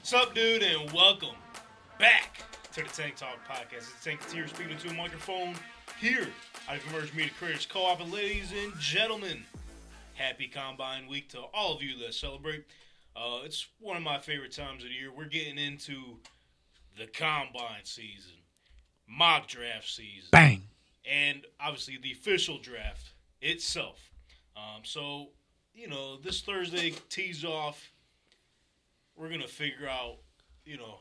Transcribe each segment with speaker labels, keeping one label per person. Speaker 1: What's up, dude, and welcome back to the Tank Talk Podcast. It's Tank here speaking to a microphone here out of Converge Media Critics Co-op. And ladies and gentlemen, happy Combine Week to all of you that celebrate. Uh, it's one of my favorite times of the year. We're getting into the Combine season, mock draft season,
Speaker 2: Bang.
Speaker 1: and obviously the official draft itself. Um, so, you know, this Thursday tease off, we're gonna figure out, you know,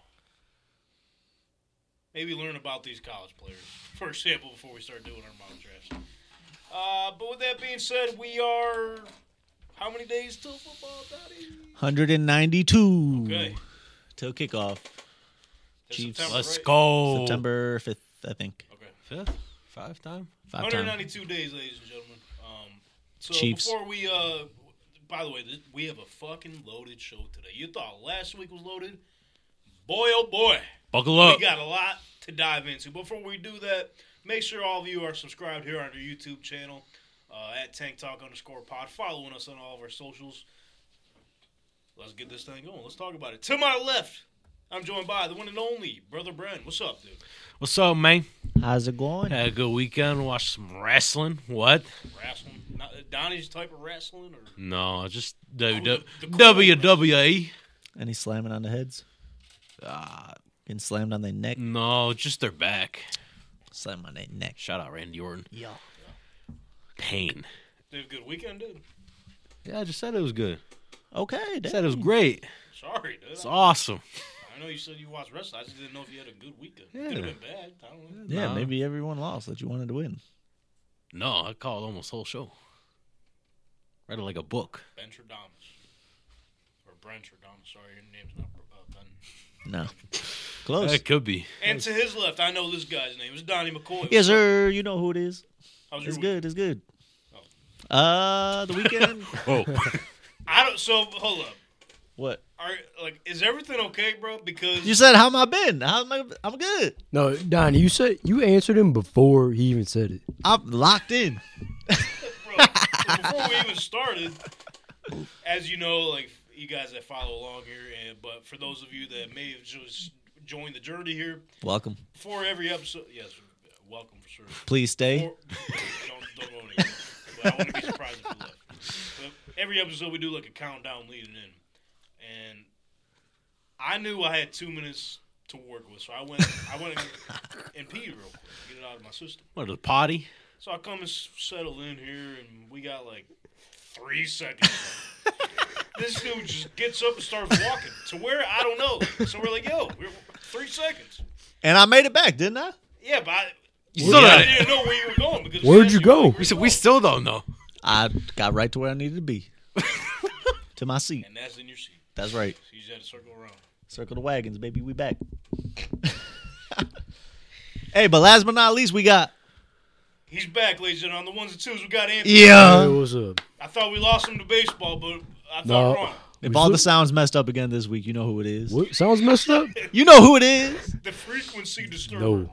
Speaker 1: maybe learn about these college players, for example, before we start doing our mock drafts. Uh, but with that being said, we are how many days till football, Daddy?
Speaker 2: 192
Speaker 1: Okay,
Speaker 2: till kiccoff.
Speaker 1: That's
Speaker 2: Chiefs.
Speaker 1: September,
Speaker 3: Let's
Speaker 1: right?
Speaker 3: go.
Speaker 2: September 5th, I think.
Speaker 1: Okay.
Speaker 3: Fifth? Five time?
Speaker 2: Five time.
Speaker 1: 192 days, ladies and gentlemen. Um, so
Speaker 2: Chiefs.
Speaker 1: before we, uh, by the way, th- we have a fucking loaded show today. You thought last week was loaded? Boy, oh boy,
Speaker 3: Buckle up.
Speaker 1: we got a lot to dive into. Before we do that, make sure all of you are subscribed here on our YouTube channel uh, at Tank Talk underscore Pod, following us on all of our socials. Let's get this thing going. Let's talk about it. To my left, I'm joined by the one and only brother Brent. What's up, dude?
Speaker 3: What's up, man?
Speaker 2: How's it going?
Speaker 3: Had a good weekend. Watched some wrestling. What?
Speaker 1: Wrestling? Not, Donnie's type of wrestling or?
Speaker 3: No, just w- E.
Speaker 1: the cool
Speaker 3: WWE.
Speaker 2: Any slamming on the heads?
Speaker 3: Ah, Mm.
Speaker 2: Getting slammed on their neck?
Speaker 3: no, just their back.
Speaker 2: Slam on their neck.
Speaker 3: Shout out Randy Orton.
Speaker 2: Yo.
Speaker 3: Pain.
Speaker 1: They have a good weekend, dude.
Speaker 3: Yeah, I just said it was good.
Speaker 2: Okay.
Speaker 3: I said it was
Speaker 2: dang.
Speaker 3: great.
Speaker 1: Sorry, dude.
Speaker 3: It's awesome.
Speaker 1: I know you said you watched wrestling. I just didn't know if you had a good weekend.
Speaker 3: Yeah.
Speaker 1: Could have been bad. I don't know.
Speaker 2: Yeah,
Speaker 3: Nah.
Speaker 2: maybe everyone lost that you wanted to win.
Speaker 3: No, I called almost whole show. Read it like a book.
Speaker 1: Ben Tradamus. Or Brent Tradamus. Sorry, your name's not uh, Ben.
Speaker 2: No. Close.
Speaker 3: That could be.
Speaker 1: And to his left, I know this guy's name. It's Donnie McCoy.
Speaker 2: Yes, sir. You know who it is.
Speaker 1: How's your
Speaker 2: It's
Speaker 1: week?
Speaker 2: good. It's good.
Speaker 1: Oh.
Speaker 2: Uh, the weekend.
Speaker 3: Oh,
Speaker 1: I don't. So hold up.
Speaker 2: what?
Speaker 1: Are like, is everything okay, bro? Because
Speaker 2: You said, how am I been? How am I? I'm good.
Speaker 4: No, Don, you said you answered him before he even said it.
Speaker 2: I'm locked in.
Speaker 1: bro, before we even started, as you know, like you guys that follow along here, and but for those of you that may have just joined the journey here,
Speaker 2: Welcome.
Speaker 1: before every episode, yes, welcome for sure.
Speaker 2: Please stay.
Speaker 1: Or- don't, don't go anywhere. But I wouldn't be surprised if you left. But every episode we do like a countdown leading in, and I knew I had two minutes to work with, so I went, I went and peed real quick, get it out of my system.
Speaker 3: what the potty?
Speaker 1: So I come and s- settle in here, and we got like three seconds. this dude just gets up and starts walking to where I don't know. So we're like, yo, we're, three seconds.
Speaker 2: And I made it back, didn't I?
Speaker 1: Yeah, but I,
Speaker 3: You
Speaker 1: yeah,
Speaker 3: still
Speaker 1: I
Speaker 3: got it.
Speaker 1: didn't know where you were going because
Speaker 4: Where'd
Speaker 1: asked
Speaker 4: you
Speaker 1: like,
Speaker 4: go?
Speaker 1: where
Speaker 3: We said we still don't know.
Speaker 2: I got right to where I needed to be. to my seat.
Speaker 1: And that's in your seat.
Speaker 2: That's right.
Speaker 1: So you just had to circle around.
Speaker 2: Circle the wagons, baby. We back. hey, but last but not least, we got
Speaker 1: He's back, ladies and on the ones and twos. We got Anthony.
Speaker 4: Hey,
Speaker 2: yeah.
Speaker 4: what's up?
Speaker 1: I thought we lost him to baseball, but I thought
Speaker 4: No.
Speaker 1: wrong.
Speaker 2: If all the sounds messed up again this week, you know who it is.
Speaker 4: What sounds messed up?
Speaker 2: You know who it is.
Speaker 1: The frequency disturber.
Speaker 4: No,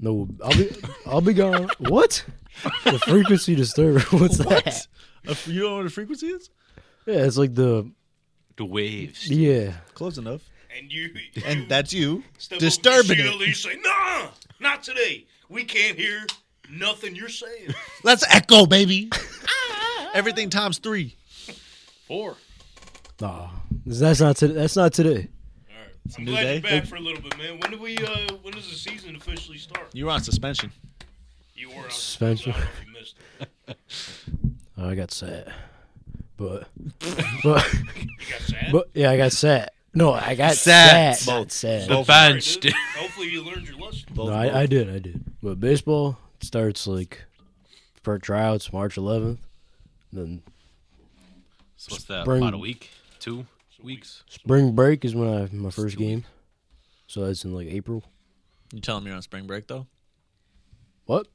Speaker 4: no. I'll be, I'll be gone. What? The frequency disturber. What's that?
Speaker 2: A f- You don't know what the frequency is?
Speaker 4: Yeah, it's like the
Speaker 3: The waves.
Speaker 4: yeah.
Speaker 2: Close enough.
Speaker 1: And you, you
Speaker 2: And that's you
Speaker 1: step
Speaker 2: disturbing
Speaker 1: up to
Speaker 2: it.
Speaker 1: CLE, say, nah, not today. We can't hear nothing you're saying.
Speaker 2: Let's echo, baby. Everything times three.
Speaker 3: Four.
Speaker 4: Nah, that's not today. That's not today.
Speaker 1: All right. I'm
Speaker 2: new
Speaker 1: glad
Speaker 2: day.
Speaker 1: you're back for a little bit, man. When do we? Uh, when does the season officially start?
Speaker 2: You were on suspension.
Speaker 1: You were out.
Speaker 4: Suspension.
Speaker 1: I don't know if you missed it.
Speaker 4: Oh, I got sad, but, but,
Speaker 1: You got sad.
Speaker 4: but yeah, I got sad. No, I got
Speaker 2: Sad.
Speaker 4: sad. Not sad.
Speaker 3: The
Speaker 1: Sorry,
Speaker 3: bench.
Speaker 1: dude.
Speaker 3: dude.
Speaker 1: Hopefully you learned your lesson.
Speaker 2: Both
Speaker 4: No, I, I did, I did. But baseball starts like for tryouts March 11th, then
Speaker 3: So what's that?
Speaker 4: Spring.
Speaker 3: About a week? Two weeks?
Speaker 4: Spring break is when I my first game. So that's in like April.
Speaker 2: You tell him you're on spring break though.
Speaker 4: What?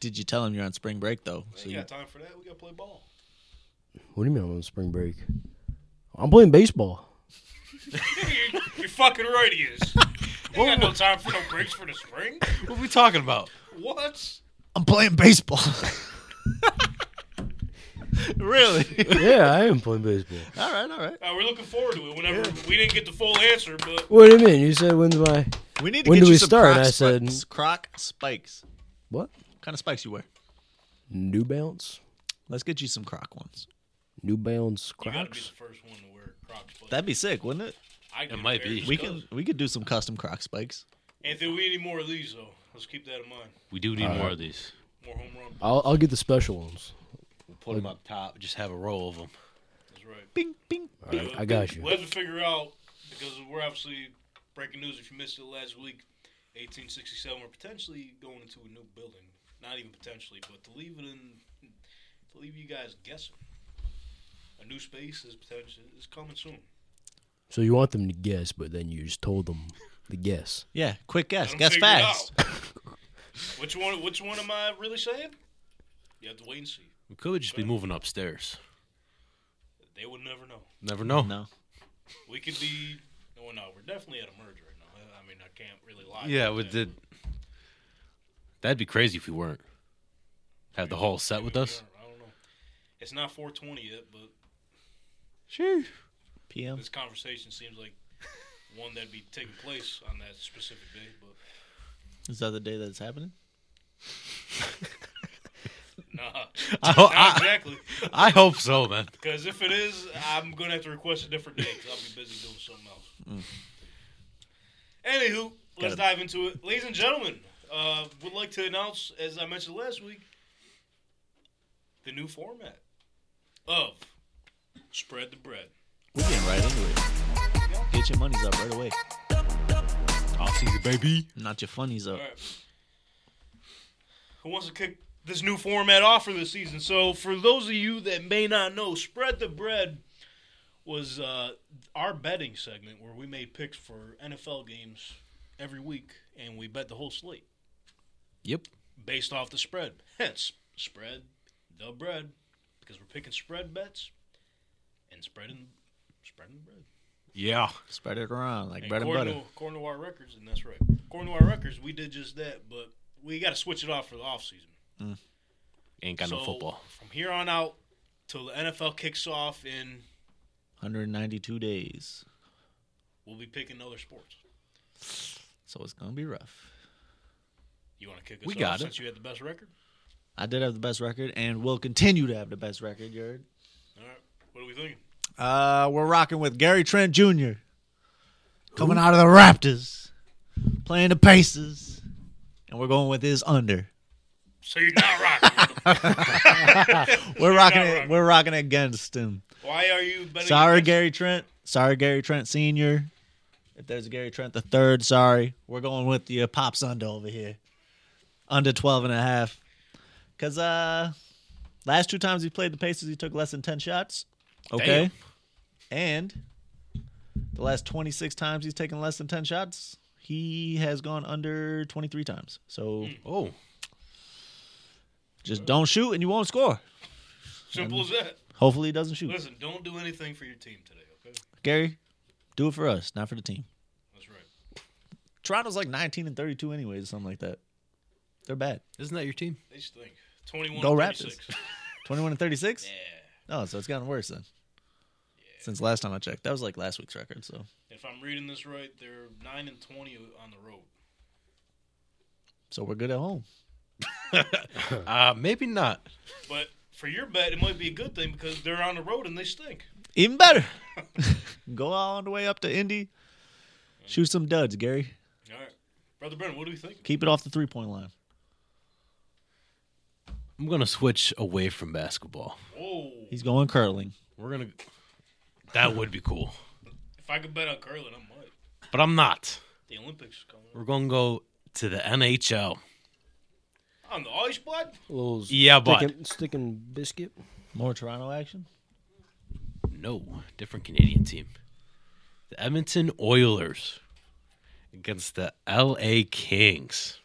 Speaker 2: Did you tell him you're on spring break though? So
Speaker 1: We
Speaker 2: you,
Speaker 1: ain't got time for that. We got to play ball.
Speaker 4: What do you mean I'm on spring break? I'm playing baseball.
Speaker 1: You're, you're fucking right, he is. You got no time for no breaks for the spring.
Speaker 3: What are we talking about?
Speaker 1: What?
Speaker 2: I'm playing baseball. really?
Speaker 4: yeah, I am playing baseball.
Speaker 2: all right, all right.
Speaker 1: Uh, we're looking forward to it. Whenever we didn't get the full answer, but
Speaker 4: What do you mean? You said when's my
Speaker 2: We need to
Speaker 4: When
Speaker 2: get
Speaker 4: do
Speaker 2: you
Speaker 4: we
Speaker 2: some
Speaker 4: start?
Speaker 2: Croc
Speaker 4: I
Speaker 2: spikes.
Speaker 4: said-
Speaker 2: Croc spikes.
Speaker 4: what?
Speaker 2: What kind of spikes you wear?
Speaker 4: New Balance?
Speaker 2: Let's get you some Croc ones.
Speaker 4: New Balance
Speaker 1: you gotta be
Speaker 4: Crocs?
Speaker 1: the first one to wear Crocs. But
Speaker 2: That'd be sick, wouldn't it?
Speaker 1: I get
Speaker 3: It might
Speaker 1: a
Speaker 3: be.
Speaker 1: pair just
Speaker 2: We
Speaker 1: 'cause.
Speaker 2: can we could do some custom Croc spikes.
Speaker 1: Anthony, we need more of these though. Let's keep that in mind.
Speaker 3: We do need more of these.
Speaker 1: More home run.
Speaker 4: I'll I'll get the special ones.
Speaker 3: Put them up top. Just have a row of them.
Speaker 1: That's right.
Speaker 2: Bing, bing.
Speaker 4: All right, I got you.
Speaker 1: We'll have to figure out because we're obviously breaking news. If you missed it last week, 1867, we're potentially going into a new building. Not even potentially, but to leave it in, to leave you guys guessing. A new space is potentially is coming soon.
Speaker 4: So you want them to guess, but then you just told them to guess.
Speaker 2: Yeah, quick guess.
Speaker 1: Let 'em
Speaker 2: Guess
Speaker 1: figure it
Speaker 2: fast.
Speaker 1: out. Which one? Which one am I really saying? You have to wait and see.
Speaker 3: We could just be moving upstairs.
Speaker 1: They would never know.
Speaker 3: Never know.
Speaker 2: No.
Speaker 1: We could be. No, no, we're definitely at a merge right now. I- I mean, I can't really lie.
Speaker 3: Yeah,
Speaker 1: about
Speaker 3: we
Speaker 1: that.
Speaker 3: did. That'd be crazy if we weren't. Have the whole set with us.
Speaker 1: I don't know. It's not 420 yet, but
Speaker 3: Sure.
Speaker 2: PM.
Speaker 1: this conversation seems like one that'd be taking place on that specific day. But
Speaker 2: Is that the day that it's happening?
Speaker 1: nah,
Speaker 3: I, ho-
Speaker 1: not
Speaker 3: Oh, I,
Speaker 1: exactly.
Speaker 3: I hope so, man.
Speaker 1: Because if it is, I'm gonna have to request a different day because I'll be busy doing something else.
Speaker 3: Mm.
Speaker 1: Anywho, let's
Speaker 2: Gotta-
Speaker 1: dive into it, ladies and gentlemen. Uh, would like to announce, as I mentioned last week, the new format of spread the bread.
Speaker 2: We're getting right into it. Get your monies up right away.
Speaker 3: Off season, baby.
Speaker 2: Not your funnies up.
Speaker 1: All right. Who wants to kick this new format off for this season? So, for those of you that may not know, Spread the Bread was uh, our betting segment where we made picks for NFL games every week and we bet the whole slate
Speaker 3: Yep.
Speaker 1: based off the spread. Hence, spread the bread because we're picking spread bets and spreading spreading the bread.
Speaker 3: Yeah.
Speaker 2: Spread it around like
Speaker 1: And
Speaker 2: bread and
Speaker 1: according
Speaker 2: butter.
Speaker 1: To, according to our records, and that's right. According to our records, we did just that, but we got to switch it off for the offseason.
Speaker 3: Ain't got no
Speaker 1: So,
Speaker 3: football.
Speaker 1: From here on out till the NFL kicks off, and
Speaker 2: 192 days.
Speaker 1: we'll be picking other sports.
Speaker 2: So it's gonna be rough.
Speaker 1: You want to kick us
Speaker 3: We
Speaker 1: off
Speaker 3: got it.
Speaker 1: since you had the best record?
Speaker 2: I did have the best record and will continue to have the best record, Jared.
Speaker 1: All right. What are we thinking?
Speaker 2: Uh, we're rocking with Gary Trent Jr. Coming out of the Raptors, playing the Pacers, and we're going with his under.
Speaker 1: So you're not rocking. with them.
Speaker 2: We're rocking
Speaker 1: not
Speaker 2: it.
Speaker 1: wrong.
Speaker 2: We're rocking against him.
Speaker 1: Why are you betting?
Speaker 2: Sorry,
Speaker 1: against-
Speaker 2: Gary Trent. Sorry, Gary Trent Senior. If there's a Gary Trent the third, sorry. We're going with your pops under over here, under 12 and a half. Cause uh, last two times he played the Pacers, he took less than 10 shots. Okay, and the last 26 times he's taken less than 10 shots, he has gone under 23 times. So
Speaker 3: Oh,
Speaker 2: just don't shoot and you won't score.
Speaker 1: Simple as that.
Speaker 2: Hopefully he doesn't shoot.
Speaker 1: Listen, don't do anything for your team today, okay?
Speaker 2: Gary, do it for us, not for the team.
Speaker 1: That's right.
Speaker 2: Toronto's like 19 and 32 anyways, or something like that. They're bad.
Speaker 3: isn't that your team?
Speaker 1: They stink. 21
Speaker 2: Go
Speaker 1: to
Speaker 2: Raptors.
Speaker 1: 36.
Speaker 2: 21 and 36?
Speaker 1: Yeah.
Speaker 2: Oh, so it's gotten worse then. Since last time I checked. That was like last week's record, so.
Speaker 1: If I'm reading this right, they're 9 and 20 on the road.
Speaker 2: So we're good at home.
Speaker 3: Uh, maybe not.
Speaker 1: But for your bet, it might be a good thing because they're on the road and they stink.
Speaker 2: Even better. Go all the way up to Indy. Shoot some duds, Gary.
Speaker 1: All right. Brother Brennan, what do we think?
Speaker 2: Keep it off the three-point line.
Speaker 3: I'm gonna switch away from basketball.
Speaker 1: Whoa.
Speaker 2: He's going curling.
Speaker 3: We're gonna. That would be cool,
Speaker 1: If I could bet on curling, I might.
Speaker 3: but I'm not.
Speaker 1: The Olympics are coming
Speaker 3: We're gonna go to the NHL.
Speaker 1: up. On the ice blood?
Speaker 4: little
Speaker 3: Yeah, but-
Speaker 4: sticking, sticking biscuit.
Speaker 2: More Toronto action.
Speaker 3: No, different Canadian team. The Edmonton Oilers against the LA Kings.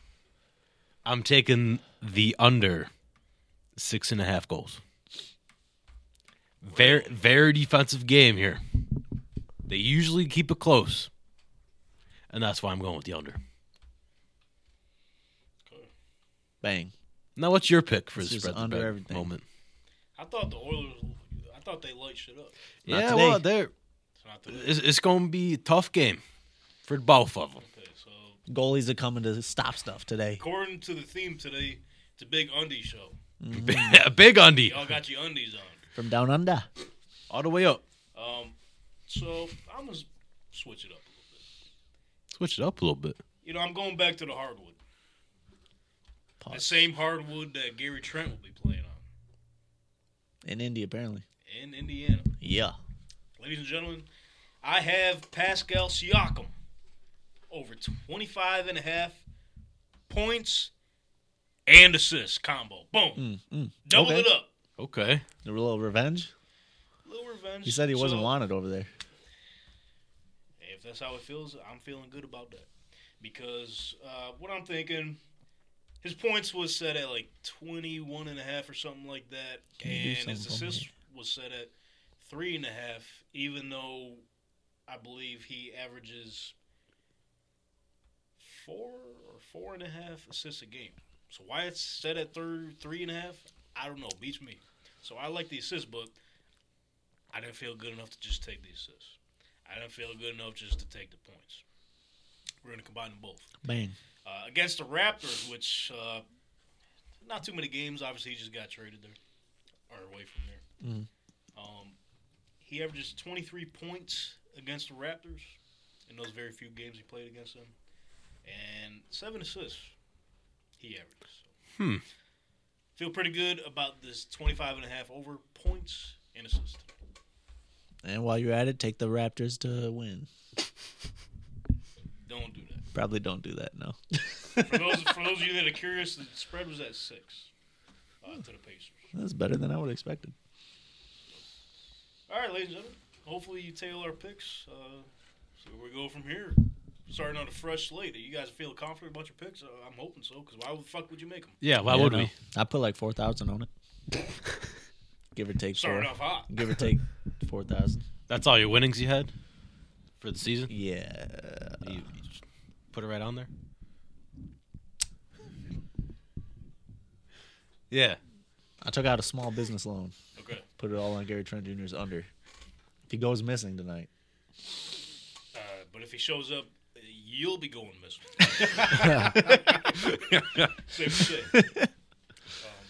Speaker 3: I'm taking the under six and a half goals. Very, very defensive game here. They usually keep it close, and that's why I'm going with the under.
Speaker 1: Okay.
Speaker 2: Bang.
Speaker 3: Now, what's your pick for
Speaker 2: This
Speaker 3: the
Speaker 2: is
Speaker 3: spread the
Speaker 2: under
Speaker 3: bet
Speaker 2: everything.
Speaker 3: moment?
Speaker 1: I thought the Oilers. I thought they light shit up.
Speaker 2: Not
Speaker 3: yeah,
Speaker 2: today.
Speaker 3: well, they're,
Speaker 1: It's not today.
Speaker 3: it's, it's going to be a tough game for both of them.
Speaker 1: Okay, so
Speaker 2: Goalies are coming to stop stuff today.
Speaker 1: according to the theme today, it's a big undie show.
Speaker 3: a big undie
Speaker 1: Y'all got your undies on.
Speaker 2: From down under.
Speaker 3: all the way up.
Speaker 1: Um, so I'm gonna s- switch it up a little bit.
Speaker 3: Switch it up a little bit.
Speaker 1: You know, I'm going back to the hardwood. The
Speaker 2: Pause.
Speaker 1: same hardwood that Gary Trent will be playing on
Speaker 2: In India, apparently.
Speaker 1: in Indiana.
Speaker 2: Yeah.
Speaker 1: Ladies and gentlemen, I have Pascal Siakam over 25 and a half points and assists combo. Boom.
Speaker 2: Mm.
Speaker 1: Double
Speaker 2: okay.
Speaker 1: it up.
Speaker 3: Okay.
Speaker 2: A little revenge.
Speaker 1: Little revenge.
Speaker 2: He said he wasn't
Speaker 1: So,
Speaker 2: wanted over there.
Speaker 1: If that's how it feels, I'm feeling good about that. Because uh, what I'm thinking, his points was set at like 21 and a half or something like that.
Speaker 2: Can you do
Speaker 1: and his
Speaker 2: something for me?
Speaker 1: assists was set at three and a half, even though I believe he averages four or four and a half assists a game. So why it's set at third, three and a half, I don't know. Beats me. So I like the assist, but I didn't feel good enough to just take the assists. I didn't feel good enough just to take the points. We're going to combine them both.
Speaker 2: Bang.
Speaker 1: Uh, against the Raptors, which uh, not too many games. Obviously, he just got traded there or away from there.
Speaker 2: Mhm.
Speaker 1: Um, he averages 23 points against the Raptors in those very few games he played against them, and seven assists he averages. So.
Speaker 3: Hmm.
Speaker 1: Feel pretty good about this 25 and a half over points and assists.
Speaker 2: And while you're at it, take the Raptors to win.
Speaker 1: Don't do that.
Speaker 2: Probably don't do that, no.
Speaker 1: For those for those of you that are curious, the spread was at six uh, to the Pacers.
Speaker 2: That's better than I would have expected.
Speaker 1: All right, ladies and gentlemen. Hopefully you tail our picks. Uh, see where we go from here. Starting on a fresh slate. Are you guys feeling confident about your picks? Uh, I'm hoping so, because why the fuck would you make them?
Speaker 3: Yeah, why
Speaker 2: Yeah,
Speaker 3: would
Speaker 2: no.
Speaker 3: we?
Speaker 2: I put like 4,000 on it. Give or take
Speaker 1: Starting
Speaker 2: four.
Speaker 1: off hot.
Speaker 2: Give or take 4,000.
Speaker 3: That's all your winnings you had for the season?
Speaker 2: Yeah.
Speaker 3: You you just put it right on there? Yeah.
Speaker 2: I took out a small business loan.
Speaker 1: Okay.
Speaker 2: Put it all on Gary Trent Jr.'s under. If he goes missing tonight.
Speaker 1: Uh, but if he shows up, uh, you'll be going missing. Same shit. Um,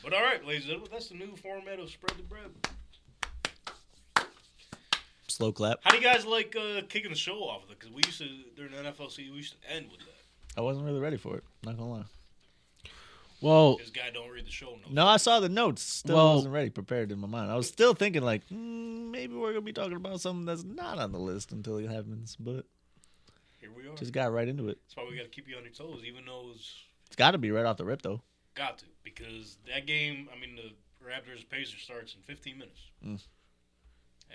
Speaker 1: but all right, ladies and gentlemen, that's the new format of Spread the Bread.
Speaker 2: Slow clap.
Speaker 1: How do you guys like uh, kicking the show off with it? Because we used to, during the NFL season, we used to end with that.
Speaker 2: I wasn't really ready for it. Not going to lie.
Speaker 3: Well,
Speaker 1: This guy don't read the show notes.
Speaker 2: No, I saw the notes. Still
Speaker 3: Well-
Speaker 2: wasn't ready, prepared in my mind. I was still thinking, like, mm, maybe we're going to be talking about something that's not on the list until it happens, but
Speaker 1: Here we are.
Speaker 2: just got right into it.
Speaker 1: That's why we got to keep you on your toes, even though it's
Speaker 2: It's got to be right off the rip, though.
Speaker 1: Got to because that game. I mean, the Raptors Pacers starts in 15 minutes.
Speaker 2: Mm.
Speaker 1: And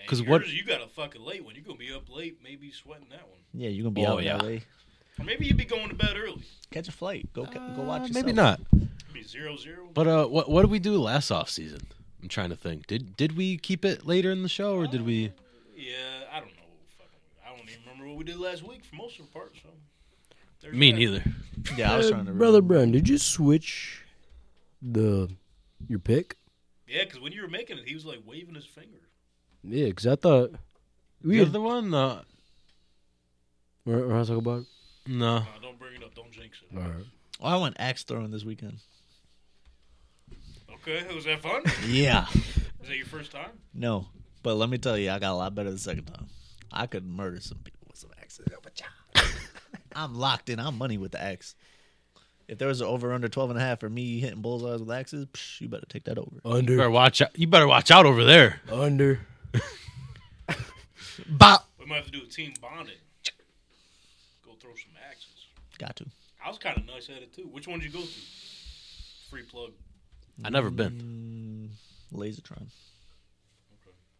Speaker 3: 'Cause
Speaker 1: yours,
Speaker 3: what-
Speaker 1: you got a fucking late one. You're gonna be up late, maybe sweating that one,
Speaker 2: Yeah, you're going to be
Speaker 3: Oh,
Speaker 2: out in
Speaker 3: yeah.
Speaker 2: LA.
Speaker 1: or maybe you'd be going to bed early.
Speaker 2: Catch a flight. Go, ca- go watch
Speaker 3: uh,
Speaker 2: yourself.
Speaker 3: maybe not.
Speaker 1: It'd be zero zero.
Speaker 3: But uh, what what did we do last off season? I'm trying to think. Did did we keep it later in the show, or did we?
Speaker 1: yeah, I don't know. Fucking, I don't even remember what we did last week for most of the part. So there's
Speaker 3: Me
Speaker 1: that.
Speaker 3: neither.
Speaker 2: Yeah, I was
Speaker 4: Uh,
Speaker 2: trying to.
Speaker 4: Brother
Speaker 2: remember.
Speaker 4: Bren, did you switch the your pick?
Speaker 1: Yeah, because when you were making it, he was like waving his finger.
Speaker 4: Yeah, because I thought we
Speaker 3: The
Speaker 4: had,
Speaker 3: other one? Uh,
Speaker 4: we're, we're not talking about.
Speaker 3: no.
Speaker 1: No, don't bring it up. Don't jinx it.
Speaker 4: All right.
Speaker 2: Oh, I went axe throwing this weekend.
Speaker 1: Okay, was that fun?
Speaker 2: Yeah.
Speaker 1: Is that your first time?
Speaker 2: no, but let me tell you, I got a lot better the second time. I could murder some people with some axes. I'm locked in. I'm money with the axe. If there was an over under 12 and a half for me hitting bullseyes with axes, psh, you better take that over.
Speaker 3: You
Speaker 4: Under,
Speaker 3: better watch out. You better watch out over there.
Speaker 4: under.
Speaker 2: Bop.
Speaker 1: We might have to do a team bonding. Go throw some axes.
Speaker 2: Got to.
Speaker 1: I was kind of nice at it too. Which one did you go to? Free plug.
Speaker 3: I never been.
Speaker 2: Mm, Lasertron.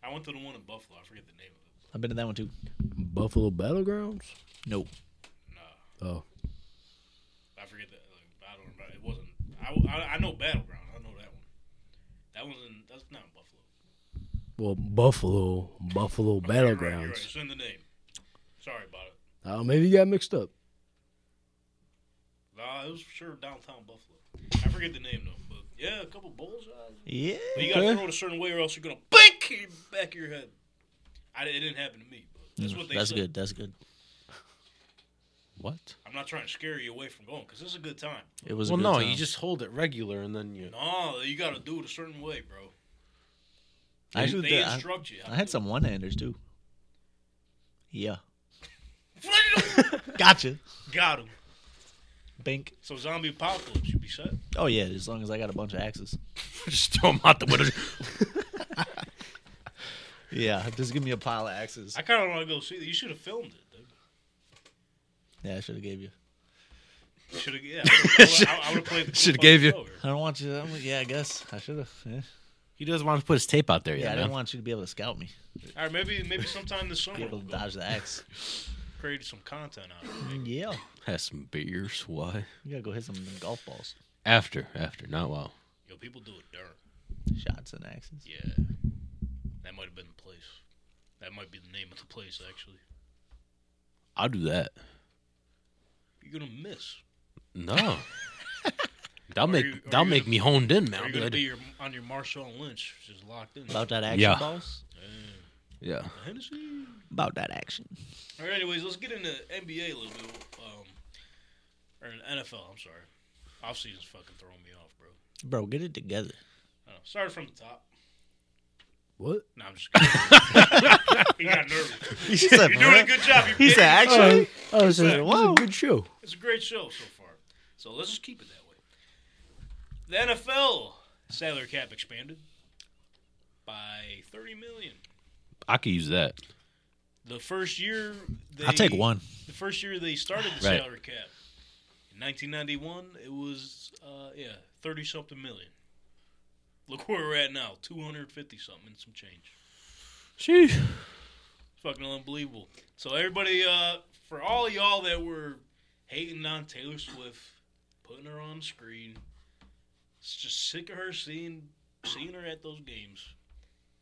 Speaker 1: I went to the one in Buffalo. I forget the name of
Speaker 2: I've been to that one too.
Speaker 4: Buffalo Battlegrounds?
Speaker 2: Nope.
Speaker 1: it. Nah,
Speaker 4: Oh.
Speaker 1: I forget that. Like, I don't remember. It wasn't. I, I, I know Battleground. I know that one. That one's in. That's not in Buffalo.
Speaker 4: Well, Buffalo, Buffalo
Speaker 1: Okay, you're right, you're right.
Speaker 4: Battlegrounds.
Speaker 1: It's in the name. Sorry about it.
Speaker 4: Oh, maybe you got mixed up.
Speaker 1: Nah, it was for sure downtown Buffalo. I forget the name though, but Yeah, a couple bullseyes.
Speaker 2: Yeah.
Speaker 1: But you gotta
Speaker 4: Okay.
Speaker 1: throw it a certain way, or else you're gonna bink in the back of your head. I, it didn't happen to me. But that's what they
Speaker 2: That's
Speaker 1: said.
Speaker 2: good. That's good.
Speaker 3: What?
Speaker 1: I'm not trying to scare you away from going because this is a good time.
Speaker 2: It was. a
Speaker 3: well,
Speaker 2: good
Speaker 3: no,
Speaker 2: time.
Speaker 3: you just hold it regular and then you.
Speaker 1: No, you gotta do it a certain way, bro.
Speaker 2: I,
Speaker 1: They,
Speaker 2: shoot
Speaker 1: they
Speaker 2: the- I,
Speaker 1: instruct you.
Speaker 2: I had some one-handers too. Yeah.
Speaker 1: What?
Speaker 2: Gotcha.
Speaker 1: Got him.
Speaker 2: Bink.
Speaker 1: So zombie apocalypse, you be set.
Speaker 2: Oh yeah, as long as I got a bunch of axes.
Speaker 3: just throw them out the window.
Speaker 2: Yeah, just give me a pile of axes.
Speaker 1: I kind of want to go see that. You should have filmed it. Dude.
Speaker 2: Yeah, I should have gave you.
Speaker 1: Should have. Yeah. I, would have played. the
Speaker 3: Should've
Speaker 1: clip on
Speaker 3: gave
Speaker 1: the
Speaker 3: you-
Speaker 1: show here.
Speaker 2: I don't want you. I'm, yeah, I guess I should have. Yeah,
Speaker 3: he doesn't want to put his tape out there
Speaker 2: yeah
Speaker 3: yet.
Speaker 2: I
Speaker 3: man.
Speaker 2: didn't want you to be able to scout me,
Speaker 1: All right, maybe maybe sometime this summer
Speaker 2: be able
Speaker 1: we'll
Speaker 2: to
Speaker 1: go
Speaker 2: dodge the axe.
Speaker 1: create some content out of it.
Speaker 2: yeah,
Speaker 3: Have some beers. Why?
Speaker 2: you gotta go hit some of them golf balls,
Speaker 3: After, after, not while.
Speaker 1: Yo, people do it dark.
Speaker 2: shots and axes.
Speaker 1: Yeah. That might have been the place. That might be the name of the place actually.
Speaker 3: I'll do that.
Speaker 1: You're gonna miss.
Speaker 3: No. that'll
Speaker 1: Are
Speaker 3: make
Speaker 1: you- are
Speaker 3: that'll
Speaker 1: you
Speaker 3: make
Speaker 1: the-
Speaker 3: me honed in, man.
Speaker 1: You're
Speaker 3: I'll
Speaker 1: gonna
Speaker 3: be
Speaker 1: be
Speaker 3: like,
Speaker 1: your, on your Marshawn Lynch, just locked in.
Speaker 2: About that action,
Speaker 3: Yeah.
Speaker 2: balls.
Speaker 3: yeah.
Speaker 1: Hennessy.
Speaker 2: About that action.
Speaker 1: All right, anyways, let's get into NBA a little bit. Um, or NFL. I'm sorry. Off season's fucking throwing me off, bro.
Speaker 2: Bro, get it together.
Speaker 1: I don't know. Started from the top.
Speaker 4: What?
Speaker 1: No, I'm just kidding. he got nervous.
Speaker 2: He said,
Speaker 1: You're doing a good job. You
Speaker 2: He said,
Speaker 1: bitch.
Speaker 2: actually,
Speaker 4: Oh, this is this is
Speaker 2: Wow.
Speaker 4: a good show.
Speaker 1: It's a great show so far. So let's just keep it that way. The NFL salary cap expanded by 30 million.
Speaker 3: I could use that.
Speaker 1: The first year they,
Speaker 2: I'll take one.
Speaker 1: The first year they started the
Speaker 3: Right.
Speaker 1: salary cap in 1991, it was uh, yeah 30 something million. Look where we're at now, 250 something and some change.
Speaker 3: Sheesh.
Speaker 1: Fucking unbelievable. So everybody, uh, for all y'all that were hating on Taylor Swift, putting her on the screen, it's just sick of her seeing seeing her at those games.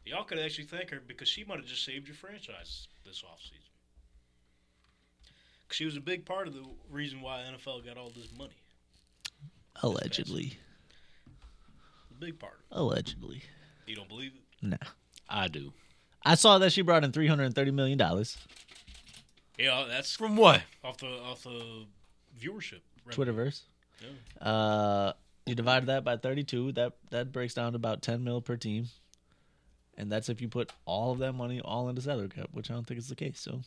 Speaker 1: Y'all could actually thank her because she might have just saved your franchise this offseason. 'Cause She was a big part of the reason why NFL got all this money.
Speaker 2: Allegedly.
Speaker 1: A big part. of
Speaker 2: Allegedly.
Speaker 1: it. You don't believe it?
Speaker 2: Nah.
Speaker 3: I do.
Speaker 2: I saw that she brought in $330 million.
Speaker 1: Yeah, that's
Speaker 3: From what?
Speaker 1: off the off the viewership. revenue.
Speaker 2: Twitterverse. Uh, you divide that by 32. That that breaks down to about 10 mil per team. And that's if you put all of that money all into salary cap, which I don't think is the case. So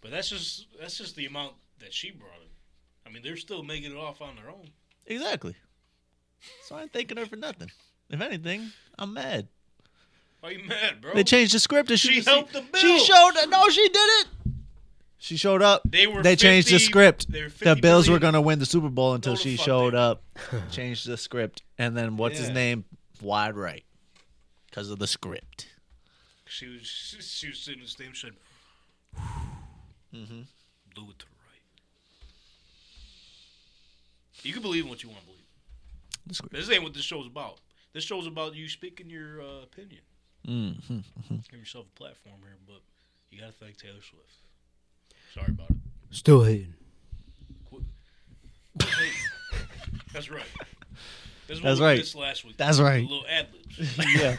Speaker 1: But that's just that's just the amount that she brought in. I mean, they're still making it off on their own.
Speaker 2: exactly. So I ain't thanking her for nothing. If anything, I'm mad.
Speaker 1: Why you mad, bro?
Speaker 2: They changed the script. And she,
Speaker 1: Oh. She helped the
Speaker 2: She
Speaker 1: Bills.
Speaker 2: showed. No, she did it. She showed up.
Speaker 1: They were
Speaker 2: They changed the
Speaker 1: 50
Speaker 2: script.
Speaker 1: they were
Speaker 2: The
Speaker 1: 50
Speaker 2: Bills were
Speaker 1: million.
Speaker 2: going to win the Super Bowl until
Speaker 1: Go to
Speaker 2: she
Speaker 1: fuck
Speaker 2: showed
Speaker 1: them.
Speaker 2: up, changed the script, and then what's his
Speaker 1: Yeah.
Speaker 2: name? Wide right, because of the script.
Speaker 1: She was she was sitting in the same said, "Do it to the right." You can believe in what you want to believe.
Speaker 2: The script.
Speaker 1: This ain't what this show's about. This show's about you speaking your uh, opinion. Mm-hmm. Give yourself a platform here, but you got to thank Taylor Swift. Sorry about it.
Speaker 4: Still hating.
Speaker 1: Hey, that's right. That's,
Speaker 2: That's
Speaker 1: right.
Speaker 2: right.
Speaker 1: last week.
Speaker 2: That's right.
Speaker 1: The little ad libs.
Speaker 2: yeah,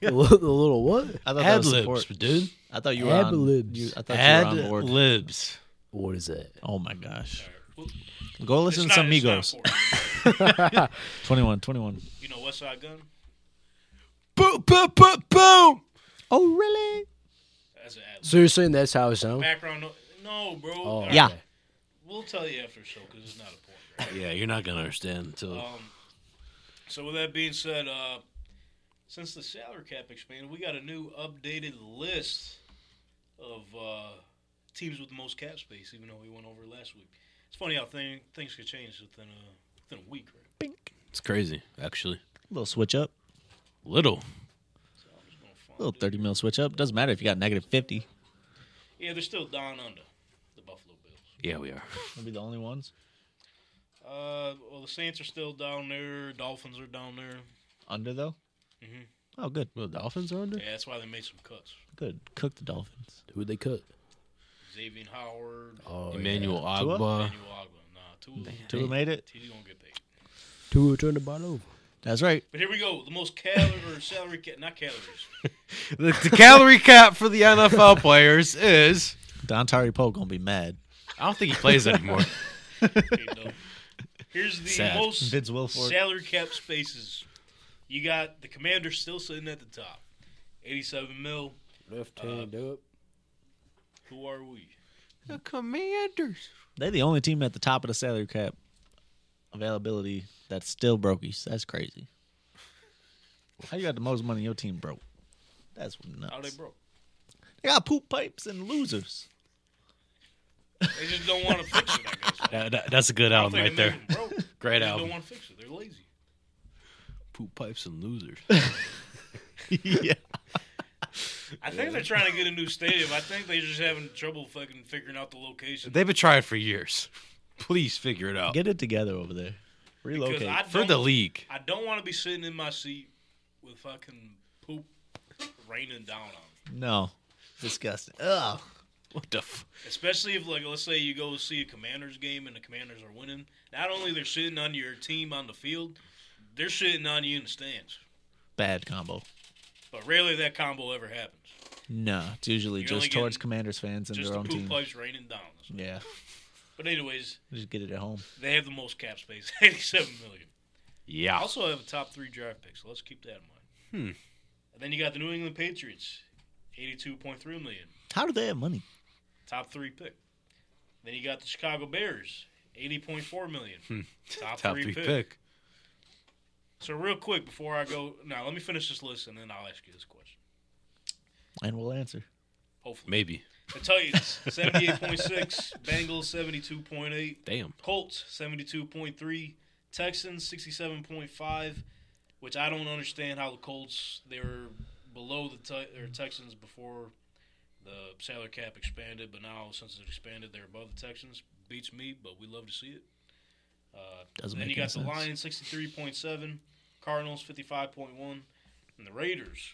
Speaker 4: the li- the little what?
Speaker 2: I thought that
Speaker 3: Ad
Speaker 2: was
Speaker 3: libs,
Speaker 2: support.
Speaker 3: dude.
Speaker 2: I thought you were on.
Speaker 4: Ad-libs.
Speaker 2: You, I thought
Speaker 3: Ad
Speaker 2: you were on board.
Speaker 3: libs.
Speaker 4: What is that?
Speaker 2: oh my gosh!
Speaker 1: Well,
Speaker 2: Go
Speaker 1: it's
Speaker 2: listen to
Speaker 1: not-
Speaker 2: some
Speaker 1: it's not
Speaker 2: Migos.
Speaker 1: important.
Speaker 2: 21, 21.
Speaker 1: You know West Side Gun?
Speaker 3: Boom, boom, boom, boom.
Speaker 2: Oh really?
Speaker 1: That's an ad lib.
Speaker 4: So you're saying that's how it sounds?
Speaker 1: Background no, no bro. All right.
Speaker 2: Oh, Yeah.
Speaker 4: okay.
Speaker 1: We'll tell you after the show because it's not important.
Speaker 3: Yeah, you're not gonna understand until
Speaker 1: Right? Um, so with that being said, uh, since the salary cap expanded, we got a new updated list of uh, teams with the most cap space. Even though we went over it last week, it's funny how thing, things could change within a within a week. Right?
Speaker 2: Bink.
Speaker 3: it's crazy. Actually,
Speaker 2: Little switch up.
Speaker 3: little.
Speaker 1: So I'm just gonna find
Speaker 2: Little
Speaker 1: it.
Speaker 2: thirty mil switch up. Doesn't matter if you got negative fifty.
Speaker 1: Yeah, they're still down under the Buffalo Bills.
Speaker 3: Yeah, we are.
Speaker 2: We'll be the only ones
Speaker 1: Uh, well, the Saints are still down there. Dolphins are down there.
Speaker 2: under though.
Speaker 1: Mhm.
Speaker 2: Oh, good,
Speaker 3: Well, Dolphins are under.
Speaker 1: Yeah, that's why they made some cuts.
Speaker 2: good. Cook the Dolphins.
Speaker 4: Who'd they cut?
Speaker 1: Xavier Howard,
Speaker 4: Oh,
Speaker 3: Emmanuel
Speaker 2: Tua?
Speaker 3: Agba.
Speaker 1: Emmanuel Ogba. Nah, two of them.
Speaker 2: Tua made it.
Speaker 1: TD gonna get paid.
Speaker 4: Two turned the ball over.
Speaker 2: That's right.
Speaker 1: But here we go. The most calorie or salary ca- not calories.
Speaker 3: The, the calorie cap for the NFL players is.
Speaker 2: Don Tari Poe gonna be mad.
Speaker 3: I don't think he plays anymore.
Speaker 1: Okay, no. Here's the
Speaker 3: Sad.
Speaker 1: most
Speaker 2: Vince Wilfork.
Speaker 1: salary cap spaces. You got the commander still sitting at the top, eighty-seven mil.
Speaker 4: Left
Speaker 2: Uh,
Speaker 4: hand up.
Speaker 1: Who are we?
Speaker 3: the Commanders.
Speaker 2: They're the only team at the top of the salary cap availability that's still brokies. That's crazy. How you got the most money? Your team broke. That's
Speaker 1: How Oh, they
Speaker 2: nuts.
Speaker 1: broke?
Speaker 2: They got poop pipes and losers.
Speaker 1: They just don't want to fix it. I guess.
Speaker 3: That, that- that's a good
Speaker 1: I don't
Speaker 3: album
Speaker 1: think
Speaker 3: right
Speaker 1: they
Speaker 3: there.
Speaker 1: made them broke.
Speaker 3: Great
Speaker 1: They just don't
Speaker 3: album.
Speaker 1: want to fix it. They're lazy.
Speaker 3: Poop pipes and losers.
Speaker 2: yeah.
Speaker 1: I think they're trying to get a new stadium. I think they're just having trouble fucking figuring out the location.
Speaker 3: They've been trying for years. Please figure it out
Speaker 2: Get it together over there.
Speaker 1: Because
Speaker 2: Relocate.
Speaker 1: I
Speaker 3: for
Speaker 1: don't,
Speaker 3: the league.
Speaker 1: I don't want to be sitting in my seat with fucking poop raining down on me.
Speaker 2: no. Disgusting. Ugh.
Speaker 3: What the? F-
Speaker 1: Especially if, like, let's say you go see a Commanders game and the Commanders are winning. Not only they're sitting on your team on the field, they're sitting on you in the stands.
Speaker 2: Bad combo.
Speaker 1: But rarely that combo ever happens.
Speaker 2: No, it's usually
Speaker 1: You're only
Speaker 2: just towards
Speaker 1: getting-
Speaker 2: Commanders fans and
Speaker 1: Just
Speaker 2: their
Speaker 1: the
Speaker 2: own
Speaker 1: poop
Speaker 2: team.
Speaker 1: pipes raining down.
Speaker 2: Yeah,
Speaker 1: But anyways,
Speaker 2: just get it at home.
Speaker 1: they have the most cap space, eighty-seven million. I
Speaker 3: yeah.
Speaker 1: also have a top three draft pick, so let's keep that in mind.
Speaker 3: Hmm.
Speaker 1: And then you got the New England Patriots, eighty-two point three million,
Speaker 2: How do they have money?
Speaker 1: top three pick. Then you got the Chicago Bears, eighty point four million, top,
Speaker 3: Hmm. Top
Speaker 1: three,
Speaker 3: three
Speaker 1: pick.
Speaker 3: pick.
Speaker 1: So real quick before I go, now let me finish this list and then I'll ask you this question.
Speaker 2: And we'll answer.
Speaker 1: Hopefully,
Speaker 3: Maybe.
Speaker 1: the Titans seventy-eight point six, Bengals seventy-two point eight,
Speaker 3: Damn.
Speaker 1: Colts seventy-two point three, Texans sixty-seven point five, which I don't understand how the Colts they were below the Ti- or Texans before the salary cap expanded, but now since it expanded, they're above the Texans. Beats me, but we love to see it. Uh,
Speaker 2: Doesn't
Speaker 1: then
Speaker 2: make
Speaker 1: you got
Speaker 2: any
Speaker 1: the
Speaker 2: sense.
Speaker 1: Lions sixty-three point seven, Cardinals fifty-five point one, and the Raiders.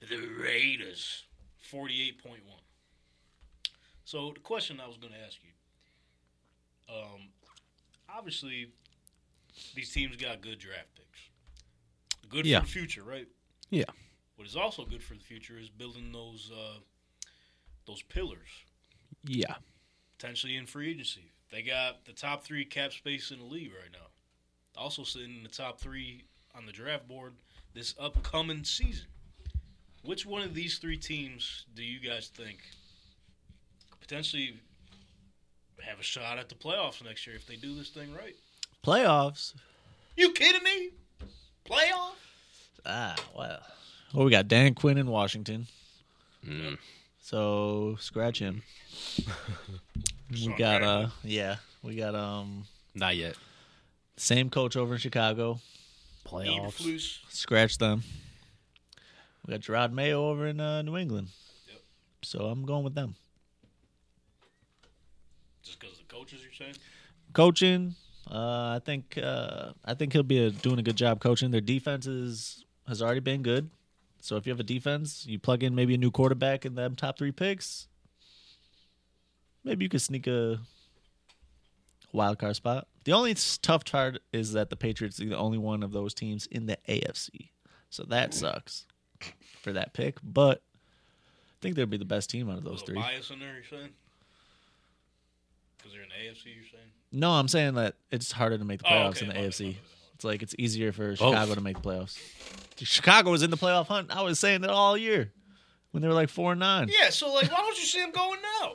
Speaker 1: The Raiders forty-eight point one. So the question I was going to ask you, um, obviously, these teams got good draft picks. Good
Speaker 3: Yeah.
Speaker 1: for the future, right?
Speaker 3: Yeah.
Speaker 1: What is also good for the future is building those uh, those pillars
Speaker 3: Yeah.
Speaker 1: potentially in free agency. They got the top three cap space in the league right now. Also sitting in the top three on the draft board this upcoming season. Which one of these three teams do you guys think could potentially have a shot at the playoffs next year if they do this thing right?
Speaker 2: Playoffs.
Speaker 1: You kidding me? Playoff?
Speaker 2: Ah, well. Well, we got Dan Quinn in Washington.
Speaker 3: Mm.
Speaker 2: So scratch him. we
Speaker 1: Sean
Speaker 2: got
Speaker 1: Payton.
Speaker 2: uh yeah. We got um
Speaker 3: Not yet.
Speaker 2: same coach over in Chicago.
Speaker 4: Playoffs.
Speaker 1: Eberflus.
Speaker 2: Scratch them. We got Gerard Mayo over in uh, New England.
Speaker 1: Yep.
Speaker 2: So I'm going with them.
Speaker 1: Just because the coaches you're saying?
Speaker 2: Coaching, uh, I think uh, I think he'll be uh doing a good job coaching. Their defense is has already been good. So if you have a defense, you plug in maybe a new quarterback and them top three picks. Maybe you could sneak a wild card spot. The only s- tough part is that the Patriots are the only one of those teams in the AFC. So that sucks for that pick. But I think they'll be the best team out of
Speaker 1: A
Speaker 2: those
Speaker 1: little
Speaker 2: three.
Speaker 1: bias in there you're saying? Because they're in the AFC you're saying?
Speaker 2: No, I'm saying that it's harder to
Speaker 3: Oh,
Speaker 2: make the playoffs
Speaker 1: okay,
Speaker 2: in the
Speaker 1: my bad,
Speaker 2: AFC.
Speaker 1: my bad.
Speaker 2: It's like it's easier for Chicago to make the playoffs. Chicago was in the playoff hunt. I was saying that all year when they were like four and nine.
Speaker 1: Yeah, so like why don't you see him going now?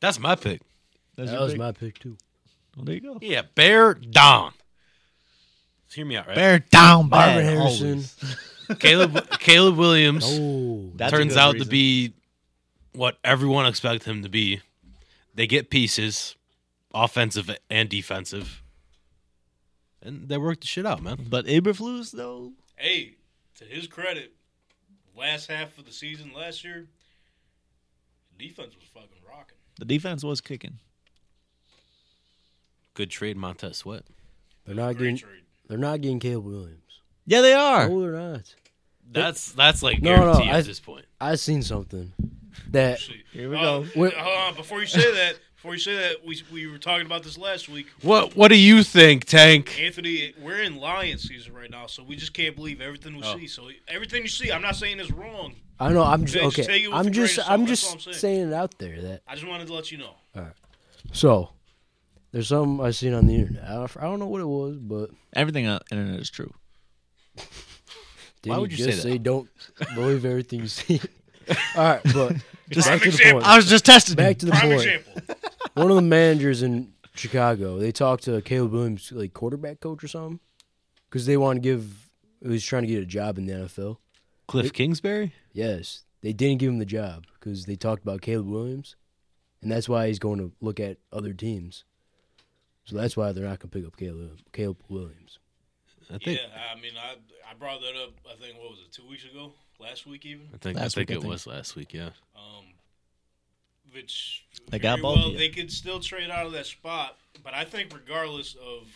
Speaker 3: That's my pick.
Speaker 2: That's
Speaker 4: That
Speaker 2: your
Speaker 4: was
Speaker 2: pick?
Speaker 4: my pick too.
Speaker 2: Well, there you go.
Speaker 3: Yeah. Bear down. Hear me out, right?
Speaker 2: Bear down, bad,
Speaker 4: Marvin Harrison.
Speaker 2: always.
Speaker 3: Caleb Caleb Williams.
Speaker 4: Oh,
Speaker 2: That's a
Speaker 3: turns
Speaker 2: good
Speaker 3: out
Speaker 2: reason.
Speaker 3: to be what everyone expected him to be. They get pieces, offensive and defensive, and they work the shit out, man.
Speaker 2: But Iberflus though,
Speaker 1: hey, to his credit, last half of the season last year, defense was fucking rocking.
Speaker 2: the defense was kicking.
Speaker 3: Good trade, Montez Sweat.
Speaker 4: they're
Speaker 1: Great
Speaker 4: not getting.
Speaker 1: trade.
Speaker 4: They're not getting Caleb Williams.
Speaker 2: Yeah, they are.
Speaker 4: No, they're not.
Speaker 3: That's that's like
Speaker 4: No, no,
Speaker 3: guaranteed
Speaker 4: I-
Speaker 3: at this point.
Speaker 4: I seen something that
Speaker 1: See.
Speaker 2: Here we
Speaker 1: Uh,
Speaker 3: Oh.
Speaker 2: go.
Speaker 1: hold on, before you say that, Before you say that, we, we were talking about this last week.
Speaker 3: What What do you think, Tank?
Speaker 1: Anthony, we're in lion season right now, so we just can't believe everything we
Speaker 3: Oh.
Speaker 1: see. So everything you see, I'm not saying it's wrong.
Speaker 4: I don't know. I'm
Speaker 1: Yeah,
Speaker 4: just
Speaker 1: just take
Speaker 4: okay.
Speaker 1: it with a
Speaker 4: I'm
Speaker 1: grain of
Speaker 4: just
Speaker 1: salt,
Speaker 4: I'm
Speaker 1: that's
Speaker 4: just
Speaker 1: all I'm saying.
Speaker 4: saying. it out there that
Speaker 1: I just wanted to let you know.
Speaker 4: so there's something I seen on the internet. I don't, I don't know what it was, but
Speaker 2: Everything on the internet is true.
Speaker 4: did
Speaker 3: Why
Speaker 4: you
Speaker 3: would you say
Speaker 4: just
Speaker 3: that?
Speaker 4: don't believe everything you see? all right, but back to the
Speaker 1: example.
Speaker 4: point.
Speaker 2: I was just testing.
Speaker 4: Back to the
Speaker 1: Prime
Speaker 4: point.
Speaker 1: example.
Speaker 4: one of the managers in Chicago, they talked to Caleb Williams, like quarterback coach or something, because they want to give. He was trying to get a job in the NFL.
Speaker 3: Cliff Kingsbury?
Speaker 4: Yes, they didn't give him the job because they talked about Caleb Williams, and that's why he's going to look at other teams. So that's why they're not going to pick up Caleb Caleb Williams.
Speaker 3: I think.
Speaker 1: yeah, I mean, I I brought that up. I think what was it, two weeks ago, last week even.
Speaker 3: I think.
Speaker 2: Last
Speaker 3: I think
Speaker 2: week, I
Speaker 3: it
Speaker 2: think.
Speaker 3: was last week. Yeah.
Speaker 1: Um, which
Speaker 2: They got
Speaker 1: very
Speaker 2: both
Speaker 1: well,
Speaker 2: of you.
Speaker 1: They could still trade out of that spot, but I think regardless of,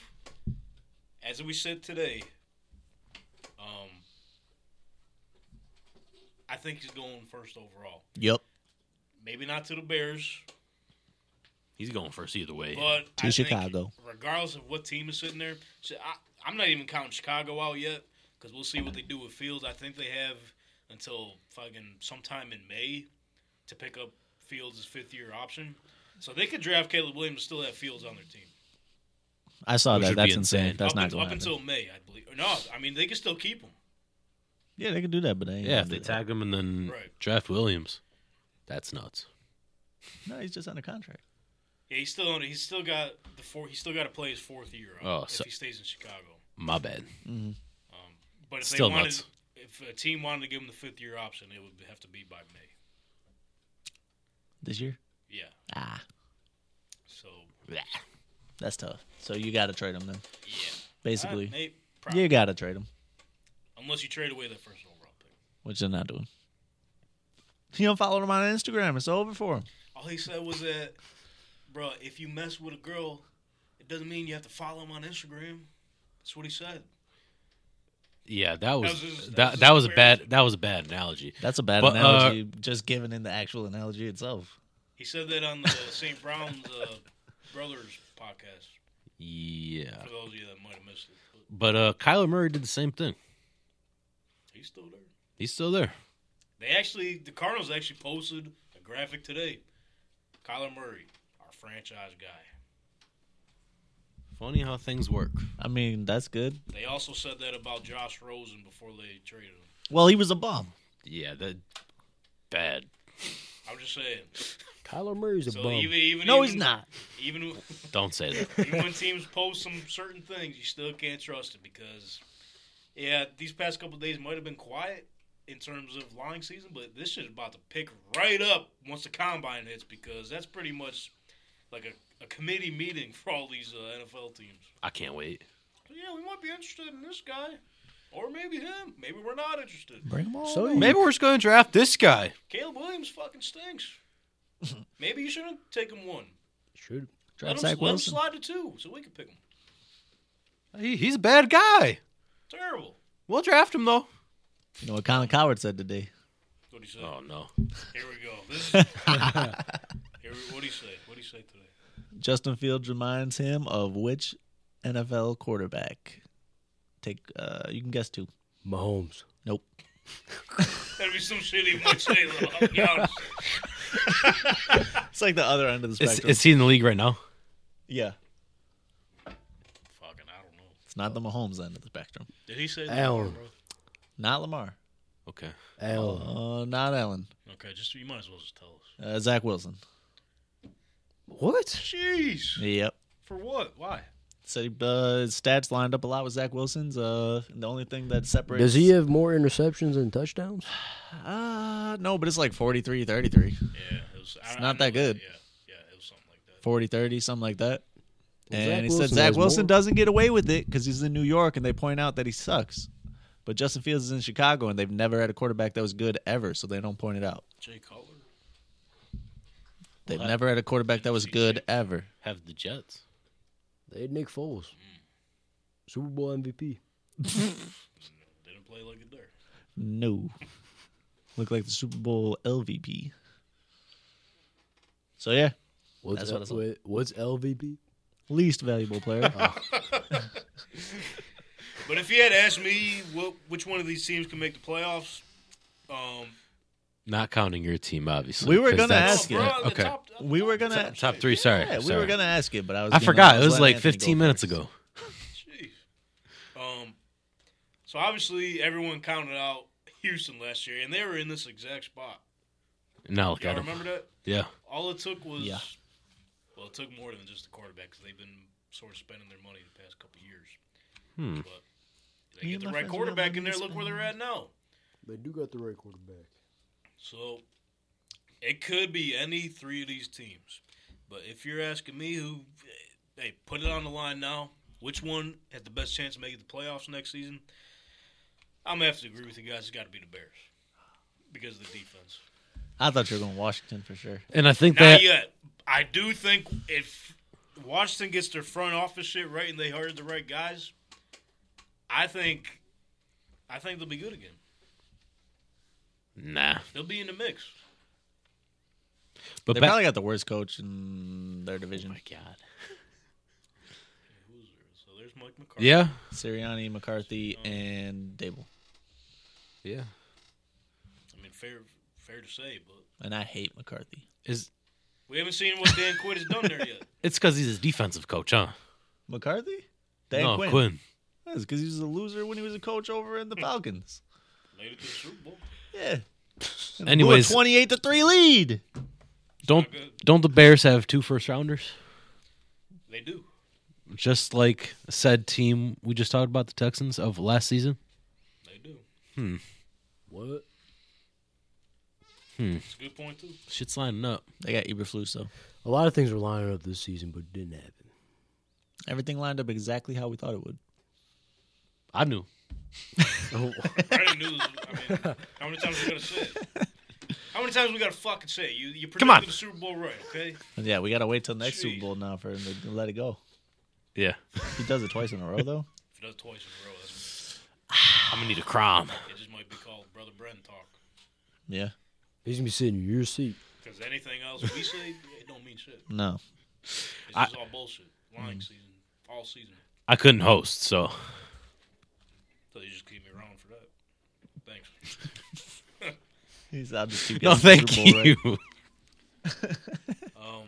Speaker 1: as we said today, um, I think he's going first overall.
Speaker 2: Yep.
Speaker 1: Maybe not to the Bears,
Speaker 3: He's going first either way.
Speaker 1: but I
Speaker 2: To
Speaker 1: think
Speaker 2: Chicago.
Speaker 1: regardless of what team is sitting there, so I, I'm not even counting Chicago out yet because we'll see what they do with Fields. I think they have until fucking sometime in May to pick up Fields' fifth year option. So they could draft Caleb Williams and still have Fields on their team.
Speaker 2: I saw
Speaker 3: Which
Speaker 2: that.
Speaker 3: would
Speaker 2: That's
Speaker 3: be
Speaker 2: insane.
Speaker 3: insane.
Speaker 2: That's
Speaker 1: up
Speaker 2: not
Speaker 1: un-
Speaker 2: going to
Speaker 1: up
Speaker 2: happen.
Speaker 1: until May, I believe. No, I mean they can still keep him.
Speaker 2: yeah, they can do that, but they ain't
Speaker 3: yeah,
Speaker 2: gonna
Speaker 3: if they
Speaker 2: do that.
Speaker 3: tag him and then
Speaker 1: Right.
Speaker 3: draft Williams, that's nuts.
Speaker 2: No, he's just under contract.
Speaker 1: Yeah, he's still on. He's still got the four. He's still got to play his fourth year out
Speaker 3: Oh,
Speaker 1: if
Speaker 3: so-
Speaker 1: he stays in Chicago.
Speaker 3: My bad.
Speaker 1: But if
Speaker 3: Still
Speaker 1: they wanted,
Speaker 3: nuts.
Speaker 1: if a team wanted to give him the fifth year option, it would have to be by May.
Speaker 2: This year?
Speaker 1: Yeah.
Speaker 2: Ah,
Speaker 1: So
Speaker 2: that's tough. So you got to trade him then.
Speaker 1: yeah,
Speaker 2: Basically,
Speaker 1: Uh, they- probably.
Speaker 2: you got to trade him,
Speaker 1: unless you trade away that first overall pick.
Speaker 2: which they're not doing. He unfollowed him on Instagram. It's over for him.
Speaker 1: All he said was that, bro, if you mess with a girl, it doesn't mean you have to follow him on Instagram. That's what he said.
Speaker 3: Yeah, that was
Speaker 1: was just- that was
Speaker 3: that
Speaker 1: just
Speaker 3: that was a
Speaker 1: weird.
Speaker 3: bad that was a bad analogy.
Speaker 2: That's a bad
Speaker 3: But, uh,
Speaker 2: analogy. just given in the actual analogy itself.
Speaker 1: He said that on the St. Brown's uh, Brothers podcast.
Speaker 3: Yeah,
Speaker 1: For those of you that might have missed it, but
Speaker 3: but uh, Kyler Murray did the same thing.
Speaker 1: he's still there.
Speaker 3: He's still there.
Speaker 1: They actually, the Cardinals actually posted a graphic today. Kyler Murray, our franchise guy.
Speaker 3: Funny how things work.
Speaker 2: I mean, that's good.
Speaker 1: They also said that about Josh Rosen before they traded him.
Speaker 2: Well, he was a bum.
Speaker 3: Yeah, that bad.
Speaker 1: I'm just saying.
Speaker 4: Kyler Murray's a
Speaker 1: So
Speaker 4: bum.
Speaker 1: even even
Speaker 2: No, he's
Speaker 1: even-
Speaker 2: not.
Speaker 1: Even
Speaker 3: Don't say that.
Speaker 1: even when teams post some certain things, you still can't trust it because, yeah, these past couple days might have been quiet in terms of lying season, but this shit is about to pick right up once the combine hits because that's pretty much like a, a committee meeting for all these uh, NFL teams.
Speaker 3: I can't wait.
Speaker 1: So, yeah, we might be interested in this guy. Or maybe him. Maybe we're not interested.
Speaker 2: Bring him on.
Speaker 4: So
Speaker 2: over.
Speaker 3: Maybe we're just going to draft this guy.
Speaker 1: Caleb Williams fucking stinks. Maybe you shouldn't take him one.
Speaker 4: Should
Speaker 2: Draft
Speaker 1: let him, let
Speaker 2: Zach
Speaker 1: him
Speaker 2: Wilson.
Speaker 1: slide to two so we can pick him.
Speaker 3: He, he's a bad guy.
Speaker 1: Terrible.
Speaker 3: We'll draft him though.
Speaker 2: You know what Colin Coward said today?
Speaker 1: What do you say?
Speaker 3: Oh no.
Speaker 1: Here we go. This is, here we, what do you say? What do you say today?
Speaker 2: Justin Fields reminds him of which NFL quarterback? Take uh you can guess two.
Speaker 4: Mahomes?
Speaker 2: Nope.
Speaker 1: That'd be some shit he might say. though, I'll be honest.
Speaker 2: It's like the other end of the
Speaker 3: Is,
Speaker 2: spectrum.
Speaker 3: is he in the league right now?
Speaker 2: yeah.
Speaker 1: Fucking, I don't know.
Speaker 2: It's not the Mahomes end of the spectrum.
Speaker 1: Did he say that?
Speaker 4: Allen.
Speaker 1: bro?
Speaker 2: Not Lamar.
Speaker 3: Okay.
Speaker 4: Allen.
Speaker 2: Uh, not Allen.
Speaker 1: Okay, just you might as well just tell us.
Speaker 2: Uh, Zach Wilson.
Speaker 4: What?
Speaker 1: Jeez.
Speaker 2: Yep.
Speaker 1: For what? Why?
Speaker 2: So uh, his stats lined up a lot with Zach Wilson's. Uh, the only thing that separates
Speaker 4: Does he uh, have more interceptions than touchdowns?
Speaker 2: Uh, no, but it's like 43 33,
Speaker 1: Yeah, it was. I,
Speaker 2: It's
Speaker 1: I
Speaker 2: not
Speaker 1: know
Speaker 2: that good.
Speaker 1: Yeah, yeah, it was something like that.
Speaker 2: 40 30, something like that.
Speaker 4: Well,
Speaker 2: and
Speaker 4: Zach
Speaker 2: he
Speaker 4: Wilson
Speaker 2: said Zach
Speaker 4: has
Speaker 2: Wilson
Speaker 4: more.
Speaker 2: doesn't get away with it because he's in New York and they point out that he sucks. But Justin Fields is in Chicago and they've never had a quarterback that was good ever, so they don't point it out.
Speaker 1: Jay Cutler.
Speaker 2: They've never had a quarterback that was good ever.
Speaker 3: Have the Jets.
Speaker 4: They had Nick Foles, Super Bowl MVP.
Speaker 1: Didn't play like it there.
Speaker 2: No. Look like the Super Bowl LVP. So yeah,
Speaker 4: What's
Speaker 2: That's
Speaker 4: L-
Speaker 2: what it's like.
Speaker 4: wait, What's LVP?
Speaker 2: Least valuable player.
Speaker 3: Oh.
Speaker 1: But if you had asked me what, which one of these teams can make the playoffs, um,
Speaker 3: Not counting your team, obviously.
Speaker 2: We were
Speaker 3: 'cause
Speaker 2: gonna
Speaker 3: that's-
Speaker 2: ask
Speaker 1: oh,
Speaker 2: you.
Speaker 1: bro, the
Speaker 3: Okay.
Speaker 1: top-
Speaker 2: we were gonna.
Speaker 3: Top three, sorry.
Speaker 2: Yeah, we
Speaker 3: sorry.
Speaker 2: were gonna ask it, but I was.
Speaker 3: I
Speaker 2: gonna-
Speaker 3: forgot.
Speaker 2: was
Speaker 3: It was
Speaker 2: letting
Speaker 3: like
Speaker 2: Anthony go
Speaker 3: 15 minutes
Speaker 2: first.
Speaker 3: ago.
Speaker 1: Jeez. Um, so obviously everyone counted out Houston last year, and they were in this exact spot.
Speaker 3: Now look
Speaker 1: Y'all
Speaker 3: at him.
Speaker 1: remember that?
Speaker 3: Yeah.
Speaker 1: All it took was,
Speaker 2: Yeah.
Speaker 1: well, it took more than just the quarterback because they've been sort of spending their money the past couple years.
Speaker 3: Hmm.
Speaker 1: But they
Speaker 2: Me
Speaker 1: get
Speaker 2: and
Speaker 1: the right
Speaker 2: my friends were
Speaker 1: quarterback in
Speaker 2: loving
Speaker 1: there.
Speaker 2: this
Speaker 1: Look where they're at now.
Speaker 4: They do got the right quarterback.
Speaker 1: So it could be any three of these teams. But if you're asking me who, hey, put it on the line now, which one has the best chance of making the playoffs next season? I'm going to have to agree with you guys. It's got to be the Bears because of the defense.
Speaker 2: I thought you were going Washington for sure.
Speaker 3: And I think
Speaker 1: Not
Speaker 3: that
Speaker 1: yet. I do think if Washington gets their front office shit right and they hired the right guys, I think. I think they'll be good again.
Speaker 3: nah.
Speaker 1: They'll be in the mix.
Speaker 3: But
Speaker 2: They
Speaker 3: back, Oh
Speaker 2: probably got the worst coach in their
Speaker 1: Oh
Speaker 2: division.
Speaker 3: God.
Speaker 1: Who's there? So there's Mike McCarthy.
Speaker 3: Yeah.
Speaker 2: Sirianni, McCarthy, and Dable.
Speaker 3: Yeah.
Speaker 1: I mean, fair, fair to say, but
Speaker 2: And I hate McCarthy.
Speaker 3: Is
Speaker 1: We haven't seen what Dan Quinn has done there yet.
Speaker 3: it's because he's a defensive coach, huh?
Speaker 2: McCarthy? Dan
Speaker 3: no,
Speaker 2: Quinn.
Speaker 3: Quinn.
Speaker 2: That's because he was a loser when he was a coach over in the Falcons.
Speaker 1: Made it to the Super Bowl.
Speaker 2: Yeah.
Speaker 3: Anyways,
Speaker 2: twenty-eight to three lead.
Speaker 3: don't
Speaker 1: Not good.
Speaker 3: don't the Bears have two first rounders?
Speaker 1: They do.
Speaker 3: Just like said team we just talked about the Texans of last season.
Speaker 1: They do.
Speaker 4: What?
Speaker 1: It's a good point too.
Speaker 3: Shit's lining up.
Speaker 2: They got Eberflus though.
Speaker 4: A lot of things were lining up this season, but didn't happen.
Speaker 2: Everything lined up exactly how we thought it would.
Speaker 3: I knew.
Speaker 1: I didn't know. I mean, how many times we gotta say it? How many times we gotta fucking say it? You you predicted
Speaker 3: Come on.
Speaker 1: the Super Bowl right? Okay.
Speaker 2: And yeah, we gotta wait till next
Speaker 1: Jeez.
Speaker 2: Super Bowl now for him to let it go.
Speaker 3: Yeah.
Speaker 2: He does it twice in a row though.
Speaker 1: If it does twice in a row, that's,
Speaker 3: I'm gonna need a crom.
Speaker 1: it just might be called Brother Bren talk.
Speaker 2: Yeah.
Speaker 4: He's gonna be sitting in your seat.
Speaker 1: Because anything else we say, it don't mean shit.
Speaker 2: No.
Speaker 1: It's just all bullshit.
Speaker 3: Mm-hmm.
Speaker 1: Lying season, all season.
Speaker 3: I couldn't host, so
Speaker 1: So you just keep me around for that. Thanks.
Speaker 2: He's I'll just keep
Speaker 3: no,
Speaker 2: getting the
Speaker 3: thank
Speaker 2: Super Bowl,
Speaker 3: you.
Speaker 2: right?
Speaker 1: Um,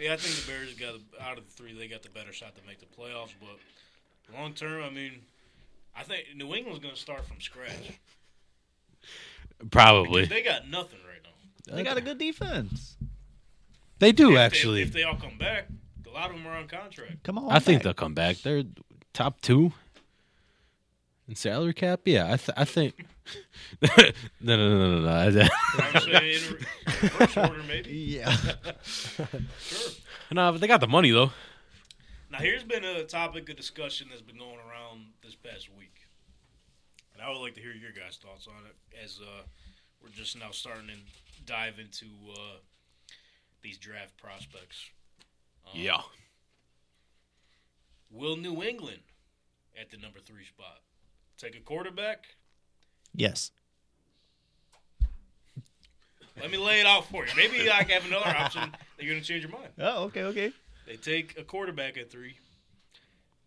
Speaker 1: yeah, I think the Bears got the, out of the three, they got the better shot to make the playoffs. But long term, I mean, I think New England's going to start from scratch.
Speaker 3: Probably
Speaker 1: They got nothing right now.
Speaker 2: They got a good defense.
Speaker 3: they do
Speaker 1: If they-
Speaker 3: actually.
Speaker 1: if they all come back, a lot of them are on contract.
Speaker 2: Come on.
Speaker 3: I think they'll
Speaker 2: back.
Speaker 3: come back. They're top two in salary cap. Yeah, I th- I think. no, no, no, no, no.
Speaker 1: I would say in reverse order, maybe.
Speaker 2: Yeah.
Speaker 1: Sure.
Speaker 3: no, but they got the money though.
Speaker 1: Now, here's been a topic of discussion that's been going around this past week, and I would like to hear your guys' thoughts on it as uh, we're just now starting to dive into uh, these draft prospects. Um,
Speaker 3: Yeah.
Speaker 1: Will New England at the number three spot take a quarterback?
Speaker 2: yes.
Speaker 1: Let me lay it out for you. Maybe I can have another option that you're going to change your mind.
Speaker 2: Oh, okay, okay.
Speaker 1: They take a quarterback at three.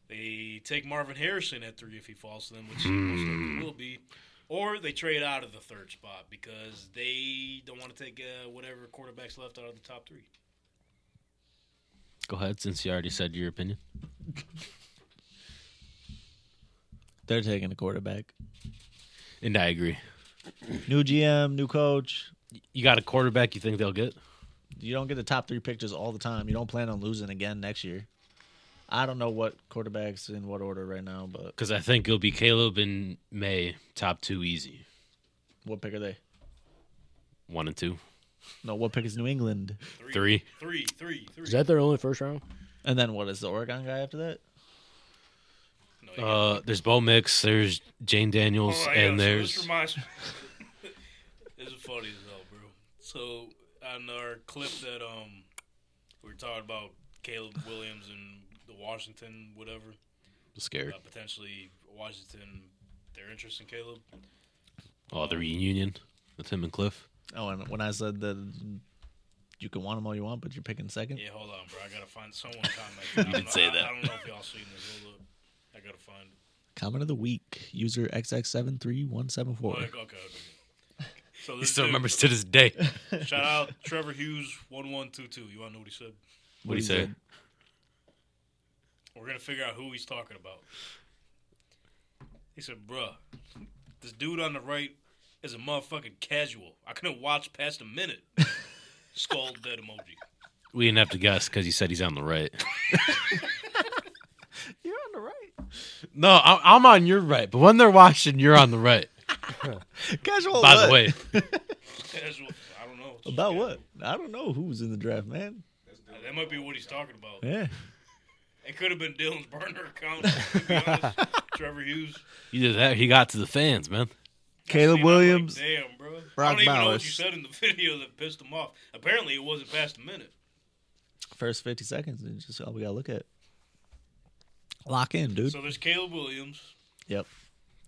Speaker 1: They take Marvin Harrison at three if he falls to them, which most
Speaker 4: Hmm.
Speaker 1: likely will be. Or they trade out of the third spot because they don't want to take uh, whatever quarterbacks left out of the top three.
Speaker 3: Go ahead, since you already said your opinion.
Speaker 2: They're taking a quarterback.
Speaker 3: And I agree.
Speaker 2: New GM, new coach.
Speaker 3: You got a quarterback you think they'll get?
Speaker 2: You don't get the top three pictures all the time. You don't plan on losing again next year. I don't know what quarterbacks in what order right now, but
Speaker 3: Because I think it'll be Caleb and May, top two easy.
Speaker 2: what pick are they?
Speaker 3: One and two.
Speaker 2: No, what pick is New England?
Speaker 1: Three, three,
Speaker 3: Three.
Speaker 1: three, three.
Speaker 4: Is that their only first round?
Speaker 2: And then what is the Oregon guy after that?
Speaker 1: no, you got-
Speaker 3: Uh, there's Bo Mix, there's Jane Daniels,
Speaker 1: Hold on, I
Speaker 3: and
Speaker 1: gotta- Oh, so
Speaker 3: there's.
Speaker 1: This, reminds me- this is funny as hell, bro. So, on our clip that um we were talking about Caleb Williams and the Washington, whatever.
Speaker 3: scared.
Speaker 1: uh, potentially Washington, their interest in Caleb.
Speaker 3: Oh, the reunion with him and Cliff.
Speaker 2: Oh, and when I said the you can want him all you want, but you're picking second.
Speaker 1: Yeah, hold on, bro. I gotta find someone comment.
Speaker 3: You did say
Speaker 1: I,
Speaker 3: that.
Speaker 1: I don't know if y'all seen this. Hold up. I gotta find.
Speaker 2: Comment of the week, user
Speaker 1: Like,
Speaker 2: XX73174.
Speaker 1: okay, okay. So
Speaker 3: He
Speaker 1: this
Speaker 3: still
Speaker 1: dude-
Speaker 3: remembers to this day.
Speaker 1: Shout out Trevor Hughes one one two two. You wanna know what he said?
Speaker 3: What'd he say?
Speaker 1: We're gonna figure out who he's talking about. He said, "Bruh, this dude on the right is a motherfucking casual. I couldn't watch past a minute." Skull dead emoji.
Speaker 3: We didn't have to guess because he said he's on the right.
Speaker 2: You're on the right.
Speaker 3: No, I- I'm on your right, but when they're watching, you're on the right.
Speaker 1: Oh,
Speaker 2: Casual.
Speaker 3: By
Speaker 2: what?
Speaker 3: the way,
Speaker 1: Casual. I don't know. It's just
Speaker 2: About
Speaker 1: casual.
Speaker 2: what? I don't know who was in the draft, man.
Speaker 1: That might be what he's talking about.
Speaker 2: Yeah.
Speaker 1: It could have been Dylan's burner account. To be honest. Trevor Hughes.
Speaker 3: you did that. He got to the fans, man.
Speaker 1: See,
Speaker 2: Caleb
Speaker 1: I'm
Speaker 2: Williams.
Speaker 1: Like, Damn, bro. I
Speaker 2: Brock
Speaker 1: don't even know what you
Speaker 2: Bowers.
Speaker 1: said in the video that pissed him off. Apparently, it wasn't past a minute.
Speaker 2: First 50 seconds and just all we got to look at. Lock in, dude.
Speaker 1: So there's Caleb Williams.
Speaker 2: yep.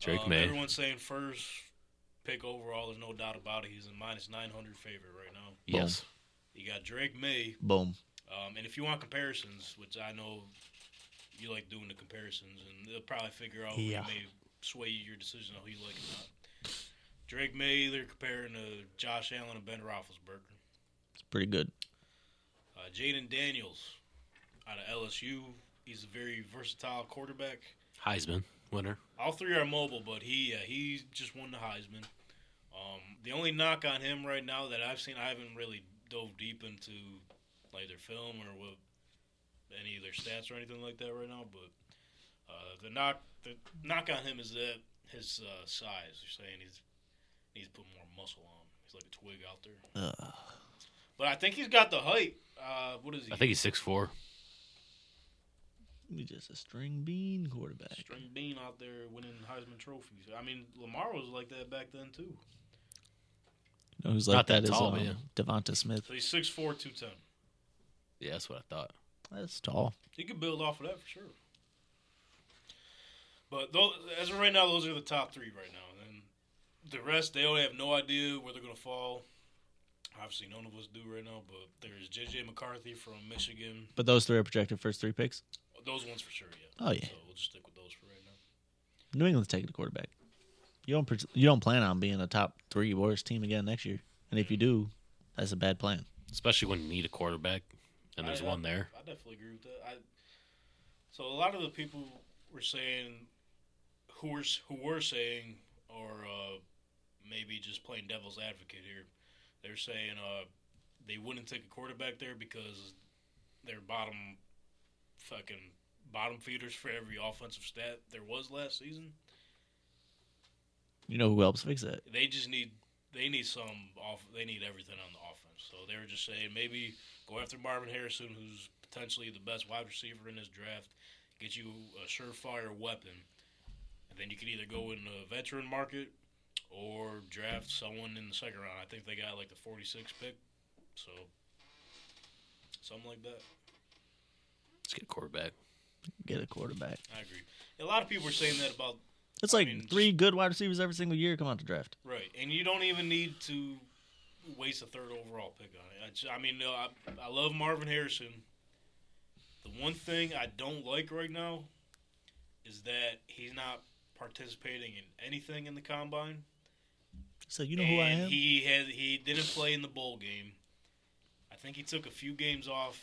Speaker 3: Drake
Speaker 1: Um,
Speaker 3: May.
Speaker 1: Everyone's saying first pick overall. There's no doubt about it. He's in minus 900 favorite right now.
Speaker 3: Yes.
Speaker 1: You got Drake May.
Speaker 2: Boom.
Speaker 1: Um, and if you want comparisons, which I know you like doing the comparisons, and they'll probably figure out
Speaker 2: Yeah.
Speaker 1: who may sway your decision on who you like or not. Drake May, they're comparing to Josh Allen and Ben Roethlisberger.
Speaker 2: It's pretty good.
Speaker 1: Uh, Jaden Daniels out of LSU. He's a very versatile quarterback.
Speaker 3: Heisman winner.
Speaker 1: All three are mobile, but he uh, he just won the Heisman. Um, the only knock on him right now that I've seen, I haven't really dove deep into like their film or what any of their stats or anything like that right now. But uh, the knock the knock on him is that his uh, size. They're saying he's needs to put more muscle on. He's like a twig out there.
Speaker 2: Ugh.
Speaker 1: But I think he's got the height. Uh, what is he?
Speaker 3: I think he's six four.
Speaker 2: He's just a string bean quarterback.
Speaker 1: String Bean out there winning Heisman trophies. I mean, Lamar was like that back then too.
Speaker 2: No, who's
Speaker 3: Not
Speaker 2: like
Speaker 3: that
Speaker 2: that is
Speaker 3: tall,
Speaker 2: um,
Speaker 3: but yeah.
Speaker 2: Devonta Smith.
Speaker 1: So he's 6'4", 210.
Speaker 3: Yeah, that's what I thought.
Speaker 2: That's tall.
Speaker 1: He could build off of that for sure. But those, as of right now, those are the top three right now. And then the rest, they all have no idea where they're going to fall. Obviously, none of us do right now. But there's J.J. McCarthy from Michigan.
Speaker 2: But those three are projected first three picks.
Speaker 1: Those ones for sure, yeah.
Speaker 2: Oh, yeah.
Speaker 1: So we'll just stick with those for right now.
Speaker 2: New England's taking the quarterback. You don't pre- you don't plan on being a top three worst team again next year, and if you do, that's a bad plan.
Speaker 3: Especially when you need a quarterback and there's
Speaker 1: I- I-
Speaker 3: one there.
Speaker 1: I definitely agree with that. I, so a lot of the people were saying, who were s- who were saying, or uh, maybe just playing devil's advocate here, they're saying uh, they wouldn't take a quarterback there because they're bottom, fucking bottom feeders for every offensive stat there was last season.
Speaker 2: You know who helps fix that?
Speaker 1: They just need they need some off. They need everything on the offense. So they were just saying maybe go after Marvin Harrison, who's potentially the best wide receiver in this draft. Get you a surefire weapon, and then you can either go in the veteran market or draft someone in the second round. I think they got like the 46 pick, so something like that.
Speaker 3: Let's get a quarterback.
Speaker 2: Get a quarterback.
Speaker 1: I agree. A lot of people are saying that about
Speaker 2: It's
Speaker 1: I
Speaker 2: like
Speaker 1: mean,
Speaker 2: three good wide receivers every single year come out to draft.
Speaker 1: Right, and you don't even need to waste a third overall pick on it. I j- I, mean, no, I, I love Marvin Harrison. The one thing I don't like right now is that he's not participating in anything in the combine.
Speaker 2: So you know who I
Speaker 1: And
Speaker 2: am.
Speaker 1: He had he didn't play in the bowl game. I think he took a few games off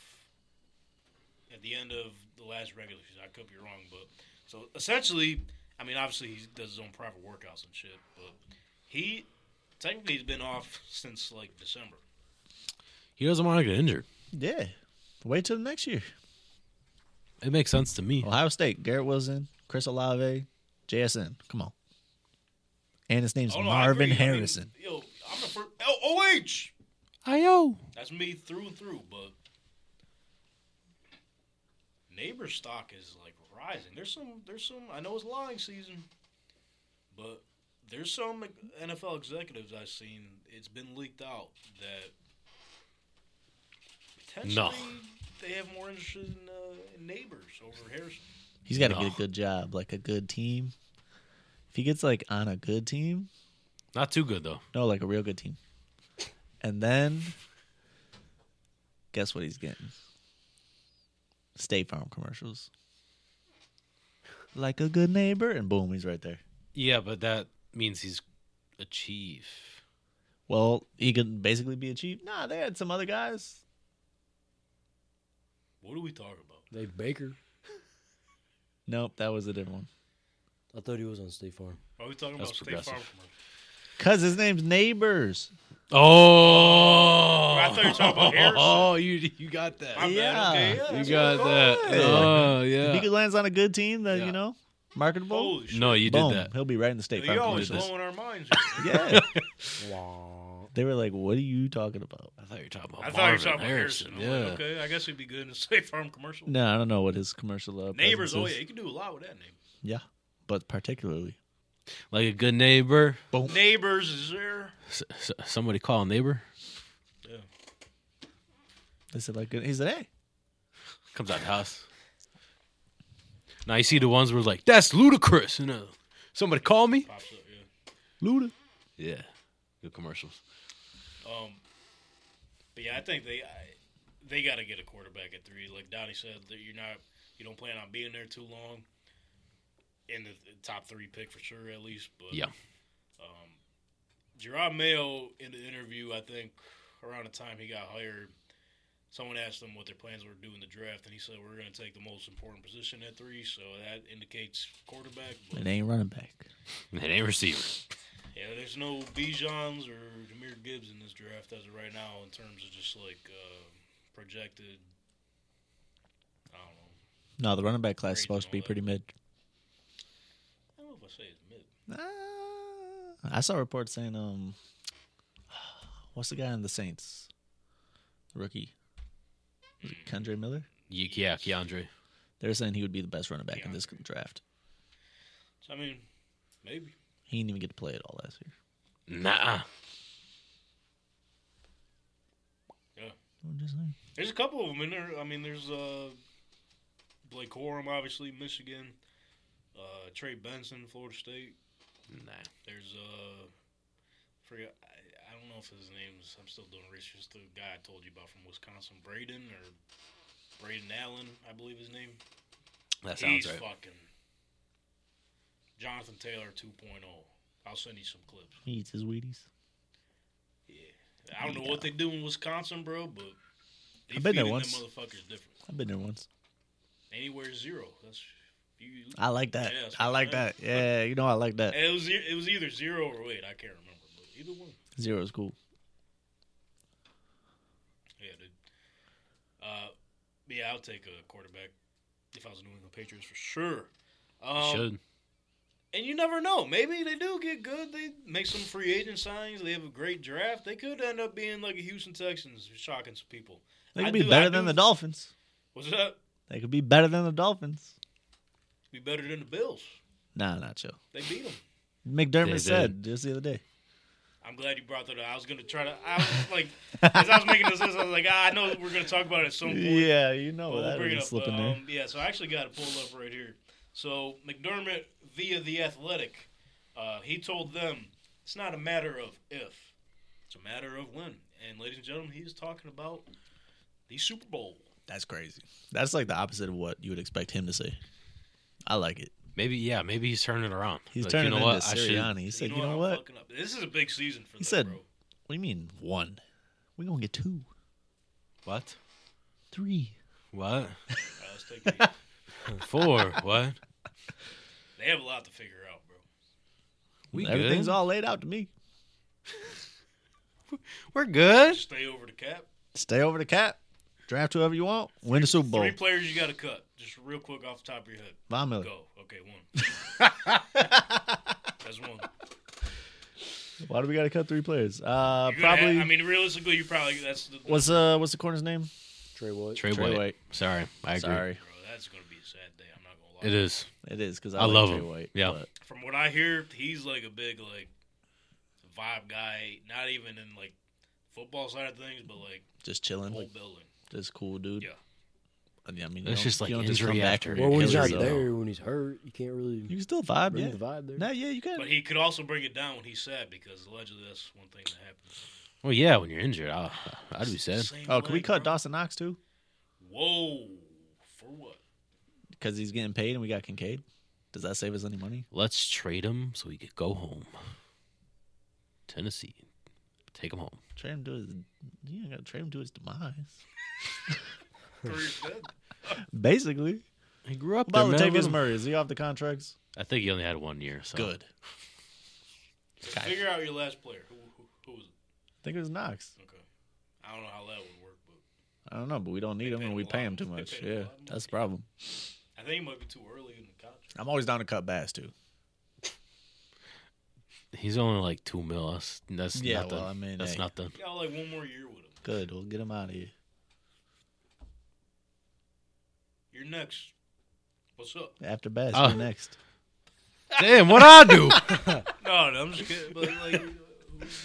Speaker 1: at the end of the last regular season. I could be wrong, but so essentially, I mean, obviously he does his own private workouts and shit, but he technically has been off since like December.
Speaker 3: He doesn't want to get injured.
Speaker 2: yeah. Wait till the next year.
Speaker 3: It makes sense to me.
Speaker 2: Ohio State. Garrett Wilson, Chris Olave, JSN. Come on. And his name's
Speaker 1: Oh, no, I
Speaker 2: Marvin
Speaker 1: agree. I mean,
Speaker 2: Harrison.
Speaker 1: yo, I'm the first OH.
Speaker 3: I O.
Speaker 1: That's me through and through, but neighbor stock is like rising. There's some there's some I know it's lying season, but there's some NFL executives I've seen, it's been leaked out that potentially
Speaker 3: No.
Speaker 1: they have more interest in, uh, in neighbors over Harrison.
Speaker 2: He's got to
Speaker 3: No.
Speaker 2: get a good job, like a good team. If he gets like on a good team,
Speaker 3: Not too good though.
Speaker 2: No, like a real good team. And then Guess what he's getting? State Farm commercials. Like a good neighbor, and boom, he's right there.
Speaker 3: Yeah, but that means he's a chief.
Speaker 2: Well, he could basically be a chief. Nah, they had some other guys.
Speaker 1: What are we talking about?
Speaker 4: Dave Baker.
Speaker 2: Nope, that was a different one.
Speaker 4: I thought he was on State Farm.
Speaker 1: Are we talking
Speaker 3: That's
Speaker 1: about State Farm
Speaker 3: progressive.
Speaker 1: commercials?
Speaker 2: Cause his name's Neighbors.
Speaker 3: Oh,
Speaker 1: I thought you were talking about Harrison.
Speaker 3: Oh, you you got that.
Speaker 1: My bad,
Speaker 2: Yeah.
Speaker 1: okay, yeah,
Speaker 3: you uh,
Speaker 1: that's
Speaker 3: got
Speaker 1: what
Speaker 3: that.
Speaker 1: I'm going.
Speaker 3: Oh,
Speaker 2: If he could
Speaker 3: yeah.
Speaker 2: lands on a good team that
Speaker 3: Yeah.
Speaker 2: you know marketable.
Speaker 1: Holy shit.
Speaker 3: No, you did
Speaker 2: boom,
Speaker 3: that.
Speaker 2: He'll be right in the State Farm.
Speaker 1: You're always
Speaker 3: did this.
Speaker 1: blowing our minds.
Speaker 2: Yeah.
Speaker 4: Wow.
Speaker 2: they were like, "What are you talking about?"
Speaker 3: I thought you were talking about.
Speaker 1: I thought you were talking about
Speaker 3: Marvin
Speaker 1: Harrison. I'm
Speaker 3: Yeah.
Speaker 1: like, okay, I guess we'd be good in a State Farm commercial.
Speaker 2: No, I don't know what his commercial uh,
Speaker 1: Neighbors, oh yeah,
Speaker 2: presence is.
Speaker 1: you can do a lot with that name.
Speaker 2: yeah, but particularly
Speaker 3: Like a good neighbor.
Speaker 2: boom.
Speaker 1: Neighbors is there.
Speaker 3: S- s- somebody call a neighbor.
Speaker 2: They said like, "He said, hey,
Speaker 3: Comes out the house. Now you see the ones where it's like that's ludicrous. You know, somebody call me.
Speaker 1: Pops up, yeah.
Speaker 2: Luda."
Speaker 3: Yeah, good commercials.
Speaker 1: Um, but yeah, I think they I, they got to get a quarterback at three. Like Donnie said, that you're not you don't plan on being there too long. In the top three pick for sure, at least. But
Speaker 3: Yeah.
Speaker 1: Um, Gerard Mayo in the interview, I think around the time he got hired, someone asked him what their plans were to do in the draft, and he said we're going to take the most important position at three. So that indicates quarterback. But
Speaker 2: It ain't running back.
Speaker 3: It ain't receiver.
Speaker 1: yeah, there's no Bijan's or Jameer Gibbs in this draft as of right now in terms of just like uh, projected. I don't know.
Speaker 2: No, the running back class is
Speaker 1: Great
Speaker 2: supposed to be
Speaker 1: and all
Speaker 2: pretty mid.
Speaker 1: I don't know if I say it's mid.
Speaker 2: Ah, I saw reports saying, um, what's the guy on the Saints? Rookie, was it Kendra Miller?
Speaker 3: Ye- Yeah, Keandre.
Speaker 2: They were saying he would be the best running back in this draft.
Speaker 1: So I mean, maybe.
Speaker 2: He didn't even get to play at all last year.
Speaker 3: Nah.
Speaker 1: Yeah.
Speaker 2: I'm just saying.
Speaker 1: There's a couple of them in there. I mean, there's uh, Blake Corum, obviously, Michigan. Uh, Trey Benson, Florida State.
Speaker 3: Nah.
Speaker 1: There's uh, forget. I, I don't know if his name's. I'm still doing research. It's the guy I told you about from Wisconsin, Braden or Braden Allen, I believe his name.
Speaker 3: That sounds
Speaker 1: He's
Speaker 3: right.
Speaker 1: fucking Jonathan Taylor 2.0. I'll send you some clips.
Speaker 2: He eats his Wheaties.
Speaker 1: Yeah, I don't know
Speaker 2: Yeah.
Speaker 1: what they do in Wisconsin, bro, but they
Speaker 2: I've been there
Speaker 1: feeding
Speaker 2: once.
Speaker 1: Them motherfuckers different.
Speaker 2: I've been there once.
Speaker 1: Anywhere zero. That's you.
Speaker 2: I like that.
Speaker 1: Yeah, that's
Speaker 2: I
Speaker 1: what
Speaker 2: like
Speaker 1: I'm
Speaker 2: that. Yeah, you know I like that.
Speaker 1: It was e- it was either zero or eight. I can't remember, but either one.
Speaker 2: Zero is cool.
Speaker 1: Yeah, dude. Uh, yeah, I'll take a quarterback if I was a New England Patriots for sure. Um,
Speaker 3: Should.
Speaker 1: And you never know. Maybe they do get good. They make some free agent signings. They have a great draft. They could end up being like a Houston Texans, shocking some people.
Speaker 2: They
Speaker 1: I
Speaker 2: could be
Speaker 1: do- I
Speaker 2: better
Speaker 1: do-
Speaker 2: than the Dolphins.
Speaker 1: What's that?
Speaker 2: They could be better than the Dolphins.
Speaker 1: Be better than the Bills.
Speaker 2: Nah, not chill.
Speaker 1: They beat them.
Speaker 2: McDermott
Speaker 3: They
Speaker 2: said just the other day.
Speaker 1: I'm glad you brought that up. I was gonna try to. I was like, as I was making this, list, I was like, ah, I know we're gonna talk about it at some point.
Speaker 2: Yeah, you know
Speaker 1: But we'll
Speaker 2: Oh, that
Speaker 1: bring it
Speaker 2: would
Speaker 1: up.
Speaker 2: slip in
Speaker 1: Uh,
Speaker 2: there.
Speaker 1: um, yeah, so I actually got it pulled up right here. So McDermott via the Athletic, uh, he told them it's not a matter of if, it's a matter of when. And ladies and gentlemen, he's talking about the Super Bowl.
Speaker 2: That's crazy. That's like the opposite of what you would expect him to say. I like it.
Speaker 3: Maybe yeah. Maybe he's turning it around.
Speaker 2: He's
Speaker 3: Like,
Speaker 2: turning
Speaker 3: you know
Speaker 2: into
Speaker 3: what? I should.
Speaker 2: Sirianni. He said, "You know,
Speaker 1: I'm
Speaker 2: what?
Speaker 1: fucking up. This is a big season for them,
Speaker 2: He said-
Speaker 1: bro.
Speaker 2: What do you mean one? We're gonna get two,
Speaker 3: What?
Speaker 2: three.
Speaker 3: What?
Speaker 1: Uh, let's take it.
Speaker 3: Four? what?
Speaker 1: they have a lot to figure out, bro.
Speaker 3: We
Speaker 2: Everything's
Speaker 3: good.
Speaker 2: all laid out to me.
Speaker 3: We're good.
Speaker 1: Stay over the cap.
Speaker 2: Stay over the cap. Draft whoever you want. Win the Super Bowl.
Speaker 1: Three players you got to cut. Just real quick off the top of your head.
Speaker 2: Von Miller.
Speaker 1: Go. Okay, one. That's one.
Speaker 2: Why do we gotta cut three players? Uh,
Speaker 1: You're gonna
Speaker 2: probably.
Speaker 1: have- I mean, realistically, you probably that's the
Speaker 2: what's uh what's the corner's name?
Speaker 4: Trey White.
Speaker 3: Trey,
Speaker 2: Trey
Speaker 3: White.
Speaker 2: White.
Speaker 3: Sorry, I agree.
Speaker 2: Sorry,
Speaker 1: Bro, that's gonna be a sad day. I'm not gonna lie.
Speaker 3: It is.
Speaker 2: it is because I,
Speaker 3: I
Speaker 2: like
Speaker 3: love
Speaker 2: Trey
Speaker 3: him.
Speaker 2: White,
Speaker 3: Yeah.
Speaker 2: but
Speaker 1: From what I hear, he's like a big like vibe guy. Not even in like football side of things, but like
Speaker 2: just chilling,
Speaker 1: whole building.
Speaker 2: just cool dude. Uh,
Speaker 1: Yeah.
Speaker 2: Yeah, I mean,
Speaker 3: It's just
Speaker 2: it's just
Speaker 3: like
Speaker 2: you don't just come
Speaker 3: injury
Speaker 2: back.
Speaker 3: after
Speaker 2: and
Speaker 4: Well, when he's
Speaker 2: kill
Speaker 4: not
Speaker 2: yourself.
Speaker 4: there, when he's hurt, you can't really
Speaker 2: you can still vibe.
Speaker 4: bring
Speaker 2: Yeah,
Speaker 4: the vibe there.
Speaker 2: no, yeah, you can.
Speaker 1: But he could also bring it down when he's sad because allegedly that's one thing that happens.
Speaker 3: Well, yeah, when you're injured, I, I'd be sad.
Speaker 1: Same
Speaker 2: Oh, can we
Speaker 1: leg,
Speaker 2: cut
Speaker 1: bro.
Speaker 2: Dawson Knox too?
Speaker 1: Whoa. For what?
Speaker 2: Because he's getting paid and we got Kincaid. Does that save us any money?
Speaker 3: Let's trade him so he could go home. Tennessee, take him home.
Speaker 2: Trade him to his. You gotta trade him to his demise.
Speaker 1: Career's dead.
Speaker 2: Basically.
Speaker 3: He grew up.
Speaker 2: What about Latavius Murray? Is he off the contracts?
Speaker 3: I think he only had one year. So
Speaker 2: Good. Okay.
Speaker 1: Figure out your last player. Who, who, who was it?
Speaker 2: I think it was Knox.
Speaker 1: Okay. I don't know how that would work, but
Speaker 2: I don't know, but we don't
Speaker 1: They
Speaker 2: need him
Speaker 1: paid
Speaker 2: and we
Speaker 1: him a
Speaker 2: pay
Speaker 1: lot.
Speaker 2: him too
Speaker 1: They
Speaker 2: much.
Speaker 1: paid him a
Speaker 2: Yeah,
Speaker 1: lot of money.
Speaker 2: that's the problem.
Speaker 1: I think it might be too early in the contract.
Speaker 2: I'm always down to cut bass too.
Speaker 3: he's only like two mil. That's, that's
Speaker 2: Yeah,
Speaker 3: nothing.
Speaker 2: well, I mean,
Speaker 3: that's
Speaker 2: hey.
Speaker 3: nothing.
Speaker 1: You got like one more year with him.
Speaker 2: Good. We'll get him out of here.
Speaker 1: You're next. What's up?
Speaker 2: After bass,
Speaker 3: Oh.
Speaker 2: you're next.
Speaker 3: Damn, what I do?
Speaker 1: No, no, I'm just kidding. But like,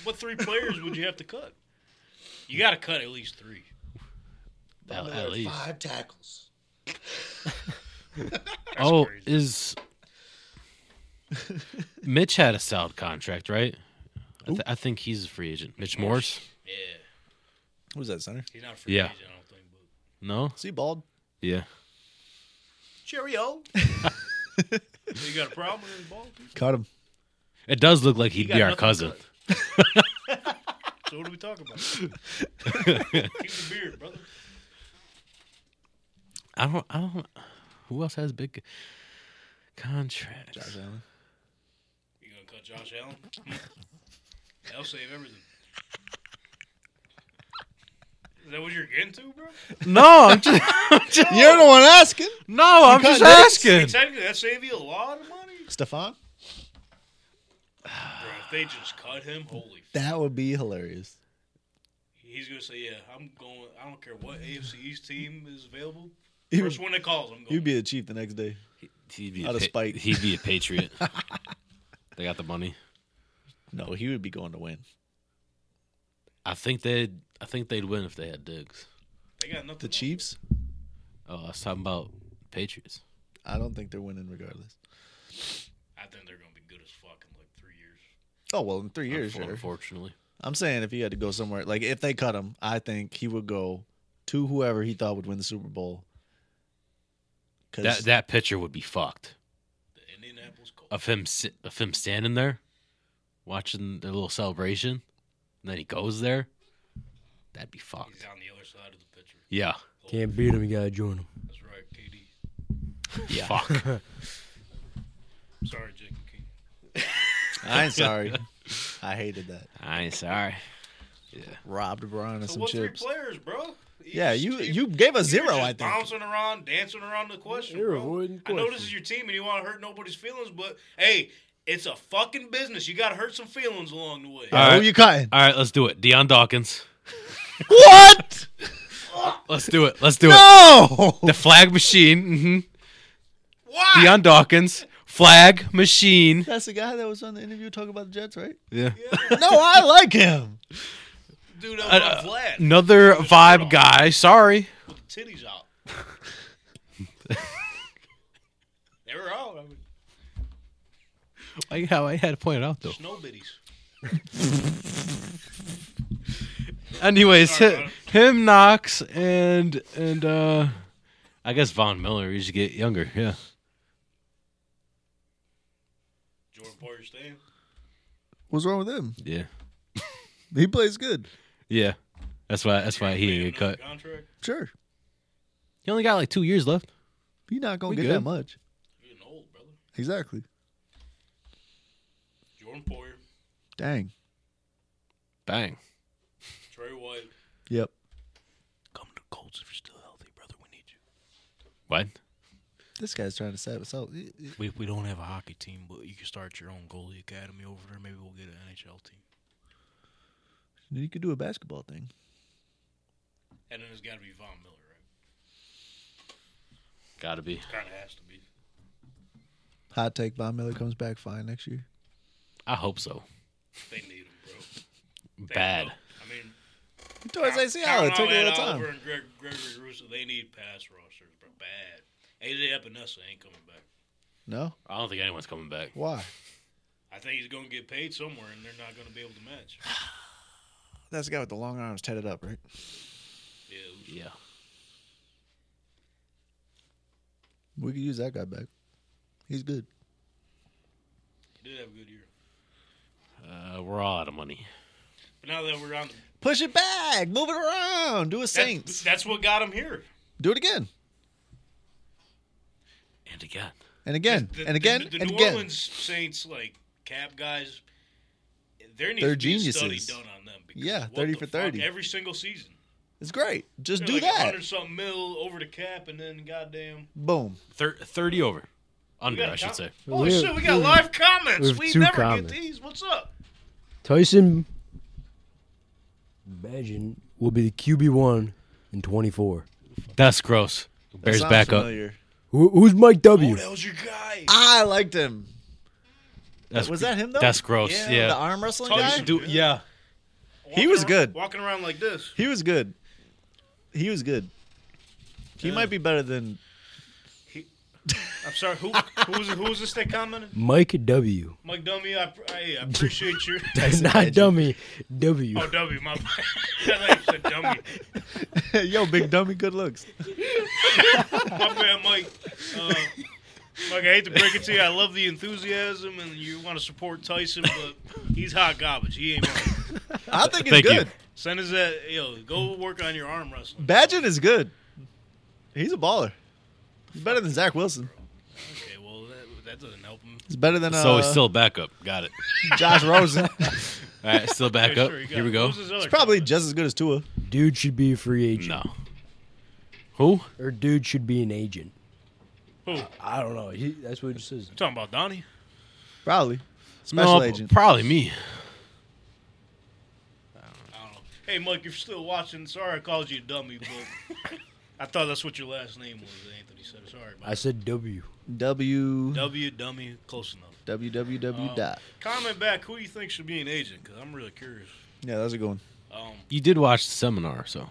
Speaker 1: what three players would you have to cut? You got to cut at least three.
Speaker 3: at, at least.
Speaker 2: tackles.
Speaker 3: Oh,
Speaker 1: crazy.
Speaker 3: is Mitch had a solid contract, right? I, th- I think he's a free agent. Mitch Morse?
Speaker 1: Yeah,
Speaker 2: Who's that center?
Speaker 1: he's not a free
Speaker 3: Yeah.
Speaker 1: agent. I don't think. But
Speaker 3: No.
Speaker 2: Is he bald?
Speaker 3: Yeah.
Speaker 2: Cheerio.
Speaker 1: you got a problem with his ball?
Speaker 2: Cut him.
Speaker 3: It does look like he'd
Speaker 1: got
Speaker 3: be
Speaker 1: nothing
Speaker 3: our
Speaker 1: to
Speaker 3: cousin.
Speaker 1: cut. So what are we talking about? Keep the beard, brother.
Speaker 3: I don't. I don't. Who else has big contracts?
Speaker 2: Josh Allen.
Speaker 1: You gonna cut Josh Allen? That'll save everything. Is that what you're getting to, bro?
Speaker 3: No, I'm just. I'm just-
Speaker 2: You're the one asking.
Speaker 3: no, I'm
Speaker 2: cut
Speaker 3: just
Speaker 1: I mean,
Speaker 3: asking.
Speaker 1: technically, that save you a lot of money.
Speaker 2: Stefan?
Speaker 1: Bro, if they just cut him, holy
Speaker 2: That would be hilarious.
Speaker 1: He's gonna say, "Yeah, I'm going. I don't care what AFC East team is available.
Speaker 2: You-
Speaker 1: First one that calls, I'm going."
Speaker 2: You'd be the chief the next day.
Speaker 3: He'd be
Speaker 2: Out of spite.
Speaker 3: He'd be a patriot. they got the money.
Speaker 2: No, he would be going to win.
Speaker 3: I think they. I think they'd win if they had Diggs.
Speaker 1: they got nothing.
Speaker 2: The
Speaker 1: left.
Speaker 2: Chiefs?
Speaker 3: Oh, I was talking about Patriots.
Speaker 2: I don't think they're winning regardless.
Speaker 1: I think they're gonna be good as fuck in like three years.
Speaker 2: Oh well, in three years, sure.
Speaker 3: Unfortunately,
Speaker 2: I'm saying if he had to go somewhere, like if they cut him, I think he would go to whoever he thought would win the Super Bowl.
Speaker 3: that
Speaker 2: Because
Speaker 3: that pitcher would be fucked.
Speaker 1: The Indianapolis Colts.
Speaker 3: of him si- of him standing there watching their little celebration and then he goes there that'd be
Speaker 1: He's
Speaker 3: fucked
Speaker 1: on the other side of the picture.
Speaker 3: yeah
Speaker 4: Can't beat him. You gotta join him.
Speaker 1: That's right, KD.
Speaker 3: yeah fuck
Speaker 1: Sorry, Jake King.
Speaker 2: I ain't sorry. I hated that.
Speaker 3: i ain't sorry yeah
Speaker 2: Robbed LeBron of
Speaker 1: So
Speaker 2: some
Speaker 1: what
Speaker 2: chips.
Speaker 1: three players, bro? You
Speaker 2: Yeah,
Speaker 1: just
Speaker 2: you
Speaker 1: keep-
Speaker 2: you gave a
Speaker 1: you're
Speaker 2: zero.
Speaker 1: just
Speaker 2: I think.
Speaker 1: bouncing around, dancing around the question.
Speaker 4: You're
Speaker 1: bro.
Speaker 4: avoiding
Speaker 1: I know this
Speaker 4: questions.
Speaker 1: is your team, and you want to hurt nobody's feelings, but hey, it's a fucking business. You got to hurt some feelings along the way.
Speaker 3: All
Speaker 2: Yeah,
Speaker 3: right.
Speaker 2: Who you cutting?
Speaker 3: all right let's do it Deion dawkins
Speaker 2: What?
Speaker 3: let's do it let's do it
Speaker 2: No.
Speaker 3: the flag machine
Speaker 1: Why?
Speaker 3: hmm Deion dawkins flag machine
Speaker 2: That's the guy that was on the interview talking about the Jets, right?
Speaker 3: yeah
Speaker 2: No, I like him.
Speaker 1: Dude,
Speaker 2: Uh,
Speaker 1: that was my Vlad.
Speaker 3: another vibe guy sorry
Speaker 1: with the titties out. they were out. I mean,
Speaker 3: I, I had to point it out though
Speaker 1: snow biddies.
Speaker 3: anyways
Speaker 1: Sorry,
Speaker 3: him, him knox and and uh i guess von miller you should get younger yeah
Speaker 1: Jordan Poyer staying.
Speaker 2: What's wrong with him?
Speaker 3: yeah
Speaker 2: He plays good.
Speaker 3: Yeah, that's why. That's why he
Speaker 1: Paying
Speaker 3: didn't get
Speaker 1: another
Speaker 3: cut.
Speaker 1: Contract.
Speaker 2: Sure.
Speaker 3: He only got like two years left.
Speaker 2: He not gonna
Speaker 3: We
Speaker 2: get
Speaker 3: good.
Speaker 2: that much.
Speaker 1: You're getting old, brother.
Speaker 2: Exactly.
Speaker 1: Jordan Poyer,
Speaker 2: Dang.
Speaker 3: Bang.
Speaker 1: Trey White.
Speaker 2: Yep.
Speaker 3: Come to Colts if you're still healthy, brother. We need you. What?
Speaker 2: This guy's trying to stab us out.
Speaker 5: We, we don't have a hockey team, but you can start your own goalie academy over there. Maybe we'll get an NHL team.
Speaker 2: You could do a basketball thing.
Speaker 1: And then it's got to be Von Miller, right?
Speaker 3: Gotta be.
Speaker 1: Kind of has to be.
Speaker 2: Hot take: Von Miller comes back fine next year.
Speaker 3: I hope so.
Speaker 1: They need him, bro. They
Speaker 3: Bad.
Speaker 1: know. I mean,
Speaker 2: Towards
Speaker 1: Kyle
Speaker 2: ACL, it took a
Speaker 1: Lowry,
Speaker 2: little
Speaker 1: Oliver,
Speaker 2: time.
Speaker 1: And Greg, Gregory Russo, they need pass rushers, bro. Bad. AJ Epinesa ain't coming back.
Speaker 2: No,
Speaker 3: I don't think anyone's coming back.
Speaker 2: why?
Speaker 1: I think he's going to get paid somewhere, and they're not going to be able to match.
Speaker 2: That's the guy with the long arms tatted up, right?
Speaker 1: Yeah.
Speaker 3: Yeah.
Speaker 2: We could use that guy back. He's good.
Speaker 1: He did have a good year.
Speaker 3: Uh, we're all out of money.
Speaker 1: But now that we're on,
Speaker 2: Push it back. Move it around. Do a
Speaker 1: that's,
Speaker 2: Saints.
Speaker 1: that's what got him here.
Speaker 2: Do it again.
Speaker 3: And again.
Speaker 2: And again.
Speaker 1: The-
Speaker 2: and again.
Speaker 1: the, the
Speaker 2: and
Speaker 1: New
Speaker 2: again.
Speaker 1: Orleans Saints like cap guys, there needs
Speaker 2: They're
Speaker 1: to be a study
Speaker 2: geniuses.
Speaker 1: done on them. Because
Speaker 2: Yeah,
Speaker 1: what
Speaker 2: 30
Speaker 1: the
Speaker 2: for
Speaker 1: fuck,
Speaker 2: 30.
Speaker 1: every single season.
Speaker 2: It's great. Just
Speaker 1: They're
Speaker 2: do
Speaker 1: like
Speaker 2: that.
Speaker 1: Hundred something mil over the cap, and then goddamn.
Speaker 2: Boom.
Speaker 3: Thir- 30 over. Under,
Speaker 1: got a
Speaker 3: I should
Speaker 1: com-
Speaker 3: say.
Speaker 1: Oh
Speaker 4: We have-
Speaker 1: shit, we got live comments.
Speaker 4: we have
Speaker 1: We
Speaker 4: two
Speaker 1: never
Speaker 4: comments.
Speaker 1: get these. What's up?
Speaker 4: Tyson Imagine will be the QB one in twenty four.
Speaker 3: That's gross. Bears
Speaker 2: Sounds
Speaker 3: back up.
Speaker 2: familiar.
Speaker 4: Who, who's Mike
Speaker 1: Oh,
Speaker 4: W?
Speaker 1: that was your guy.
Speaker 2: I liked him.
Speaker 3: That's,
Speaker 2: was that him though?
Speaker 3: That's gross. Yeah.
Speaker 2: The arm wrestling
Speaker 1: Tell you
Speaker 2: guy.
Speaker 1: should do-
Speaker 3: yeah.
Speaker 2: He
Speaker 1: Walking
Speaker 2: was
Speaker 1: around-
Speaker 2: good.
Speaker 1: Walking around like this.
Speaker 2: He was good. He was good. He might be better than
Speaker 1: I'm sorry. Who who was who was this that commented?
Speaker 4: Mike W.
Speaker 1: Mike Dummy. I, I, I appreciate you.
Speaker 4: Not dummy. W.
Speaker 1: oh W. My. I thought you said Dummy.
Speaker 2: Yo, big dummy, good looks.
Speaker 1: My man, Mike. Uh, Mike, I hate to break it to you. I love the enthusiasm, and you want to support Tyson, but he's hot garbage. He ain't right.
Speaker 2: I think it's
Speaker 3: Thank you.
Speaker 2: good.
Speaker 1: Send his that. Yo, go work on your arm wrestling.
Speaker 2: Badgett is good. He's a baller. He's better than Zach Wilson.
Speaker 1: Okay, well that, that doesn't help him.
Speaker 2: He's better than uh,
Speaker 3: So he's still back up. Got it.
Speaker 2: Josh Rosen.
Speaker 3: All right, still back
Speaker 1: Okay,
Speaker 3: up.
Speaker 1: sure, you got
Speaker 3: Here we
Speaker 1: it.
Speaker 3: go.
Speaker 1: Who's his other
Speaker 2: He's probably
Speaker 1: comment?
Speaker 2: just as good as Tua.
Speaker 4: Dude should be a free agent.
Speaker 3: No. Who?
Speaker 4: Or dude should be an agent.
Speaker 1: Who? You
Speaker 4: I don't know. He, that's what it says.
Speaker 1: talking about Donnie?
Speaker 2: Probably. Special
Speaker 3: No,
Speaker 2: agent.
Speaker 3: Probably me.
Speaker 1: I don't know. Hey, Mike, you're still watching. Sorry, I called you a dummy, but I thought that's what your last name was. Anthony said, "Sorry,
Speaker 4: I
Speaker 1: Mike.
Speaker 4: said W.
Speaker 2: W
Speaker 1: W dummy, close enough."
Speaker 2: W W W
Speaker 1: Um,
Speaker 2: dot.
Speaker 1: Comment back. Who you think should be an agent? Because I'm really curious.
Speaker 2: Yeah, that was a good one.
Speaker 1: Um,
Speaker 3: You did watch the seminar, so.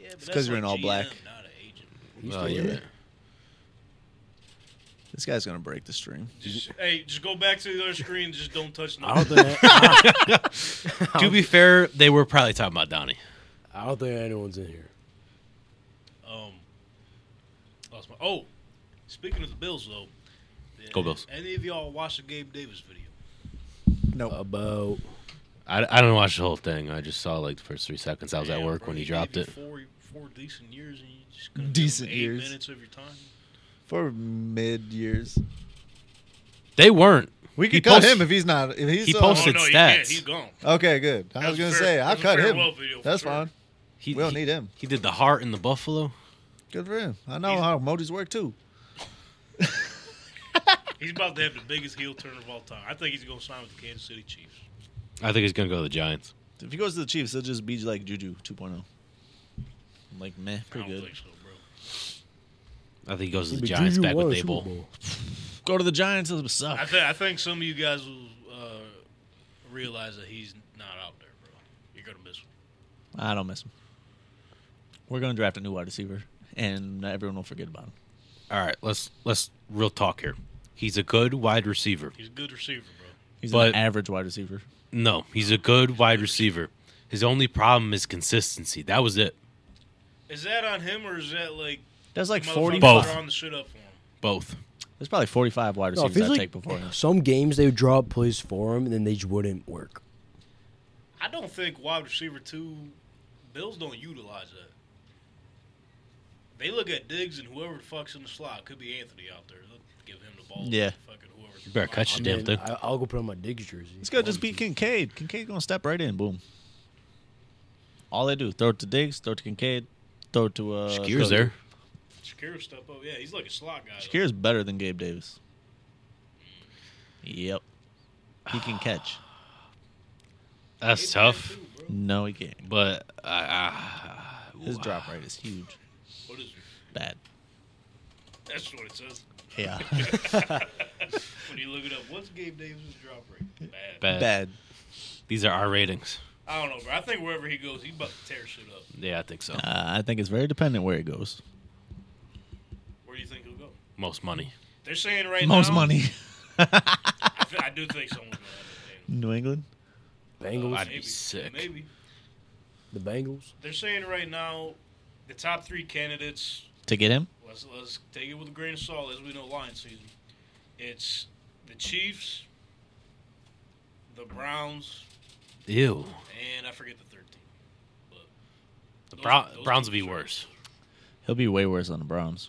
Speaker 1: yeah, but
Speaker 2: 'cause
Speaker 1: that's
Speaker 2: you're in
Speaker 1: like
Speaker 2: all
Speaker 1: GM,
Speaker 2: black.
Speaker 1: Not an agent.
Speaker 4: He's
Speaker 3: Oh,
Speaker 4: still
Speaker 3: you're
Speaker 4: there.
Speaker 3: right.
Speaker 2: This guy's gonna break the stream.
Speaker 1: Just, hey, just go back to the other screen. and Just don't touch
Speaker 4: I don't
Speaker 1: nothing.
Speaker 4: think I,
Speaker 3: To be fair, they were probably talking about Donnie.
Speaker 4: I don't think anyone's in here.
Speaker 1: Um, lost my. Oh, speaking of the Bills, though.
Speaker 3: Go Bills.
Speaker 1: Any of y'all watch the Gabe Davis video?
Speaker 2: Nope.
Speaker 4: About
Speaker 3: I, I don't watch the whole thing. I just saw like the first three seconds. I was at
Speaker 1: Damn,
Speaker 3: work
Speaker 1: bro,
Speaker 3: when he
Speaker 1: gave
Speaker 3: dropped
Speaker 1: you
Speaker 3: it.
Speaker 1: Four, four decent years, and you just gonna give him
Speaker 2: Decent
Speaker 1: eight
Speaker 2: years.
Speaker 1: minutes of your time.
Speaker 2: For mid years.
Speaker 3: They weren't.
Speaker 2: We
Speaker 3: He
Speaker 2: could cut
Speaker 3: post-
Speaker 2: him if he's not if he's
Speaker 3: he
Speaker 2: uh,
Speaker 3: posted- Posted
Speaker 1: oh, no,
Speaker 3: stats.
Speaker 1: you can't. He's gone.
Speaker 2: Okay, good. I was
Speaker 1: That
Speaker 2: gonna
Speaker 1: was a
Speaker 2: say
Speaker 1: fair-
Speaker 2: I'll
Speaker 1: that was a
Speaker 2: cut him.
Speaker 1: farewell video for
Speaker 2: That's
Speaker 1: sure.
Speaker 2: fine.
Speaker 3: He,
Speaker 2: we don't
Speaker 3: he-
Speaker 2: need him.
Speaker 3: He did the heart and the buffalo.
Speaker 2: Good for him. I know
Speaker 1: He's-
Speaker 2: how emojis work too.
Speaker 1: He's about to have the biggest heel turn of all time. I think he's gonna sign with the Kansas City Chiefs.
Speaker 3: I think he's gonna go to the Giants.
Speaker 2: If he goes to the Chiefs, they'll just be like Juju 2.0. I'm like, meh,
Speaker 1: I
Speaker 2: pretty
Speaker 1: don't
Speaker 2: good.
Speaker 1: think so, bro.
Speaker 3: I think he goes to the
Speaker 4: But
Speaker 3: Giants
Speaker 4: Juju
Speaker 3: back
Speaker 4: won
Speaker 3: with
Speaker 4: a Super
Speaker 3: Dable.
Speaker 4: Bowl.
Speaker 2: Go to the Giants, it'll suck.
Speaker 1: I, th- I think some of you guys will uh, realize that he's not out there, bro. You're gonna miss him.
Speaker 2: I don't miss him. We're going to draft a new wide receiver, and everyone will forget about him.
Speaker 3: All right, let's let's real talk here. He's a good wide receiver.
Speaker 1: He's a good receiver, bro.
Speaker 2: He's
Speaker 3: But-
Speaker 2: an average wide receiver.
Speaker 3: No, he's a good wide receiver. His only problem is consistency. That was it.
Speaker 1: Is that on him or is that like
Speaker 2: There's like
Speaker 1: the motherfuckers
Speaker 2: 40.
Speaker 3: Both.
Speaker 1: drawing the shit up for him?
Speaker 3: Both.
Speaker 2: There's probably 45 wide
Speaker 4: No, it
Speaker 2: receivers
Speaker 4: feels
Speaker 2: I
Speaker 4: like
Speaker 2: take before him.
Speaker 4: some games they would draw up plays for him and then they just wouldn't work.
Speaker 1: I don't think wide receiver two Bills don't utilize that. They look at Diggs and whoever the fuck's in the slot. Could be Anthony out there. They'll give him the ball.
Speaker 2: Yeah.
Speaker 1: Fucking whoever's
Speaker 3: You better
Speaker 1: in the slot.
Speaker 3: catch
Speaker 4: I
Speaker 3: the damn
Speaker 4: mean,
Speaker 3: thing.
Speaker 4: I, I'll go put on my Diggs jersey.
Speaker 2: It's good. Just beat Kincaid. Kincaid going to step right in. Boom. All they do, throw it to Diggs, throw it to Kincaid, throw it to... Uh,
Speaker 3: Shakir's there.
Speaker 1: Shakira step up. Yeah, he's like a slot guy. though.
Speaker 2: Shakir's better than Gabe Davis. Yep. He can catch.
Speaker 1: Gabe
Speaker 3: That's tough.
Speaker 1: Davis, too, bro.
Speaker 2: No, he can't.
Speaker 3: But uh, I I-
Speaker 2: His drop rate is huge.
Speaker 1: What is it?
Speaker 2: Bad.
Speaker 1: That's what it says.
Speaker 2: Yeah.
Speaker 1: When you look it up, what's Gabe Davis' drop rate? Bad.
Speaker 3: bad.
Speaker 2: Bad.
Speaker 3: These are our ratings.
Speaker 1: I don't know, bro. I think wherever he goes, he's about to tear shit up.
Speaker 3: Yeah, I think so.
Speaker 2: Uh, I think it's very dependent where it goes.
Speaker 1: Where do you think he'll go?
Speaker 3: Most money.
Speaker 1: They're saying right now.
Speaker 2: Most money.
Speaker 1: I, th- I do think someone's going to have to pay him.
Speaker 2: New England.
Speaker 4: Bengals.
Speaker 3: I'd be sick.
Speaker 1: Maybe
Speaker 4: the Bengals.
Speaker 1: they're saying right now the top three candidates.
Speaker 2: to get him.
Speaker 1: Let's let's take it with a grain of salt, as we know, Lions season. It's the Chiefs, the Browns,
Speaker 3: Ew.
Speaker 1: and I forget the third team.
Speaker 3: The
Speaker 1: Those-
Speaker 3: Brown,
Speaker 1: those
Speaker 3: Browns would be
Speaker 1: teams are-
Speaker 3: worse.
Speaker 2: He'll be way worse than the Browns.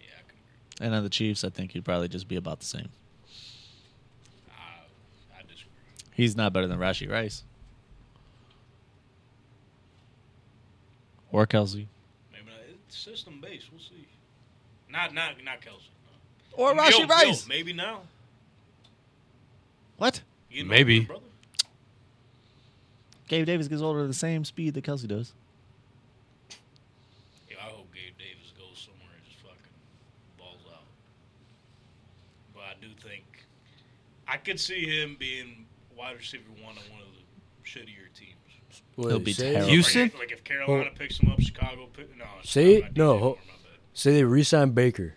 Speaker 1: Yeah, I can agree.
Speaker 2: And on the Chiefs, I think he'd probably just be about the same.
Speaker 1: I, I disagree.
Speaker 2: He's not better than Rashi Rice. Or Kelsey.
Speaker 1: Maybe not. It's system based. We'll see. Not not not Kelsey.
Speaker 2: Or
Speaker 1: Yo,
Speaker 2: Rashi
Speaker 1: yo,
Speaker 2: Rice.
Speaker 1: maybe now.
Speaker 2: What?
Speaker 1: You get my
Speaker 3: Maybe.
Speaker 1: brother.
Speaker 2: Gabe Davis gets older at the same speed that Kelsey does.
Speaker 1: Yeah, I hope Gabe Davis goes somewhere and just fucking balls out. But I do think I could see him being wide receiver one on one of the shittier teams.
Speaker 4: What
Speaker 2: He'll
Speaker 4: it
Speaker 2: be
Speaker 4: says-
Speaker 2: terrible.
Speaker 3: Houston?
Speaker 1: Like, like if Carolina picks him up, Chicago pick no. it's
Speaker 4: See?
Speaker 1: not
Speaker 4: No,
Speaker 1: my
Speaker 4: ho-
Speaker 1: team anymore,
Speaker 4: Say they re-sign Baker.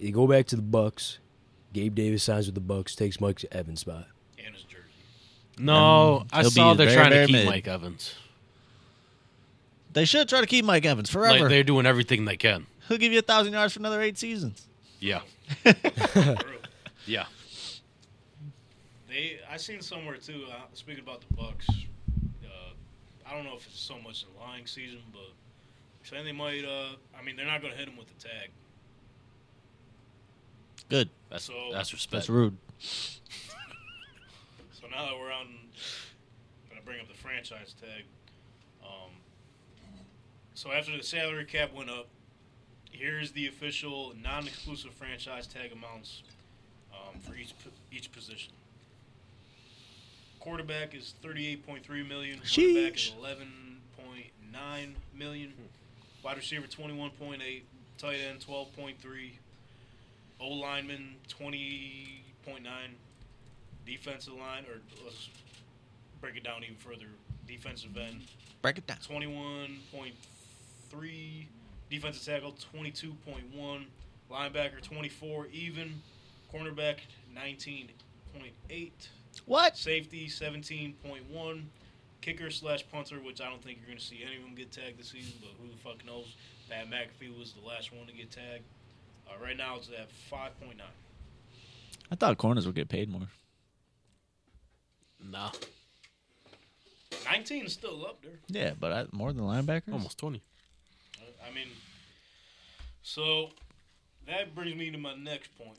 Speaker 4: They go back to the Bucks. Gabe Davis signs with the Bucks, takes Mike Evans' spot.
Speaker 1: my bad. And his jersey.
Speaker 3: No, I
Speaker 2: he'll
Speaker 3: saw
Speaker 2: be
Speaker 3: they're
Speaker 2: very,
Speaker 3: trying
Speaker 2: very
Speaker 3: to keep
Speaker 2: mid.
Speaker 3: Mike Evans.
Speaker 2: They should try to keep Mike Evans
Speaker 3: Like,
Speaker 2: forever.
Speaker 3: they're doing everything they can.
Speaker 2: He'll give you a thousand yards for another eight seasons.
Speaker 3: Yeah.
Speaker 1: For real.
Speaker 3: Yeah.
Speaker 1: They, I seen somewhere too. Uh, speaking about the Bucks, uh, I don't know if it's so much in lying season, but saying they might. Uh, I mean, they're not going to hit him with the tag.
Speaker 2: Good.
Speaker 3: That's
Speaker 1: So-
Speaker 3: that's respect.
Speaker 2: That's rude.
Speaker 1: So now that we're on, I'm gonna bring up the franchise tag. Um, so after the salary cap went up, here's the official non-exclusive franchise tag amounts um, for each po- each position. Quarterback is 38.3 million. Quarterback is
Speaker 2: Sheesh.
Speaker 1: 11.9 million. Wide receiver 21.8. Tight end 12.3. O lineman 20.9 defensive line, or let's break it down even further. Defensive end,
Speaker 2: Break it down.
Speaker 1: twenty-one point three. Defensive tackle, twenty-two point one. Linebacker, twenty-four even. Cornerback, nineteen point eight.
Speaker 2: What?
Speaker 1: Safety, seventeen point one. Kicker slash punter, which I don't think you're going to see any of them get tagged this season, but who the fuck knows? Pat McAfee was the last one to get tagged. Uh, right now, it's at five point nine.
Speaker 2: I thought corners would get paid more.
Speaker 3: Nah.
Speaker 1: 19 is still up there.
Speaker 2: Yeah, but I, more than linebackers.
Speaker 3: Almost 20.
Speaker 1: I mean, so that brings me to my next point.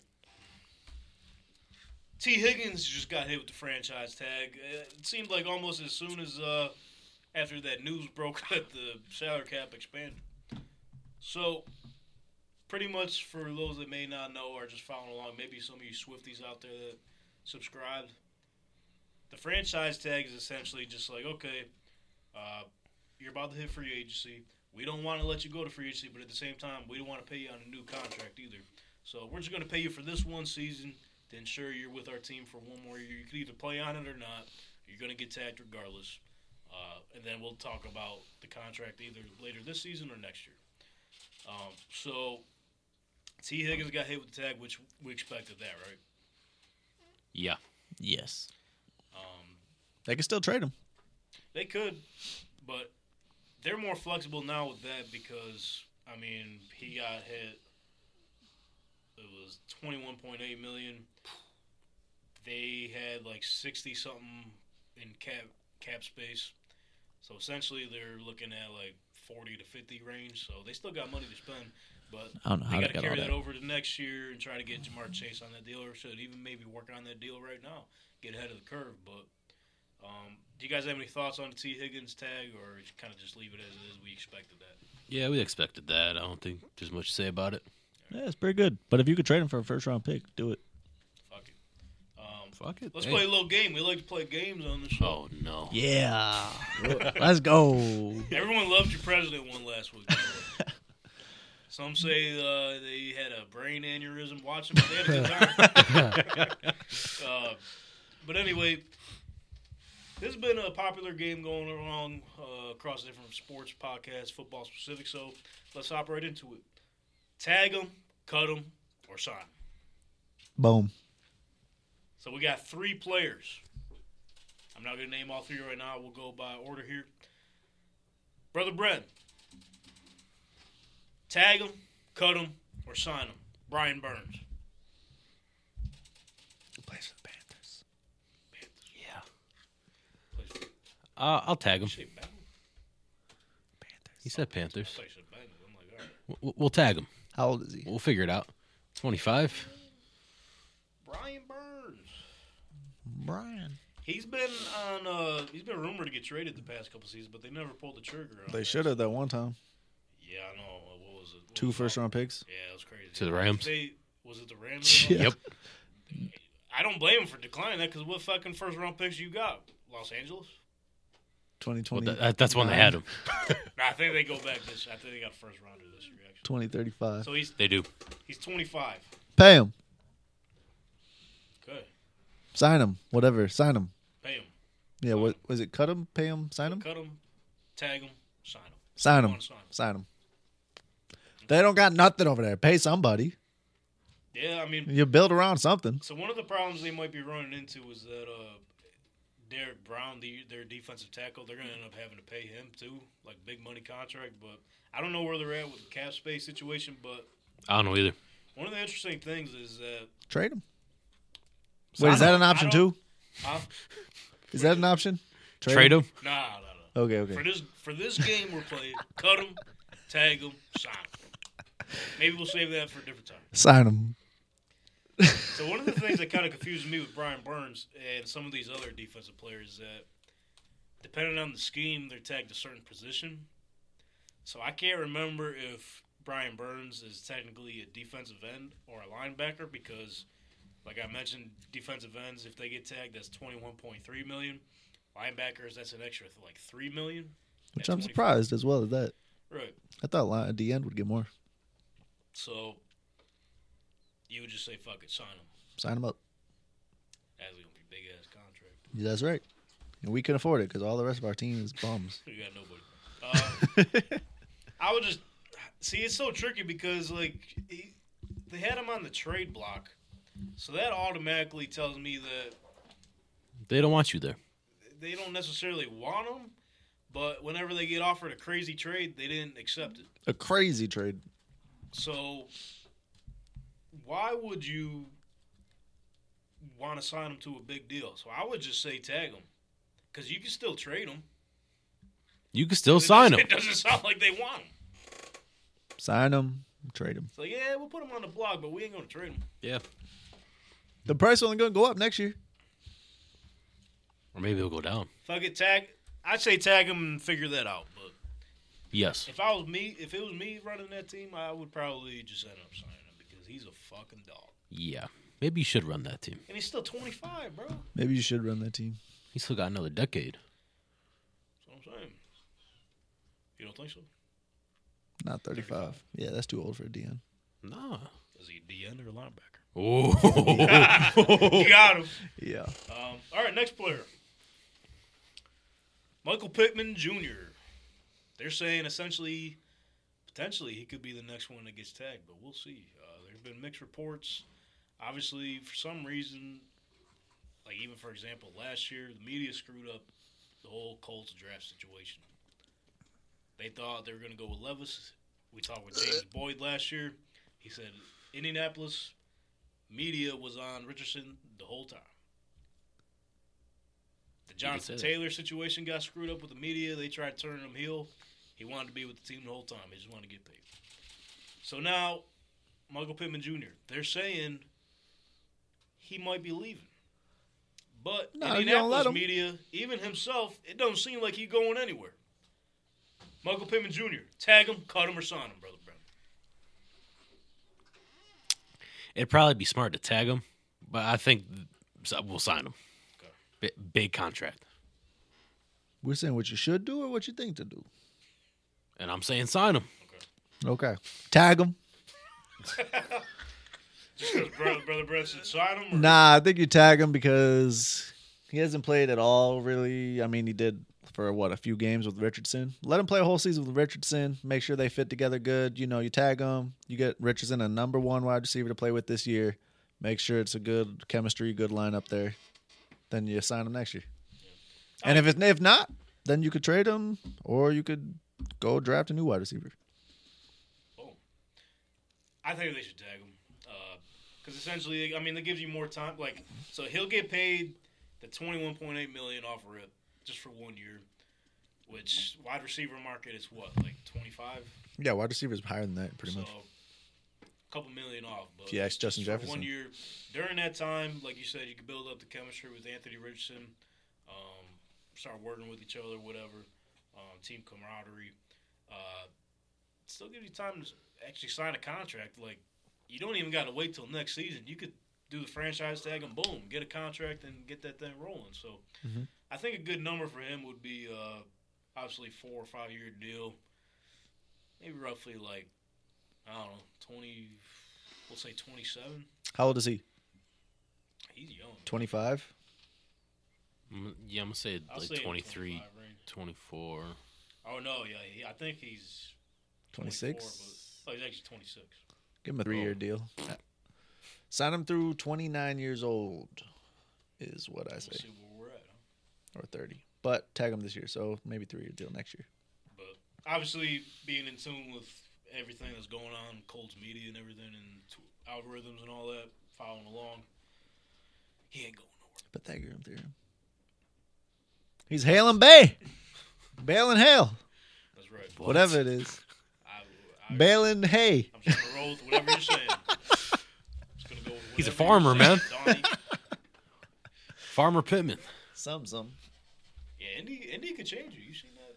Speaker 1: T. Higgins just got hit with the franchise tag. Uh, It seemed like almost as soon as uh, after that news broke that the salary cap expanded. So, pretty much for those that may not know or just following along, maybe some of you Swifties out there that subscribed, the franchise tag is essentially just like, okay, uh, you're about to hit free agency. We don't want to let you go to free agency, but at the same time, we don't want to pay you on a new contract either. So we're just going to pay you for this one season to ensure you're with our team for one more year. You can either play on it or not. You're going to get tagged regardless. Uh, and then we'll talk about the contract either later this season or next year. Um, so T. Higgins got hit with the tag, which we expected that, right?
Speaker 3: Yeah.
Speaker 2: Yes.
Speaker 1: Um,
Speaker 2: They can still trade him.
Speaker 1: They could, but they're more flexible now with that because I mean he got hit. It was twenty one point eight million. They had like sixty something in cap cap space, so essentially they're looking at like forty to fifty range. So they still got money to spend, but
Speaker 2: I don't know how
Speaker 1: they
Speaker 2: they
Speaker 1: got to
Speaker 2: got all
Speaker 1: carry that
Speaker 2: that.
Speaker 1: over to next year and try to get Jamar Chase on that deal, or should even maybe working on that deal right now, get ahead of the curve. But um, do you guys have any thoughts on the T Higgins tag, or kind of just leave it as it is? We expected that.
Speaker 3: Yeah, we expected that. I don't think there's much to say about it.
Speaker 2: Yeah, it's pretty good. But if you could trade him for a first round pick, do it.
Speaker 1: Fuck it. Um,
Speaker 3: Fuck it.
Speaker 1: let's
Speaker 3: Hey.
Speaker 1: play a little game. We like to play games on the show.
Speaker 3: Oh, no.
Speaker 2: Yeah. Let's go.
Speaker 1: Everyone loved your president one last week. Some say uh, they had a brain aneurysm watching, but they had a good time. uh, but anyway, this has been a popular game going along uh, across different sports podcasts, football specific. So let's hop right into it. Tag them, cut them, or sign. 'em.
Speaker 2: Boom.
Speaker 1: So we got three players. I'm not going to name all three right now. We'll go by order here. Brother Brent, tag him, cut him, or sign him. Brian Burns.
Speaker 3: Plays for the Panthers.
Speaker 1: Panthers.
Speaker 3: Yeah.
Speaker 1: Plays for-
Speaker 3: Uh, I'll tag him.
Speaker 1: Shit, Bengals?
Speaker 3: He said
Speaker 1: I
Speaker 3: Panthers.
Speaker 1: thought you said Bengals. I'm like, all right.
Speaker 3: W- w- We'll tag him.
Speaker 2: How old is he?
Speaker 3: We'll figure it out. 25.
Speaker 1: Brian Burns.
Speaker 2: Brian.
Speaker 1: He's been on. Uh, he's been rumored to get traded the past couple seasons, but they never pulled the trigger. on
Speaker 2: They
Speaker 1: that.
Speaker 2: should have that one time.
Speaker 1: Yeah, I know. Uh, What was it? What
Speaker 2: Two
Speaker 1: was it
Speaker 2: first
Speaker 1: called?
Speaker 2: round picks.
Speaker 1: Yeah, it was crazy.
Speaker 3: To the Rams?
Speaker 1: They, was it the Rams?
Speaker 2: Yeah.
Speaker 3: Yep.
Speaker 1: I don't blame him for declining that because what fucking first round picks you got? Los Angeles?
Speaker 2: Twenty
Speaker 3: Well,
Speaker 2: twenty.
Speaker 3: that, that- that's when they had him.
Speaker 1: No, I think they go back this. I think they got a first rounder this year actually.
Speaker 2: Twenty thirty five.
Speaker 1: So he's
Speaker 3: They do.
Speaker 1: he's 25.
Speaker 2: Pay him.
Speaker 1: Good.
Speaker 2: Sign him. Whatever. Sign him.
Speaker 1: Pay him.
Speaker 2: Yeah. What was it? Cut him. Pay him. Sign him.
Speaker 1: Hmm. Cut him. Tag him. Sign him.
Speaker 2: Sign
Speaker 1: Come
Speaker 2: him.
Speaker 1: on, sign him.
Speaker 2: Sign him. They don't got nothing over there. Pay somebody.
Speaker 1: Yeah, I mean,
Speaker 2: You build around something.
Speaker 1: so one of the problems they might be running into is that uh, Derek Brown, the, their defensive tackle, they're going to end up having to pay him too, like big money contract. But I don't know where they're at with the cap space situation. But
Speaker 3: I don't know either.
Speaker 1: one of the interesting things is that
Speaker 2: Trade him.
Speaker 3: Sign
Speaker 2: Wait, is that
Speaker 1: him.
Speaker 2: an option
Speaker 1: I don't-
Speaker 2: too?
Speaker 1: Huh?
Speaker 2: Is that an option?
Speaker 3: Trade him.
Speaker 1: nah, nah, nah.
Speaker 2: Okay.
Speaker 1: For
Speaker 2: Okay.
Speaker 1: this for this game we're playing, cut them, tag them, sign them. Maybe we'll save that for a different time.
Speaker 2: Sign him.
Speaker 1: So one of the things that kind of confuses me with Brian Burns and some of these other defensive players is that depending on the scheme, they're tagged a certain position. So I can't remember if Brian Burns is technically a defensive end or a linebacker because, like I mentioned, defensive ends if they get tagged, that's twenty one point three million. Linebackers, that's an extra like three million.
Speaker 2: Which
Speaker 1: At
Speaker 2: I'm
Speaker 1: 25.
Speaker 2: surprised as well at that.
Speaker 1: Right.
Speaker 2: I thought line, the end would get more.
Speaker 1: So you would just say, "Fuck it, sign him."
Speaker 2: Sign him up.
Speaker 1: That's gonna be a big ass contract.
Speaker 2: That's right. And we can afford it because all the rest of our team is bums.
Speaker 1: You got nobody. Uh, I would just see. It's so tricky because like he, they had him on the trade block, so that automatically tells me that
Speaker 3: They don't want you there.
Speaker 1: they don't necessarily want him. But whenever they get offered a crazy trade, they didn't accept it.
Speaker 2: A crazy trade.
Speaker 1: So why would you want to sign him to a big deal? So I would just say tag him because you can still trade him.
Speaker 3: You can still sign him.
Speaker 1: It doesn't sound like they want him.
Speaker 2: Sign him. Trade him.
Speaker 1: It's like, yeah, we'll put him on the blog, but we ain't gonna trade him.
Speaker 3: Yeah.
Speaker 2: The price only going to go up next year.
Speaker 3: Or maybe he'll go down.
Speaker 1: Fuck it, tag. I'd say tag him and figure that out. But
Speaker 3: Yes.
Speaker 1: if I was me, if it was me running that team, I would probably just end up signing him because he's a fucking dog,
Speaker 3: Yeah. Maybe you should run that team.
Speaker 1: and he's still 25, bro. That's
Speaker 2: Maybe you should run that team.
Speaker 3: He's still got another decade.
Speaker 1: what I'm saying. You don't think so?
Speaker 2: Not 35. Yeah, that's too old for a DN.
Speaker 3: Nah.
Speaker 1: Is he a DN or a linebacker?
Speaker 3: Oh.
Speaker 1: you got him.
Speaker 2: Yeah.
Speaker 1: Um, all right, next player. Michael Pittman Jr. They're saying essentially, potentially, he could be the next one that gets tagged, but we'll see. Uh, there have been mixed reports. Obviously, for some reason, like even for example, last year, the media screwed up the whole Colts draft situation. They thought they were going to go with Levis. We talked with James Boyd last year. He said Indianapolis media was on Richardson the whole time. The
Speaker 3: say
Speaker 1: Jonathan
Speaker 3: that.
Speaker 1: Taylor situation got screwed up with the media. They tried turning him heel. He wanted to be with the team the whole time. He just wanted to get paid. So now, Michael Pittman Jr. They're saying he might be leaving, but
Speaker 2: No, you don't let
Speaker 1: Indianapolis
Speaker 2: him.
Speaker 1: media, even himself, it don't seem like he's going anywhere. Michael Pittman Jr. Tag him, cut him, or sign him, brother Brown.
Speaker 3: It'd probably be smart to tag him, but I think so- we'll sign him.
Speaker 1: Okay.
Speaker 3: Bi- big contract.
Speaker 2: We're saying what you should do or what you think to do.
Speaker 3: And I'm saying sign him.
Speaker 2: Okay. Tag him.
Speaker 1: Just because brother, brother Brown said sign him. Or,
Speaker 2: Nah, I think you tag him because he hasn't played at all, really. I mean, he did for what, a few games with Richardson. Let him play a whole season with Richardson. Make sure they fit together good. You know, you tag him. You get Richardson a number one wide receiver to play with this year. Make sure it's a good chemistry, good lineup there. Then you sign him next year. And if it's if not, then you could trade him or you could go draft a new wide receiver.
Speaker 1: I think they should tag him because essentially, I mean, that gives you more time. Like, so he'll get paid the twenty one point eight million off rip just for one year, which wide receiver market is what like twenty five.
Speaker 2: Yeah, wide receiver is higher than that, pretty
Speaker 1: So
Speaker 2: much.
Speaker 1: a couple million off. But
Speaker 2: If you ask Justin
Speaker 1: just for
Speaker 2: Jefferson.
Speaker 1: one year during that time, like you said, you could build up the chemistry with Anthony Richardson, um, start working with each other, whatever, um, team camaraderie. Uh, still give you time to actually sign a contract. Like you don't even got to wait till next season. You could do the franchise tag and boom, get a contract and get that thing rolling. So
Speaker 2: Mhm.
Speaker 1: I think a good number for him would be uh, obviously four or five year deal. Maybe roughly like I don't know, twenty. We'll say twenty-seven.
Speaker 2: How old is he?
Speaker 1: He's young.
Speaker 2: Twenty five.
Speaker 3: Mm, Yeah, I'm gonna say
Speaker 1: I'll
Speaker 3: like
Speaker 1: say
Speaker 3: 23,
Speaker 1: 25 range.
Speaker 3: 24.
Speaker 1: Oh no, yeah, he, I think he's
Speaker 2: 26?
Speaker 1: 24, But, oh, he's actually twenty-six.
Speaker 2: Give him a three year deal. Sign him through 29 years old, is what I
Speaker 1: We'll
Speaker 2: say,
Speaker 1: see where we're at. Huh?
Speaker 2: or 30. But tag him this year, so maybe three year deal next year.
Speaker 1: But obviously, being in tune with everything that's going on, Colts media and everything, and t- algorithms and all that, following along, he ain't going nowhere.
Speaker 2: Pythagorean theorem. He's hailing Bay. Bailing hail.
Speaker 1: That's right.
Speaker 2: Whatever it is.
Speaker 1: I, I,
Speaker 2: Bailing hay.
Speaker 1: I'm just gonna roll with whatever you're saying. Just gonna go with
Speaker 3: He's a
Speaker 1: whatever you're saying,
Speaker 3: farmer,
Speaker 1: Donnie.
Speaker 3: Farmer Pittman.
Speaker 2: Some, some.
Speaker 1: Yeah, Indy, Indy could change you. You seen that?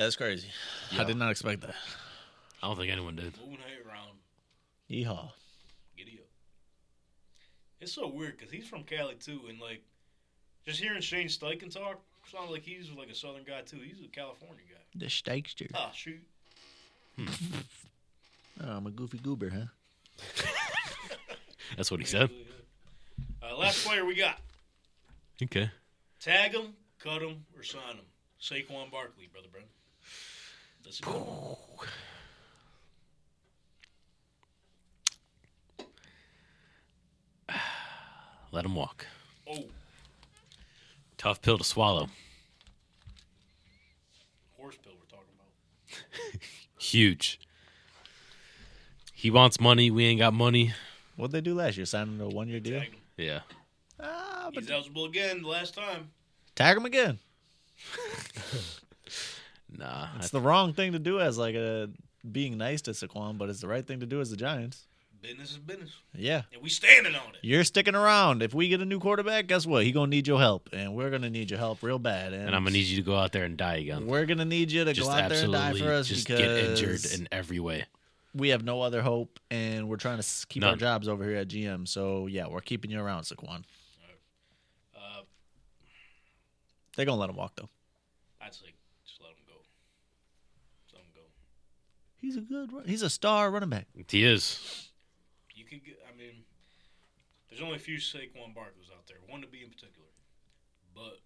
Speaker 2: Yeah, that's crazy.
Speaker 3: Yeah.
Speaker 2: not expect that.
Speaker 3: I don't think anyone did.
Speaker 1: Moving her around.
Speaker 2: Yeehaw.
Speaker 1: Giddy up. It's so weird because he's from Cali too, and like just hearing Shane Steichen talk sounds like he's like a Southern guy too. He's a California guy.
Speaker 2: The steakster.
Speaker 1: Ah, shoot.
Speaker 2: Oh, I'm a goofy goober, huh?
Speaker 3: That's what he said.
Speaker 1: Uh, last player we got:
Speaker 3: Okay.
Speaker 1: tag him, cut him, or sign him. Saquon Barkley, brother, bro. That's Oh, a good one.
Speaker 3: Let him walk.
Speaker 1: Oh,
Speaker 3: Tough pill to swallow.
Speaker 1: horse pill we're talking about.
Speaker 3: Huge. He wants money. We ain't got money.
Speaker 2: What'd they do last year? Sign him to a one year deal?
Speaker 1: Tagged him.
Speaker 3: Yeah.
Speaker 2: Ah, but
Speaker 1: He's eligible again last time.
Speaker 2: tag him again.
Speaker 3: Nah. I-
Speaker 2: It's the wrong thing to do as like a being nice to Saquon, but it's the right thing to do as the Giants.
Speaker 1: Business is business,
Speaker 2: Yeah.
Speaker 1: and we standing on it.
Speaker 2: You're sticking around. If we get a new quarterback, guess what? He gonna need your help, and we're gonna need your help real bad. And,
Speaker 3: and I'm gonna need you to go out there and die again.
Speaker 2: We're gonna need you to
Speaker 3: Just
Speaker 2: go out there and die
Speaker 3: absolutely
Speaker 2: for us
Speaker 3: just
Speaker 2: because
Speaker 3: get injured in every way.
Speaker 2: we have no other hope, and we're trying to s- keep our
Speaker 3: None.
Speaker 2: jobs over here at GM. So yeah, we're keeping you around, Saquon.
Speaker 1: Uh,
Speaker 2: They're gonna let him walk though.
Speaker 1: I'd say just let him go. Just let him go.
Speaker 2: He's a good. Run- he's a star running back.
Speaker 3: He is.
Speaker 1: You could get, I mean, there's only a few Saquon Barkleys out there, one to be in particular. But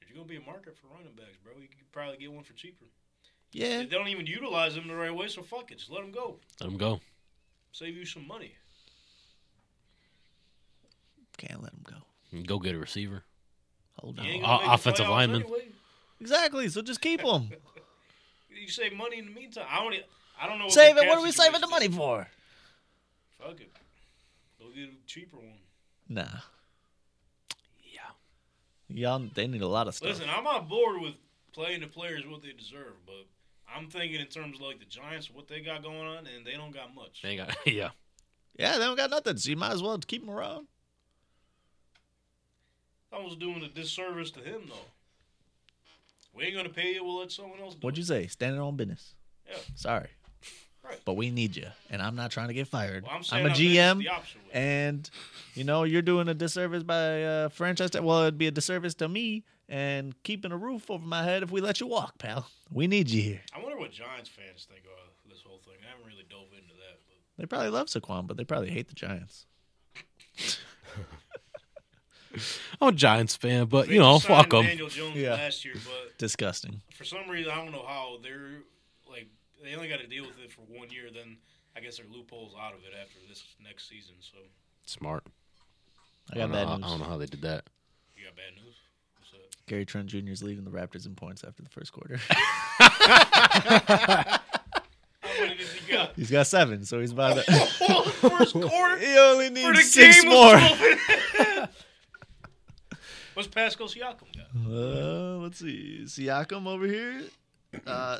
Speaker 1: there's going to be a market for running backs, bro. You could probably get one for cheaper.
Speaker 2: Yeah,
Speaker 1: They don't even utilize them the right way, so fuck it. Just let them go.
Speaker 3: Let him go.
Speaker 1: Save you some money.
Speaker 2: can't let him go.
Speaker 3: Go get a receiver.
Speaker 2: Hold
Speaker 1: You ain't
Speaker 2: on.
Speaker 1: gonna make the
Speaker 3: offensive
Speaker 1: playoffs
Speaker 3: lineman.
Speaker 1: Anyway.
Speaker 2: Exactly. So just keep him.
Speaker 1: You save money in the meantime. I don't, e- I don't know.
Speaker 2: Save
Speaker 1: their
Speaker 2: it.
Speaker 1: cap
Speaker 2: What are we saving the
Speaker 1: situation
Speaker 2: money for?
Speaker 1: is. Fuck it. Go get a cheaper one.
Speaker 2: Nah.
Speaker 3: Yeah.
Speaker 2: Y'all, they need a lot of stuff.
Speaker 1: Listen, I'm on board with playing the players what they deserve, but I'm thinking in terms of like the Giants, what they got going on, and they don't got much.
Speaker 3: They ain't got. Yeah.
Speaker 2: Yeah, they don't got nothing, so you might as well keep him around.
Speaker 1: I was doing a disservice to him though. We ain't gonna pay you. We'll let someone else do
Speaker 2: What'd you
Speaker 1: it.
Speaker 2: say? Standing on business.
Speaker 1: Yeah.
Speaker 2: Sorry.
Speaker 1: Right.
Speaker 2: But we need you, and I'm not trying to get fired.
Speaker 1: Well, I'm, saying
Speaker 2: I'm a
Speaker 1: I think it's
Speaker 2: GM,
Speaker 1: The opposite way.
Speaker 2: and you know you're doing a disservice by uh, franchise. well, it'd be a disservice to me and keeping a roof over my head if we let you walk, pal. We need you here.
Speaker 1: I wonder what Giants fans think of this whole thing. I haven't really dove into that, but
Speaker 2: They probably love Saquon, but they probably hate the Giants.
Speaker 3: I'm a Giants fan, but
Speaker 1: They
Speaker 3: you know,
Speaker 1: just signed
Speaker 3: fuck them.
Speaker 1: Daniel Jones
Speaker 2: Yeah.
Speaker 1: last year, but
Speaker 2: Disgusting.
Speaker 1: for some reason I don't know how they're like they only got to deal with it for one year. Then I guess there are loopholes out of it after this next season. So
Speaker 6: Smart.
Speaker 2: I got
Speaker 6: don't
Speaker 2: bad
Speaker 6: know, how-
Speaker 2: news.
Speaker 6: I don't know how they did that.
Speaker 1: you got bad news. What's up?
Speaker 2: Gary Trent Jr. is leading the Raptors in points after the first quarter.
Speaker 1: How many did you got?
Speaker 2: he's got seven, so he's about to.
Speaker 1: Oh, first quarter
Speaker 2: he only
Speaker 1: for the
Speaker 2: needs six
Speaker 1: game
Speaker 2: more.
Speaker 1: was 12 and a half. What's Pascal Siakam got?
Speaker 2: Uh, let's see. Siakam over here. Uh,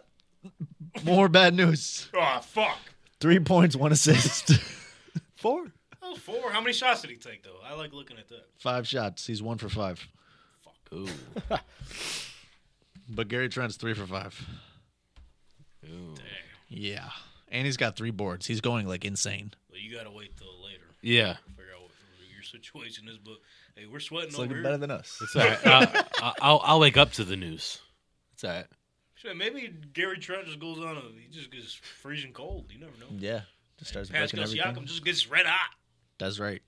Speaker 2: more bad news.
Speaker 1: Oh fuck.
Speaker 2: Three points, one assist. Four.
Speaker 1: That was four. How many shots did he take though? I like looking at that.
Speaker 2: Five shots. He's one for five.
Speaker 6: Ooh.
Speaker 2: But Gary Trent's three for five.
Speaker 6: Ooh.
Speaker 2: Yeah. And he's got three boards. He's going like insane.
Speaker 1: But you gotta wait till later.
Speaker 3: Yeah.
Speaker 1: to Figure out what your situation is. But hey, we're sweating
Speaker 2: It's
Speaker 1: over
Speaker 2: looking
Speaker 1: here.
Speaker 2: better than us.
Speaker 3: It's all right. I, I, I'll, I'll wake up to the news.
Speaker 6: It's all right.
Speaker 1: Shit, maybe Gary Trent just goes on a he just gets freezing cold. You never know.
Speaker 2: Yeah. Just starts breaking
Speaker 1: Pascal Siakam
Speaker 2: everything.
Speaker 1: just gets red hot.
Speaker 2: That's right.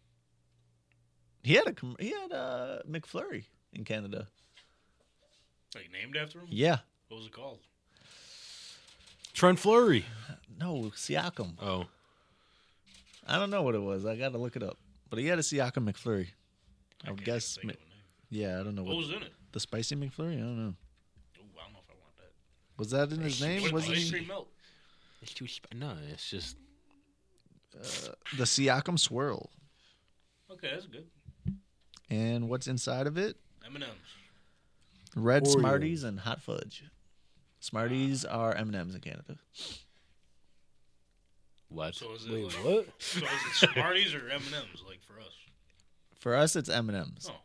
Speaker 2: He had a com- he had a McFlurry in Canada.
Speaker 1: Like named after him.
Speaker 2: Yeah.
Speaker 1: What was it called?
Speaker 3: Trent Flurry.
Speaker 2: No, Siakam.
Speaker 3: Oh.
Speaker 2: I don't know what it was. I got to look it up. But he had a Siakam McFlurry. I,
Speaker 1: can't
Speaker 2: guess.
Speaker 1: think
Speaker 2: Mi-
Speaker 1: of a name.
Speaker 2: yeah, I don't know
Speaker 1: What
Speaker 2: what,
Speaker 1: was in it?
Speaker 2: the spicy McFlurry. I don't know.
Speaker 1: Ooh, I don't know if I want that.
Speaker 2: Was that in his name?
Speaker 1: What
Speaker 2: Was
Speaker 1: was ice
Speaker 2: it
Speaker 1: cream milk?
Speaker 3: It's too sp- no, it's just
Speaker 2: the Siakam swirl?
Speaker 1: Okay, that's good.
Speaker 2: And what's inside of it?
Speaker 1: M and M's.
Speaker 2: Red
Speaker 4: Oreo.
Speaker 2: Smarties and hot fudge. Smarties are M and M's in Canada.
Speaker 6: What?
Speaker 1: So is it
Speaker 4: Wait,
Speaker 1: like,
Speaker 4: what?
Speaker 1: so is it Smarties or M and M's? Like for us?
Speaker 2: For us, it's M and M's.
Speaker 1: Oh,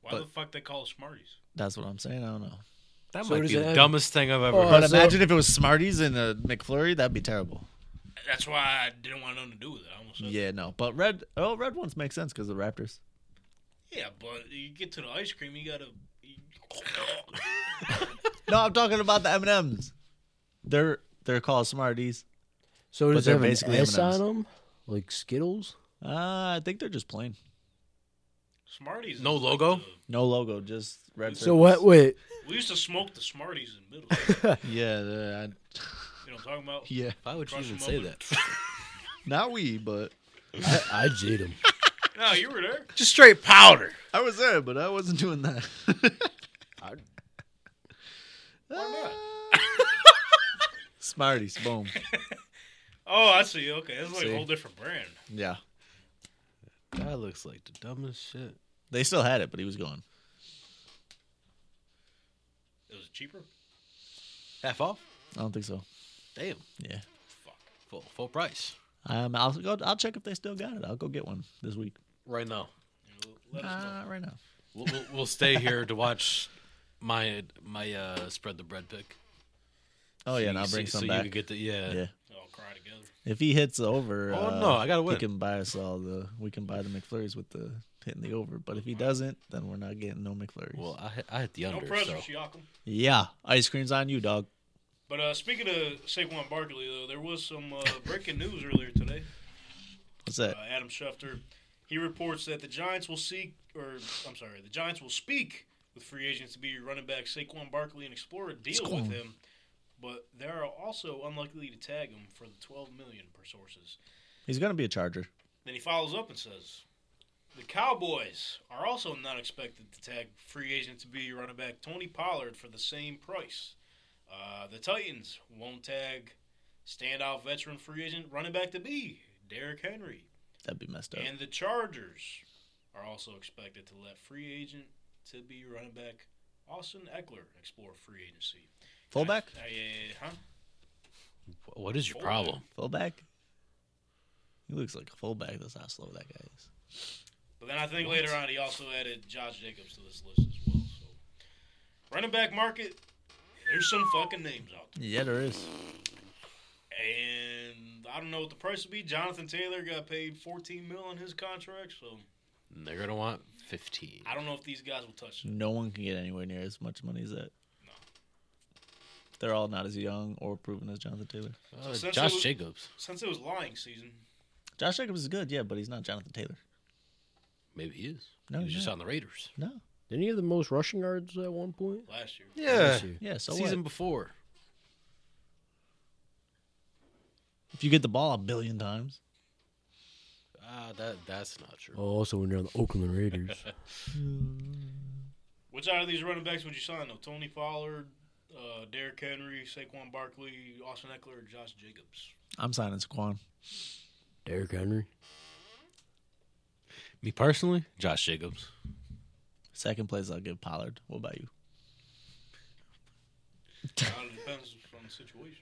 Speaker 1: why
Speaker 2: But-
Speaker 1: the fuck they call it Smarties?
Speaker 2: That's what I'm saying. I don't know.
Speaker 3: that
Speaker 4: So
Speaker 3: might
Speaker 4: does
Speaker 3: be
Speaker 4: it
Speaker 3: the
Speaker 4: have-
Speaker 3: dumbest thing I've ever
Speaker 4: Oh,
Speaker 3: heard.
Speaker 2: But
Speaker 4: so-
Speaker 2: imagine if it was Smarties and a McFlurry, that'd be terrible.
Speaker 1: That's why I didn't want nothing to do with it. I almost said
Speaker 2: Yeah, no. But red, oh, red ones make sense because the Raptors.
Speaker 1: Yeah, but you get to the ice cream, you gotta.
Speaker 2: No, I'm talking about the M and M's. They're they're called Smarties.
Speaker 4: So does it
Speaker 2: they're
Speaker 4: have an
Speaker 2: basically
Speaker 4: S
Speaker 2: M&Ms.
Speaker 4: on them? Like Skittles?
Speaker 2: Uh, I think they're just plain.
Speaker 1: Smarties.
Speaker 3: No
Speaker 1: is like
Speaker 3: logo?
Speaker 1: the-
Speaker 2: No logo, just red.
Speaker 4: So what? Wait.
Speaker 1: we used to smoke the Smarties in middle.
Speaker 2: Yeah, the- I-
Speaker 1: You know what I'm talking about?
Speaker 2: yeah.
Speaker 3: Why would you
Speaker 1: Crush
Speaker 3: even
Speaker 1: them
Speaker 3: say
Speaker 1: open.
Speaker 3: that?
Speaker 2: Not we, but
Speaker 4: I, I did them.
Speaker 1: No, you were there.
Speaker 3: Just straight powder.
Speaker 2: I was there, but I wasn't doing that. Smarties, boom.
Speaker 1: Oh, I see. Okay, that's like
Speaker 2: See?
Speaker 1: a whole different brand.
Speaker 2: Yeah,
Speaker 3: That looks like the dumbest shit.
Speaker 2: they still had it, but he was gone.
Speaker 1: It was cheaper.
Speaker 3: Half off?
Speaker 2: I don't think so.
Speaker 3: Damn.
Speaker 2: Yeah,
Speaker 3: Full full price.
Speaker 2: um, I'll go. I'll check if they still got it. I'll go get one this week.
Speaker 3: Right now.
Speaker 1: You know, let us know.
Speaker 2: Uh, right now.
Speaker 3: We'll, we'll, we'll stay here to watch my my uh spread the bread pick.
Speaker 2: Oh yeah,
Speaker 3: So
Speaker 2: and
Speaker 3: you-
Speaker 2: I'll bring
Speaker 3: so,
Speaker 2: some
Speaker 3: so you
Speaker 2: back.
Speaker 3: could get the yeah.
Speaker 2: yeah,
Speaker 1: They all cry together.
Speaker 2: if he hits the over,
Speaker 3: Oh,
Speaker 2: uh,
Speaker 3: no, I gotta win.
Speaker 2: He can buy us all the. We can buy the McFlurries with the hitting the over. But if he doesn't, then we're not getting no McFlurries.
Speaker 3: Well, I hit- I hit the
Speaker 1: No
Speaker 3: under.
Speaker 1: pressure,
Speaker 3: so.
Speaker 1: Siakam.
Speaker 2: yeah, ice cream's on you, dog.
Speaker 1: But uh, speaking of Saquon Barkley, though, there was some uh, breaking news earlier today.
Speaker 2: What's
Speaker 1: Uh,
Speaker 2: that?
Speaker 1: Adam Schefter, he reports that the Giants will seek, or I'm sorry, the Giants will speak with free agents to be running back Saquon Barkley and explore a deal
Speaker 2: Saquon.
Speaker 1: with him. But they are also unlikely to tag him for the 12 million per sources.
Speaker 2: He's gonna be a Charger.
Speaker 1: Then he follows up and says, "The Cowboys are also not expected to tag free agent to be running back Tony Pollard for the same price. Uh, the Titans won't tag standout veteran free agent running back to be Derrick Henry,
Speaker 2: That'd be messed up.
Speaker 1: and the Chargers are also expected to let free agent to be running back Austin Eckler explore free agency.
Speaker 2: Fullback,
Speaker 1: Uh, yeah, huh?
Speaker 3: What is your problem?
Speaker 2: fullback. He looks like a fullback. That's how slow that guy is.
Speaker 1: But then I think later on he also added Josh Jacobs to this list as well. So running back market, there's some fucking names out there.
Speaker 2: Yeah, there is.
Speaker 1: And I don't know what the price would be. Jonathan Taylor got paid 14 mil on his contract, so
Speaker 3: They're gonna want fifteen.
Speaker 1: I don't know if these guys will touch it.
Speaker 2: No one can get anywhere near as much money as that. They're all not as young or proven as Jonathan Taylor.
Speaker 3: Uh,
Speaker 1: So since it
Speaker 3: Josh
Speaker 1: was-
Speaker 3: Jacobs,
Speaker 1: Since it was lying season,
Speaker 2: Josh Jacobs is good, yeah, but he's not Jonathan Taylor.
Speaker 3: maybe he is.
Speaker 2: No,
Speaker 3: he was
Speaker 2: he's
Speaker 3: just
Speaker 2: not.
Speaker 3: on the Raiders.
Speaker 2: No.
Speaker 4: Didn't he have the most rushing yards at one point?
Speaker 1: last year,
Speaker 3: Yeah,
Speaker 4: This year.
Speaker 2: Yeah, so
Speaker 3: season
Speaker 2: what?
Speaker 3: before.
Speaker 2: If you get the ball a billion times,
Speaker 6: Ah, that that's not true.
Speaker 4: Oh, Also, when they're on the Oakland Raiders,
Speaker 1: Which out of these running backs would you sign though? Tony Pollard, uh, Derrick Henry, Saquon Barkley, Austin Eckler, or Josh Jacobs?
Speaker 2: I'm signing Saquon.
Speaker 4: Derrick Henry.
Speaker 3: Me personally,
Speaker 6: Josh Jacobs.
Speaker 2: Second place, I'll give Pollard. What about you?
Speaker 1: It all depends on the situation.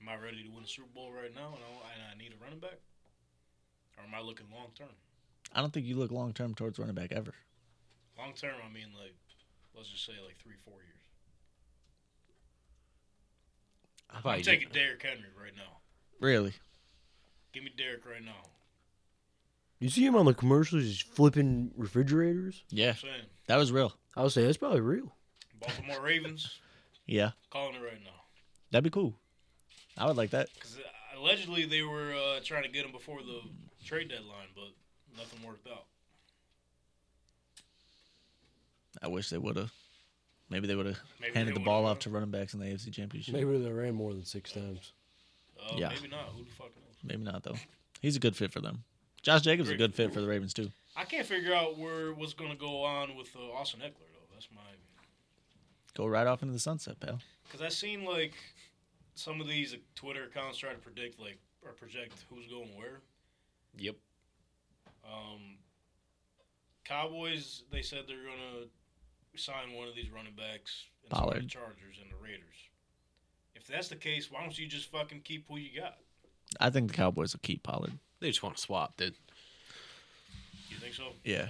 Speaker 1: Am I ready to win a Super Bowl right now? And I, and I need a running back, or am I looking long term?
Speaker 2: I don't think you look long term towards running back ever.
Speaker 1: Long term, I mean like, let's just say like three, four years.
Speaker 6: How
Speaker 1: I'm
Speaker 6: about you?
Speaker 1: taking Derrick Henry right now.
Speaker 2: Really?
Speaker 1: Give me Derrick right now.
Speaker 4: You see him on the commercials, he's flipping refrigerators.
Speaker 2: Yeah,
Speaker 1: I'm saying
Speaker 2: that was real.
Speaker 4: I would say that's probably real.
Speaker 1: Baltimore Ravens
Speaker 2: Yeah,
Speaker 1: calling it right now.
Speaker 2: that'd be cool. I would like that.
Speaker 1: Because uh, allegedly they were uh, trying to get him before the trade deadline, but nothing worked out.
Speaker 2: I wish they would have. Maybe they would have
Speaker 1: Maybe
Speaker 2: handed
Speaker 1: they
Speaker 2: the ball
Speaker 1: would've.
Speaker 2: off to running backs in the AFC Championship. Maybe,
Speaker 4: Maybe they ran more than six times.
Speaker 1: Uh,
Speaker 2: Yeah.
Speaker 1: Maybe not. Who the fuck knows?
Speaker 2: not though. He's a good fit for them. Josh Jacobs is a
Speaker 1: Great.
Speaker 2: good fit for the Ravens too.
Speaker 1: I can't figure out where what's going to go on with uh, Austin Eckler though. That's my
Speaker 2: Go right off into the sunset, pal.
Speaker 1: because I seen like some of these Twitter accounts try to predict like or project who's going where.
Speaker 6: Yep.
Speaker 1: Um, Cowboys they said they're going to sign one of these running backs and some of the
Speaker 2: Pollard.
Speaker 1: Chargers and the Raiders. If that's the case, why don't you just fucking keep who you got?
Speaker 2: I think the Cowboys will keep Pollard.
Speaker 6: They just want to swap, dude.
Speaker 1: You think so?
Speaker 2: Yeah,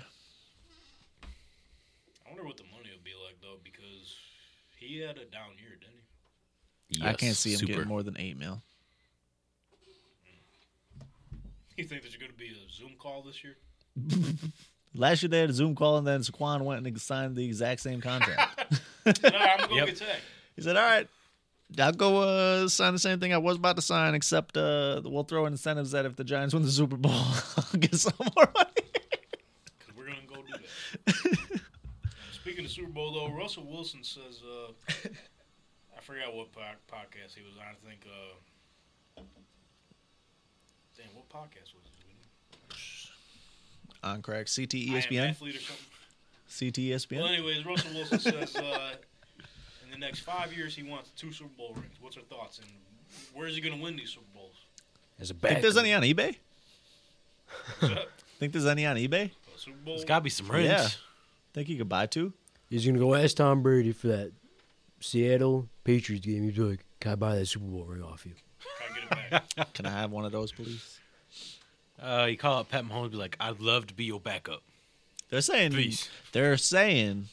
Speaker 1: I wonder what the money will be like though, because he had a down year, didn't he?
Speaker 2: I can't
Speaker 6: Yes,
Speaker 2: see him
Speaker 6: super.
Speaker 2: getting more than eight mil.
Speaker 1: You think there's going to be a Zoom call this year?
Speaker 2: Last year they had a Zoom call and then Saquon went and signed the exact same contract.
Speaker 1: no, I'm going to
Speaker 3: Yep.
Speaker 1: get tagged.
Speaker 2: he said, "All right, I'll go uh, sign the same thing I was about to sign, except uh, we'll throw in incentives that if the Giants win the Super Bowl, I'll get some more money."
Speaker 1: Because we're going to go do that. Speaking of Super Bowl, though, Russell Wilson says, uh, I forgot what po- podcast he was on. I think, uh, damn, what podcast was it?
Speaker 2: On crack, E CT
Speaker 1: I Am
Speaker 2: ESPN,
Speaker 1: Athlete or something.
Speaker 2: CT
Speaker 1: Well,
Speaker 2: ESPN.
Speaker 1: anyways, Russell Wilson says uh, in the next five years he wants two Super Bowl rings. What's your thoughts? And where is he going to win these Super Bowls?
Speaker 4: As a
Speaker 2: Think
Speaker 4: bad.
Speaker 2: there's any on eBay?
Speaker 1: Uh,
Speaker 2: Think there's any on eBay?
Speaker 1: Super Bowl.
Speaker 3: there's got to be some rings.
Speaker 2: Yeah. Think you could buy two?
Speaker 4: He's gonna go ask Tom Brady for that Seattle Patriots game. He's like, "Can I buy that Super Bowl ring off you?"
Speaker 1: Gotta get it back.
Speaker 2: Can I have one of those, please?
Speaker 3: Uh, you call up Pat Mahomes, be like, "I'd love to be your backup."
Speaker 2: They're saying
Speaker 3: Please.
Speaker 2: they're saying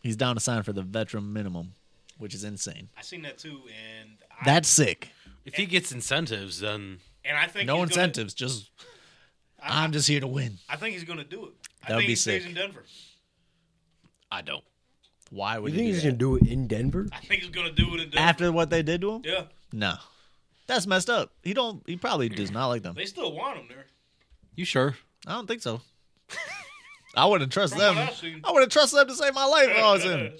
Speaker 2: he's down to sign for the veteran minimum, which is insane.
Speaker 1: I seen that too, and I,
Speaker 2: That's sick.
Speaker 3: If he gets incentives, then
Speaker 1: and I think
Speaker 2: No
Speaker 1: he's gonna-
Speaker 2: incentives, just I'm just here to win.
Speaker 1: I think he's going to do it. I
Speaker 2: That
Speaker 1: think
Speaker 2: would be
Speaker 1: he stays
Speaker 2: sick.
Speaker 1: in Denver.
Speaker 6: I don't.
Speaker 2: Why
Speaker 4: You
Speaker 2: would
Speaker 4: think
Speaker 2: he
Speaker 4: he's
Speaker 2: do
Speaker 4: gonna
Speaker 2: that?
Speaker 4: do it in Denver?
Speaker 1: I think he's going to do it in Denver.
Speaker 2: after what they did to him?
Speaker 1: yeah,
Speaker 2: No. That's messed up. He don't he probably does not like them.
Speaker 1: they still want him there.
Speaker 3: you sure?
Speaker 2: I don't think so. I wouldn't trust
Speaker 1: From what
Speaker 2: them.
Speaker 1: I've seen.
Speaker 2: I wouldn't trust them to save my life if I was in.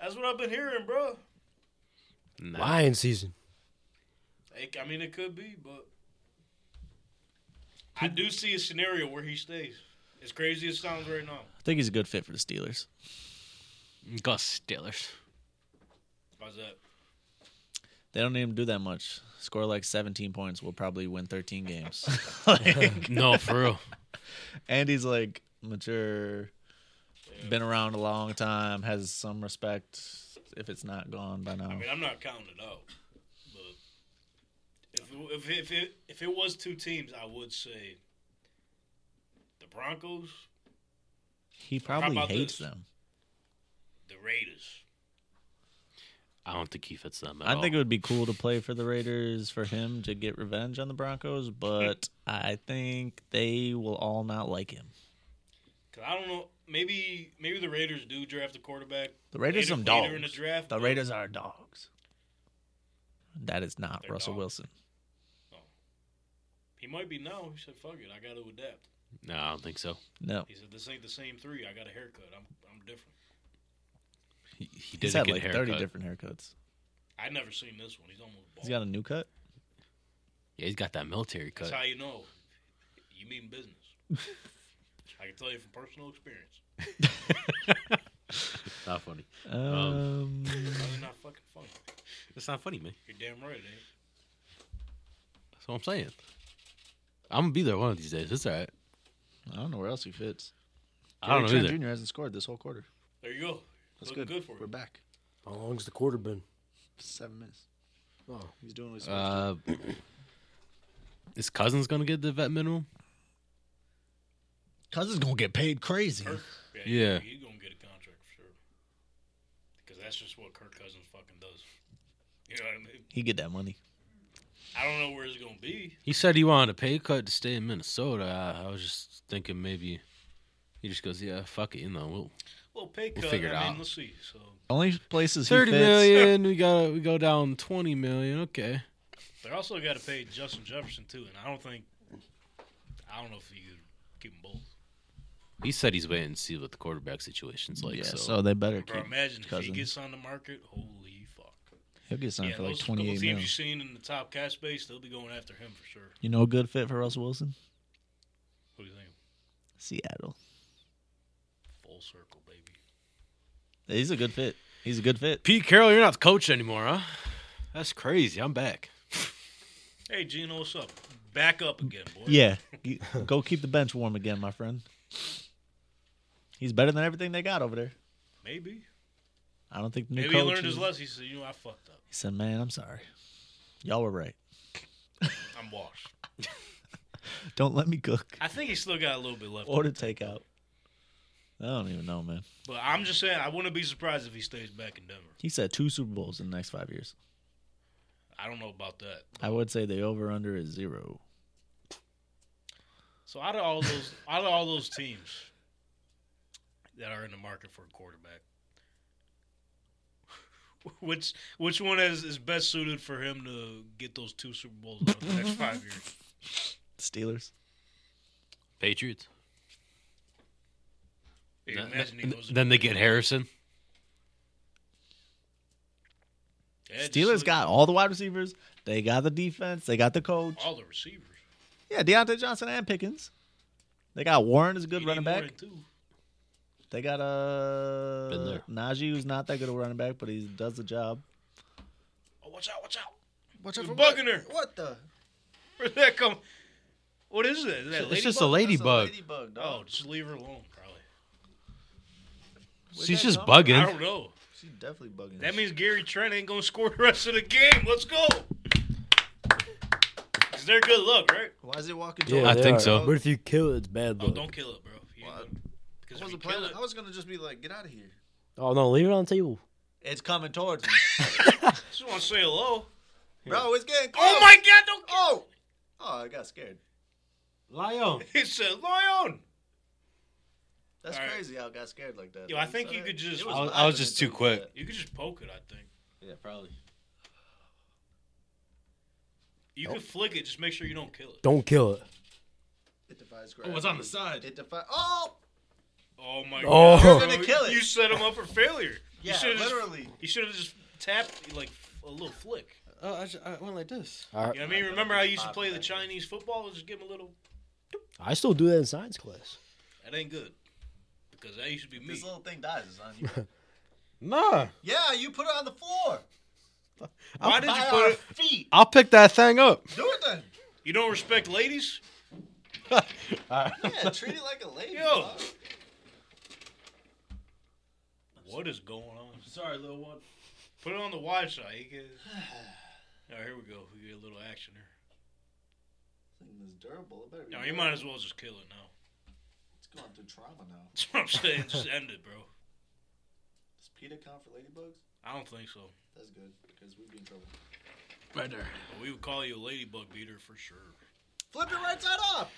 Speaker 1: That's what I've been hearing, bro.
Speaker 3: Nah.
Speaker 4: Lion season.
Speaker 1: It- I mean, it could be, but I do see a scenario where he stays. As crazy as it sounds right now,
Speaker 2: I think he's a good fit for the Steelers.
Speaker 3: Gus Steelers.
Speaker 1: how's that?
Speaker 2: They don't need him to do that much. Score like 17 points. We'll probably win 13 games. Like,
Speaker 3: No, for real.
Speaker 2: Andy's like mature, been around a long time, has some respect if it's not gone by now.
Speaker 1: I mean, I'm not counting it out, but if it, if it, if it, if it was two teams, I would say the Broncos,
Speaker 2: he
Speaker 1: how
Speaker 2: probably
Speaker 1: about
Speaker 2: hates
Speaker 1: this?
Speaker 2: them.
Speaker 1: the Raiders.
Speaker 3: I don't think he fits them at
Speaker 2: I
Speaker 3: all.
Speaker 2: think it would be cool to play for the Raiders for him to get revenge on the Broncos, but I think they will all not like him.
Speaker 1: Cause I don't know, maybe maybe the Raiders do draft a quarterback.
Speaker 2: The Raiders
Speaker 1: later,
Speaker 2: some
Speaker 1: later in the
Speaker 2: dogs.
Speaker 1: draft.
Speaker 2: The Raiders are dogs. That is not
Speaker 1: They're
Speaker 2: Russell
Speaker 1: dogs.
Speaker 2: Wilson.
Speaker 1: He might be now. He said, "Fuck it, I got to adapt."
Speaker 3: no, I don't think so.
Speaker 2: No.
Speaker 1: He said, "This ain't the same three. I got a haircut. I'm I'm different."
Speaker 3: He, he
Speaker 2: He's
Speaker 3: didn't
Speaker 2: had
Speaker 3: get
Speaker 2: like
Speaker 3: a
Speaker 2: 30
Speaker 3: haircut.
Speaker 2: different haircuts.
Speaker 1: I never seen this one. He's almost bald.
Speaker 2: He's got a new cut.
Speaker 6: Yeah, he's got that military
Speaker 1: That's
Speaker 6: cut.
Speaker 1: how you know you mean business. I can tell you from personal experience.
Speaker 6: Not funny.
Speaker 2: Um,
Speaker 1: Probably not fucking funny.
Speaker 6: It's not funny, man.
Speaker 1: You're damn right, eh?
Speaker 6: That's what I'm saying. I'm gonna be there one of these days. It's all right.
Speaker 2: I don't know where else he fits.
Speaker 6: I don't know
Speaker 2: Gary Trent
Speaker 6: either.
Speaker 2: Jr. hasn't scored this whole quarter.
Speaker 1: There you go.
Speaker 2: That's
Speaker 1: Looking
Speaker 2: good.
Speaker 1: good for
Speaker 2: We're
Speaker 1: him.
Speaker 2: back.
Speaker 4: How long's the quarter been?
Speaker 2: Seven minutes.
Speaker 4: Oh,
Speaker 2: He's doing what he's supposed
Speaker 6: Uh, is Cousins gonna get the vet minimum?
Speaker 2: to. Cousins gonna get paid crazy.
Speaker 1: Kirk, yeah,
Speaker 6: Yeah.
Speaker 1: You're going to get a contract for sure. Because that's just what Kirk Cousins fucking does. You know what I mean?
Speaker 2: He get that money.
Speaker 1: I don't know where it's going to be.
Speaker 6: He said he wanted a pay cut to stay in Minnesota. I, I was just thinking maybe he just goes, yeah, fuck it, you know, we'll
Speaker 1: Well, pay cut.
Speaker 6: We'll figure
Speaker 1: I
Speaker 6: it
Speaker 1: mean,
Speaker 6: out.
Speaker 1: let's see. So
Speaker 2: Only places he
Speaker 6: thirty
Speaker 2: fits.
Speaker 6: million. We got we go down twenty million. Okay,
Speaker 1: they also got to pay Justin Jefferson too, and I don't think I don't know if you could keep them both.
Speaker 6: he said he's waiting to see what the quarterback situation's like.
Speaker 2: yeah,
Speaker 6: so.
Speaker 2: so. they better
Speaker 1: Bro,
Speaker 2: keep.
Speaker 1: imagine if he
Speaker 2: Cousins.
Speaker 1: gets on the market, holy fuck!
Speaker 2: He'll get signed
Speaker 1: yeah,
Speaker 2: for like
Speaker 1: those couple
Speaker 2: twenty eight
Speaker 1: teams
Speaker 2: million.
Speaker 1: you've seen in the top cash space, they'll be going after him for sure.
Speaker 2: You know, a good fit for Russell Wilson.
Speaker 1: What do you think?
Speaker 2: Seattle.
Speaker 1: Full circle, baby.
Speaker 2: He's a good fit. He's a good fit.
Speaker 6: Pete Carroll, you're not the coach anymore, huh? That's crazy. I'm back.
Speaker 1: Hey, Gino, what's up? Back up again, boy.
Speaker 2: Yeah, You- go keep the bench warm again, my friend. He's better than everything they got over there.
Speaker 1: maybe.
Speaker 2: I don't think the new
Speaker 1: Maybe he
Speaker 2: coach.
Speaker 1: learned his
Speaker 2: is-
Speaker 1: lesson. He said, "You know, I fucked up.
Speaker 2: He said, "Man, I'm sorry. Y'all were right.
Speaker 1: I'm washed."
Speaker 2: Don't let me cook.
Speaker 1: I think he still got a little bit left,
Speaker 2: Order takeout. I don't even know, man.
Speaker 1: but I'm just saying, I wouldn't be surprised if he stays back in Denver.
Speaker 2: He said two Super Bowls in the next five years.
Speaker 1: I don't know about that.
Speaker 2: I would say the over under is zero.
Speaker 1: So out of all those, out of all those teams that are in the market for a quarterback, which which one is, is best suited for him to get those two Super Bowls out of the next five years?
Speaker 2: Steelers.
Speaker 6: Patriots.
Speaker 1: You
Speaker 6: Th-
Speaker 1: imagine he
Speaker 6: th-
Speaker 1: goes
Speaker 6: then they get Harrison.
Speaker 1: Yeah, just
Speaker 2: Steelers
Speaker 1: look-
Speaker 2: got all the wide receivers. They got the defense. They got the coach.
Speaker 1: all the receivers.
Speaker 2: Yeah, Deontay Johnson and Pickens. They got Warren as a good
Speaker 1: You need
Speaker 2: running
Speaker 1: more
Speaker 2: back.
Speaker 1: than two.
Speaker 2: They got uh
Speaker 6: Been there.
Speaker 2: Najee, who's not that good a running back, but he does the job.
Speaker 1: Oh, watch out! Watch out!
Speaker 2: What's
Speaker 1: There's a bug in there.
Speaker 2: What the?
Speaker 1: Where'd that come? What is that? Is that
Speaker 6: It's
Speaker 1: ladybug?
Speaker 6: just a ladybug.
Speaker 1: Oh, just leave her alone. Probably.
Speaker 6: She's
Speaker 2: that
Speaker 6: just
Speaker 2: come from?
Speaker 1: I
Speaker 6: bugging.
Speaker 1: don't know.
Speaker 2: She's definitely bugging.
Speaker 1: That means Gary Trent ain't gonna score the rest of the game. Let's go. Is there good luck, right?
Speaker 2: Why is it walking?
Speaker 4: yeah,
Speaker 6: I
Speaker 4: they
Speaker 6: think
Speaker 4: are.
Speaker 6: so.
Speaker 4: But if you kill it, it's bad
Speaker 1: Oh,
Speaker 4: luck.
Speaker 1: don't kill it, bro. You ain't
Speaker 2: What?
Speaker 1: gonna- Because if you kill it,
Speaker 2: was gonna just be like, get out of here.
Speaker 4: Oh, no, leave it on the table.
Speaker 2: It's coming towards me,
Speaker 1: I just want to say hello.
Speaker 2: bro. It's getting close.
Speaker 1: Oh my God! Don't kill.
Speaker 2: Oh, oh, I got scared.
Speaker 6: Lion.
Speaker 1: He said, "Lion."
Speaker 2: That's
Speaker 1: All right.
Speaker 2: crazy how I got scared like that.
Speaker 1: Yo, I think you could just-
Speaker 6: I was- I was
Speaker 2: vibing
Speaker 6: just
Speaker 2: until
Speaker 6: too
Speaker 2: you did
Speaker 6: quick.
Speaker 1: You could just poke it. I think
Speaker 2: that. Yeah, probably.
Speaker 1: you could flick it. Just make sure you don't kill it.
Speaker 4: Don't kill it.
Speaker 2: It defies
Speaker 6: Oh,
Speaker 2: gravity.
Speaker 6: it's on the side.
Speaker 2: It defies. Oh,
Speaker 1: Oh my
Speaker 4: Oh.
Speaker 1: God!
Speaker 4: You're
Speaker 1: bro.
Speaker 2: gonna kill it.
Speaker 1: You set him up for failure.
Speaker 2: yeah,
Speaker 1: you should've
Speaker 2: literally.
Speaker 1: Just, you should have just tapped like a little flick.
Speaker 6: Oh, I, just, I went like this.
Speaker 1: You
Speaker 4: I,
Speaker 1: know what I mean? Remember how you used to play the Chinese football? Just give him a little.
Speaker 4: I still do that in science class.
Speaker 1: That ain't good. Because that used to be me.
Speaker 2: This little thing dies. It's on you.
Speaker 6: Nah,
Speaker 2: yeah, you put it on the floor.
Speaker 1: Why did you
Speaker 2: By
Speaker 1: put
Speaker 2: our
Speaker 1: it?
Speaker 2: feet.
Speaker 6: I'll pick that thing up.
Speaker 2: Do it then.
Speaker 1: You don't respect ladies?
Speaker 2: Yeah, treat it like a lady.
Speaker 1: Yo.
Speaker 2: dog.
Speaker 1: What is going on?
Speaker 6: Sorry, little one.
Speaker 1: Put it on the wide side. You can... All right, here we go. We get a little action here.
Speaker 2: This thing is durable. It better be
Speaker 1: No, you might as well just kill it now.
Speaker 2: It's going through trauma now.
Speaker 1: That's what I'm saying. Just end it, bro.
Speaker 2: Does PETA count for ladybugs?
Speaker 1: I don't think so.
Speaker 2: That's good because we'd be in trouble.
Speaker 6: Right there.
Speaker 1: But we would call you a ladybug beater for sure.
Speaker 2: Flip it right side up.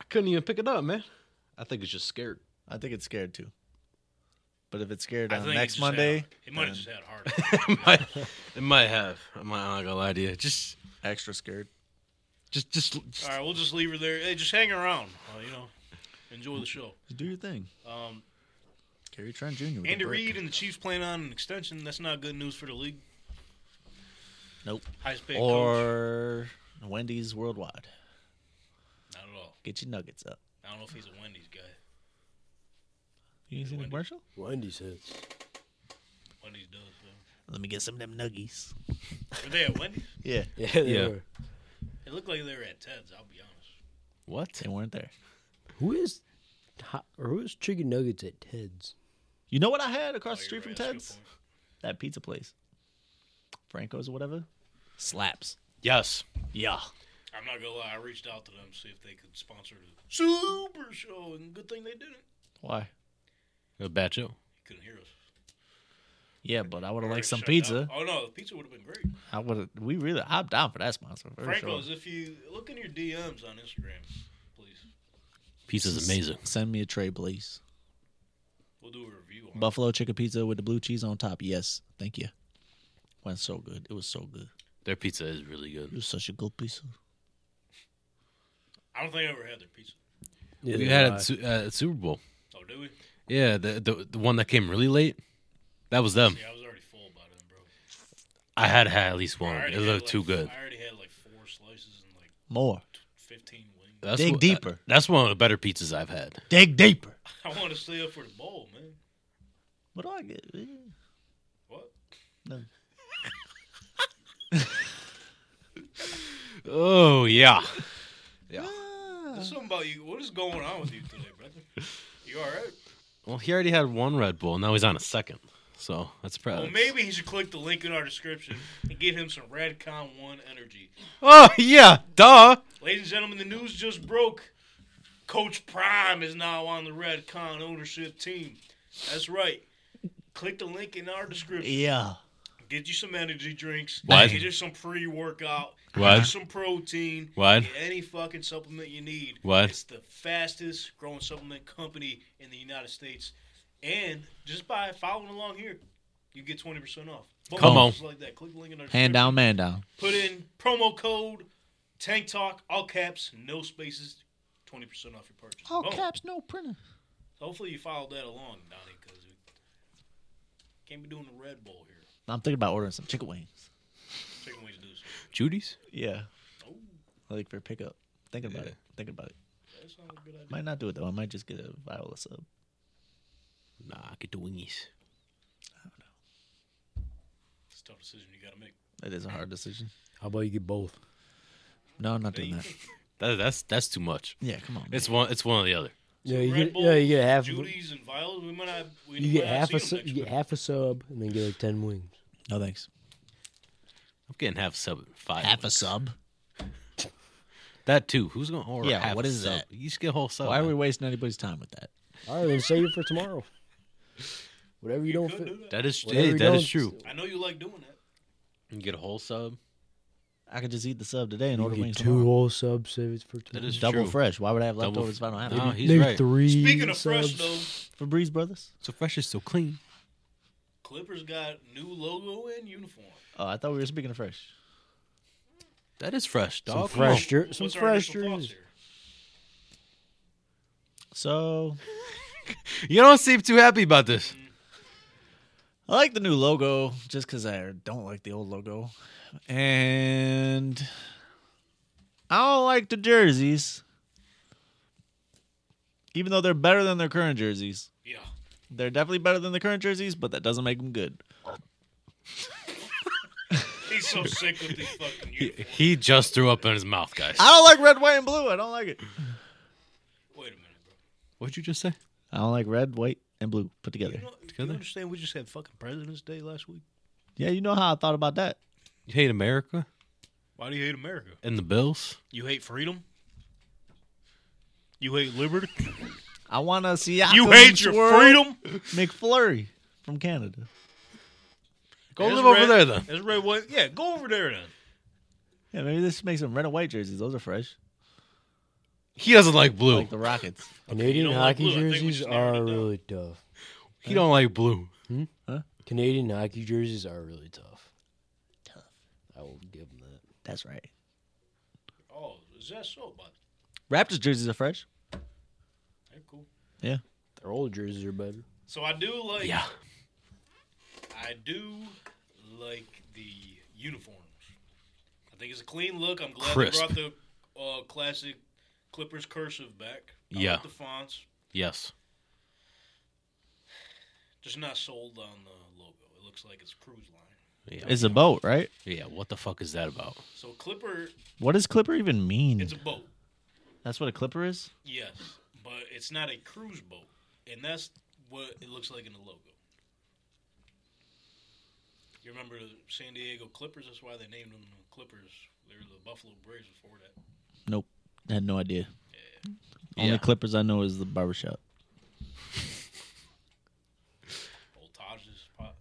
Speaker 6: I couldn't even pick it up, man. I think it's just scared.
Speaker 2: I think it's scared too. But if it's scared
Speaker 1: I
Speaker 2: on
Speaker 1: think it
Speaker 2: next
Speaker 1: just had-
Speaker 2: Monday,
Speaker 1: it might have
Speaker 2: then
Speaker 1: just had a heart.
Speaker 6: it, might, it might have. I'm not I'm not gonna lie to you. Just,
Speaker 2: extra scared.
Speaker 6: just, just. just
Speaker 1: All right, we'll just leave her there. Hey, just hang around. Uh, you know, enjoy the show.
Speaker 2: Just do your thing.
Speaker 1: Um,
Speaker 2: Gary Trent Jr. with the
Speaker 1: Andy
Speaker 2: brick.
Speaker 1: Reid and the Chiefs plan on an extension. That's not good news for the league.
Speaker 2: Nope.
Speaker 1: Highest paid coach.
Speaker 2: Or Wendy's worldwide.
Speaker 1: Not at all.
Speaker 2: Get your nuggets up.
Speaker 1: I don't know if he's a Wendy's guy.
Speaker 2: You ain't seen the
Speaker 1: Wendy's.
Speaker 2: commercial?
Speaker 4: Wendy's hits.
Speaker 1: Wendy's does. though.
Speaker 2: Let me get some of them nuggies.
Speaker 1: Were they at Wendy's?
Speaker 2: Yeah,
Speaker 4: Yeah, they
Speaker 3: Yeah.
Speaker 4: were.
Speaker 1: It looked like they were at Ted's. I'll be honest.
Speaker 3: What?
Speaker 2: they weren't there.
Speaker 4: Who is hot, or who is chicken nuggets at Ted's?
Speaker 2: You know what I had
Speaker 1: Oh,
Speaker 2: across the
Speaker 1: you're
Speaker 2: street from
Speaker 1: right. That's a good
Speaker 2: Ted's?
Speaker 1: point.
Speaker 2: That pizza place. Franco's or whatever. Slaps.
Speaker 7: Yes.
Speaker 2: Yeah.
Speaker 1: I'm not gonna lie. I reached out to them to see if they could sponsor the Super Show, and good thing they didn't.
Speaker 2: Why?
Speaker 3: A bad show.
Speaker 1: You couldn't hear us.
Speaker 2: Yeah, but I would have
Speaker 1: Already
Speaker 2: liked some
Speaker 1: shut
Speaker 2: pizza.
Speaker 1: down. Oh no, the pizza would have been great.
Speaker 2: I would have. We really. I'm down for that sponsor. For
Speaker 1: Franco's,
Speaker 2: sure.
Speaker 1: if you look in your DMs on Instagram, please,
Speaker 3: Pizza's amazing.
Speaker 2: Send me a tray, please.
Speaker 1: we'll do a review on. it.
Speaker 2: Buffalo chicken pizza with the blue cheese on top. Yes, thank you. Went so good. It was so good.
Speaker 3: Their pizza is really
Speaker 2: It
Speaker 3: good.
Speaker 2: was such a good pizza.
Speaker 1: I don't think I ever had their pizza.
Speaker 4: Yeah,
Speaker 3: we
Speaker 4: they
Speaker 3: had it
Speaker 4: were.
Speaker 3: at Su- uh, at Super Bowl.
Speaker 1: Oh, do we?
Speaker 3: Yeah, the, the the one that came really late. That was them.
Speaker 1: Yeah, I was already full by then, bro.
Speaker 3: I had to have at least
Speaker 1: I
Speaker 3: one.
Speaker 1: already
Speaker 3: It
Speaker 1: had,
Speaker 3: looked
Speaker 1: like,
Speaker 3: too good.
Speaker 1: I already had like four slices and like
Speaker 2: More.
Speaker 1: 15 wings.
Speaker 3: That's
Speaker 2: Dig
Speaker 3: what-
Speaker 2: deeper.
Speaker 3: that's one of the better pizzas I've had.
Speaker 2: Dig deeper.
Speaker 1: I want to stay up for the bowl, man.
Speaker 2: What do I get? Eh,
Speaker 1: What?
Speaker 2: No.
Speaker 3: Oh yeah.
Speaker 1: There's something about you. What is going on with you today, brother? You all right?
Speaker 3: Well, he already had one Red Bull. Now he's on a second. So that's probably.
Speaker 1: Well, maybe he should click the link in our description and get him some Radcon One energy.
Speaker 3: Oh yeah, duh.
Speaker 1: Ladies and gentlemen, the news just broke. Coach Prime is now on the Radcon ownership team. That's right. Click the link in our description.
Speaker 2: Yeah.
Speaker 1: Get you some energy drinks.
Speaker 3: What?
Speaker 1: Get you some pre workout. Get
Speaker 3: What?
Speaker 1: you some protein.
Speaker 3: What?
Speaker 1: Get any fucking supplement you need.
Speaker 3: What?
Speaker 1: It's the fastest growing supplement company in the United States. And just by following along here, you get 20% off. Boom.
Speaker 3: Come on.
Speaker 1: Just Like that. Click the link in our description.
Speaker 2: Hand down, man down.
Speaker 1: Put in promo code Tank Talk, all caps, no spaces, 20% off your purchase.
Speaker 2: All
Speaker 1: Boom.
Speaker 2: caps, no printer.
Speaker 1: Hopefully you followed that along, Donnie, because we can't be doing the Red Bull here.
Speaker 2: I'm thinking about ordering some chicken wings.
Speaker 1: Chicken wings do so.
Speaker 3: Judy's.
Speaker 2: Yeah.
Speaker 1: Oh.
Speaker 2: Like for pickup. Thinking about it. Thinking about it.
Speaker 1: That sounds a good idea.
Speaker 2: Might not do it though. I might just get a Viola sub.
Speaker 3: Nah, get the wingies.
Speaker 1: It's a tough decision you got to make.
Speaker 2: That is a hard decision.
Speaker 4: How about you get both?
Speaker 2: No, I'm not doing that.
Speaker 3: That, that's that's too much.
Speaker 2: Yeah, come on. man.
Speaker 3: It's one. It's one or the other.
Speaker 4: Yeah, you
Speaker 1: Red
Speaker 4: get,
Speaker 1: Bull,
Speaker 4: yeah, you get half. of it.
Speaker 1: Judy's and Violet. We might not. We
Speaker 4: You get
Speaker 1: might not
Speaker 4: half a
Speaker 1: see
Speaker 4: su-
Speaker 1: them
Speaker 4: you
Speaker 1: next
Speaker 4: get
Speaker 1: week.
Speaker 4: half a sub, and then get like ten wings.
Speaker 2: no thanks.
Speaker 3: I'm getting half a sub. and Five.
Speaker 2: Half a
Speaker 3: wings.
Speaker 2: sub.
Speaker 3: That too. Who's gonna order?
Speaker 2: Yeah,
Speaker 3: Half
Speaker 2: what
Speaker 3: a
Speaker 2: is
Speaker 3: sub?
Speaker 2: that?
Speaker 3: You just get a whole sub.
Speaker 2: Why are we wasting anybody's time with that?
Speaker 4: All right, then save it for tomorrow. Whatever you don't
Speaker 1: Could
Speaker 4: fit.
Speaker 1: do that.
Speaker 3: That is.
Speaker 4: whatever
Speaker 3: Hey,
Speaker 4: you
Speaker 3: that
Speaker 4: don't-
Speaker 3: is true.
Speaker 1: I know you like doing that.
Speaker 3: You can get a whole sub.
Speaker 2: I could just eat the sub today and
Speaker 4: You
Speaker 2: order
Speaker 4: get
Speaker 2: wings
Speaker 4: two
Speaker 2: tomorrow.
Speaker 4: whole subs, save it for tomorrow.
Speaker 3: is
Speaker 2: Double
Speaker 3: true.
Speaker 2: fresh. Why would I have
Speaker 3: Mm-hmm. Double
Speaker 2: leftovers if I don't have
Speaker 3: No,
Speaker 2: them?
Speaker 3: he's
Speaker 4: Maybe
Speaker 3: right.
Speaker 4: three.
Speaker 1: Speaking of fresh,
Speaker 4: subs.
Speaker 1: though,
Speaker 2: Febreze Brothers.
Speaker 3: So fresh is so clean.
Speaker 1: Clippers got new logo and uniform.
Speaker 2: Oh, I thought we were speaking of fresh.
Speaker 3: That is fresh, dog.
Speaker 4: Some fresh,
Speaker 1: What's
Speaker 4: jer-
Speaker 1: our
Speaker 4: some
Speaker 1: initial
Speaker 4: fresh
Speaker 1: thoughts
Speaker 4: jerseys.
Speaker 1: here?
Speaker 2: So
Speaker 3: You don't seem too happy about this.
Speaker 2: I like the new logo just because I don't like the old logo. And I don't like the jerseys. Even though they're better than their current jerseys.
Speaker 1: Yeah.
Speaker 2: They're definitely better than the current jerseys, but that doesn't make them good.
Speaker 1: He's so sick with these fucking uniforms.
Speaker 3: He just threw up in his mouth, guys.
Speaker 2: I don't like red, white, and blue. I don't like it.
Speaker 1: Wait a minute, bro.
Speaker 3: What'd you just say?
Speaker 2: I don't like red, white, and blue put together.
Speaker 1: You, know, you understand we just had fucking President's Day last week?
Speaker 2: Yeah, you know how I thought about that.
Speaker 3: You hate America
Speaker 1: Why do you hate America?
Speaker 3: and the Bills?
Speaker 1: You hate freedom? You hate liberty?
Speaker 2: I want to see Siakam
Speaker 1: You hate your
Speaker 2: Swirl
Speaker 1: freedom?
Speaker 2: McFlurry from Canada.
Speaker 3: Go
Speaker 1: It's
Speaker 3: live over
Speaker 1: red-
Speaker 3: there then.
Speaker 1: It's red, white. Yeah, go over there then.
Speaker 2: Yeah, maybe this should make some red and white jerseys. Those are fresh,
Speaker 3: He doesn't like blue.
Speaker 2: like the Rockets.
Speaker 4: Canadian
Speaker 1: don't like blue.
Speaker 4: hockey
Speaker 1: I think we
Speaker 4: jerseys
Speaker 1: just narrowed
Speaker 4: are
Speaker 1: it down.
Speaker 4: really tough.
Speaker 3: he don't like blue.
Speaker 4: Canadian hockey jerseys are really tough.
Speaker 2: Tough.
Speaker 4: I will give them that.
Speaker 2: That's right.
Speaker 1: Oh, is that so? But
Speaker 2: Raptors jerseys are fresh.
Speaker 1: they're cool.
Speaker 2: Yeah,
Speaker 4: Their old jerseys are better.
Speaker 1: So I do like.
Speaker 3: Yeah.
Speaker 1: I do like the uniforms. think it's a clean look. I'm glad
Speaker 6: Crisp.
Speaker 1: they brought the uh, classic Clippers cursive back. I
Speaker 6: Yeah.
Speaker 1: like the fonts.
Speaker 6: Yes.
Speaker 1: Just not sold on the logo. It looks like it's a cruise line.
Speaker 6: Yeah.
Speaker 2: It's a boat, right?
Speaker 6: yeah. What the fuck is that about?
Speaker 1: So Clipper,
Speaker 2: What does clipper even mean?
Speaker 1: it's a boat.
Speaker 2: That's what a clipper is?
Speaker 1: Yes, but it's not a cruise boat, and that's what it looks like in the logo. You remember the San Diego Clippers? That's why they named them the Clippers. They were the Buffalo Braves before that.
Speaker 2: Nope. I had no idea. Only
Speaker 6: Yeah.
Speaker 2: clippers I know is the barbershop.
Speaker 1: Old Taj's spot.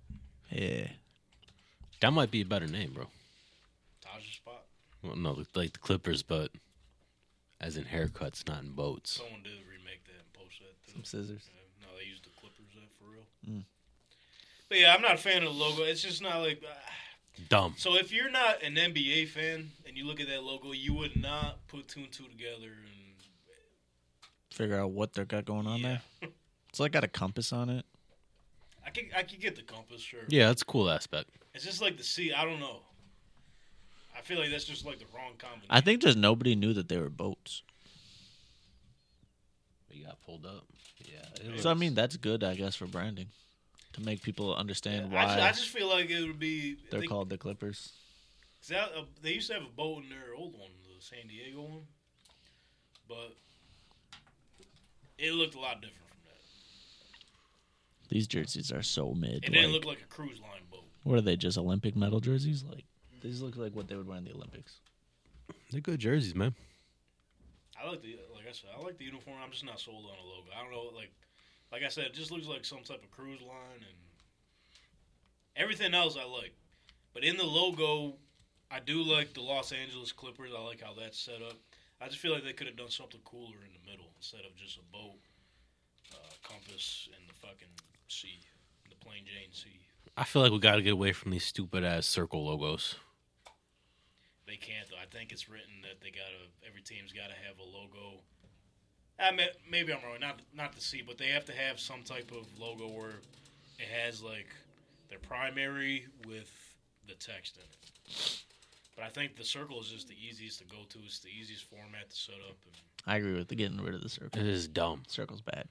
Speaker 2: Yeah.
Speaker 6: That might be a better name, bro.
Speaker 1: Taj's spot.
Speaker 6: Well, no, like the Clippers, but as in haircuts, not in boats.
Speaker 1: Someone did remake that and post that. Too.
Speaker 2: Some scissors. Mm.
Speaker 1: Yeah, No, they used the Clippers that for real. But yeah, I'm not a fan of the logo. It's just not like. uh,
Speaker 6: Dumb.
Speaker 1: So if you're not an NBA fan and you look at that logo, you would not put two and two together and
Speaker 2: Figure out what they got going on
Speaker 1: Yeah.
Speaker 2: there. It's like got a compass on it.
Speaker 1: I could I could get the compass, sure.
Speaker 6: Yeah, that's a cool aspect.
Speaker 1: It's just like the sea. I don't know. I feel like that's just like the wrong combination.
Speaker 2: I think just nobody knew that they were boats.
Speaker 6: You got pulled up. Yeah.
Speaker 2: So I mean that's good, I guess, for branding. To make people
Speaker 1: I
Speaker 2: understand why
Speaker 1: just, I just feel like it would be.
Speaker 2: they're
Speaker 1: they,
Speaker 2: called the Clippers.
Speaker 1: 'cause that- uh, they used to have a boat in their old one, the San Diego one, but it looked a lot different from that.
Speaker 2: These jerseys are so mid.
Speaker 1: It
Speaker 2: like-
Speaker 1: didn't look like a cruise line boat.
Speaker 2: What are they? Just Olympic medal jerseys? Like these look like what they would wear in the Olympics.
Speaker 6: They're good jerseys, man.
Speaker 1: I like the like I said, I like the uniform. I'm just not sold on the logo. I don't know, like like I said, it just looks like some type of cruise line and everything else I like. But in the logo, I do like the Los Angeles Clippers. I like how that's set up. I just feel like they could have done something cooler in the middle instead of just a boat, uh, compass, and the fucking sea, the plain Jane sea.
Speaker 6: I feel like we got to get away from these stupid ass circle logos.
Speaker 1: They can't though. I think it's written that they gotta every team's gotta have a logo. I mean, maybe I'm wrong. Not not the C, but they have to have some type of logo where it has like their primary with the text in it. But I think the circle is just the easiest to go to. It's the easiest format to set up. And
Speaker 2: I agree with the getting rid of the circle.
Speaker 6: It is dumb.
Speaker 2: Circle's bad.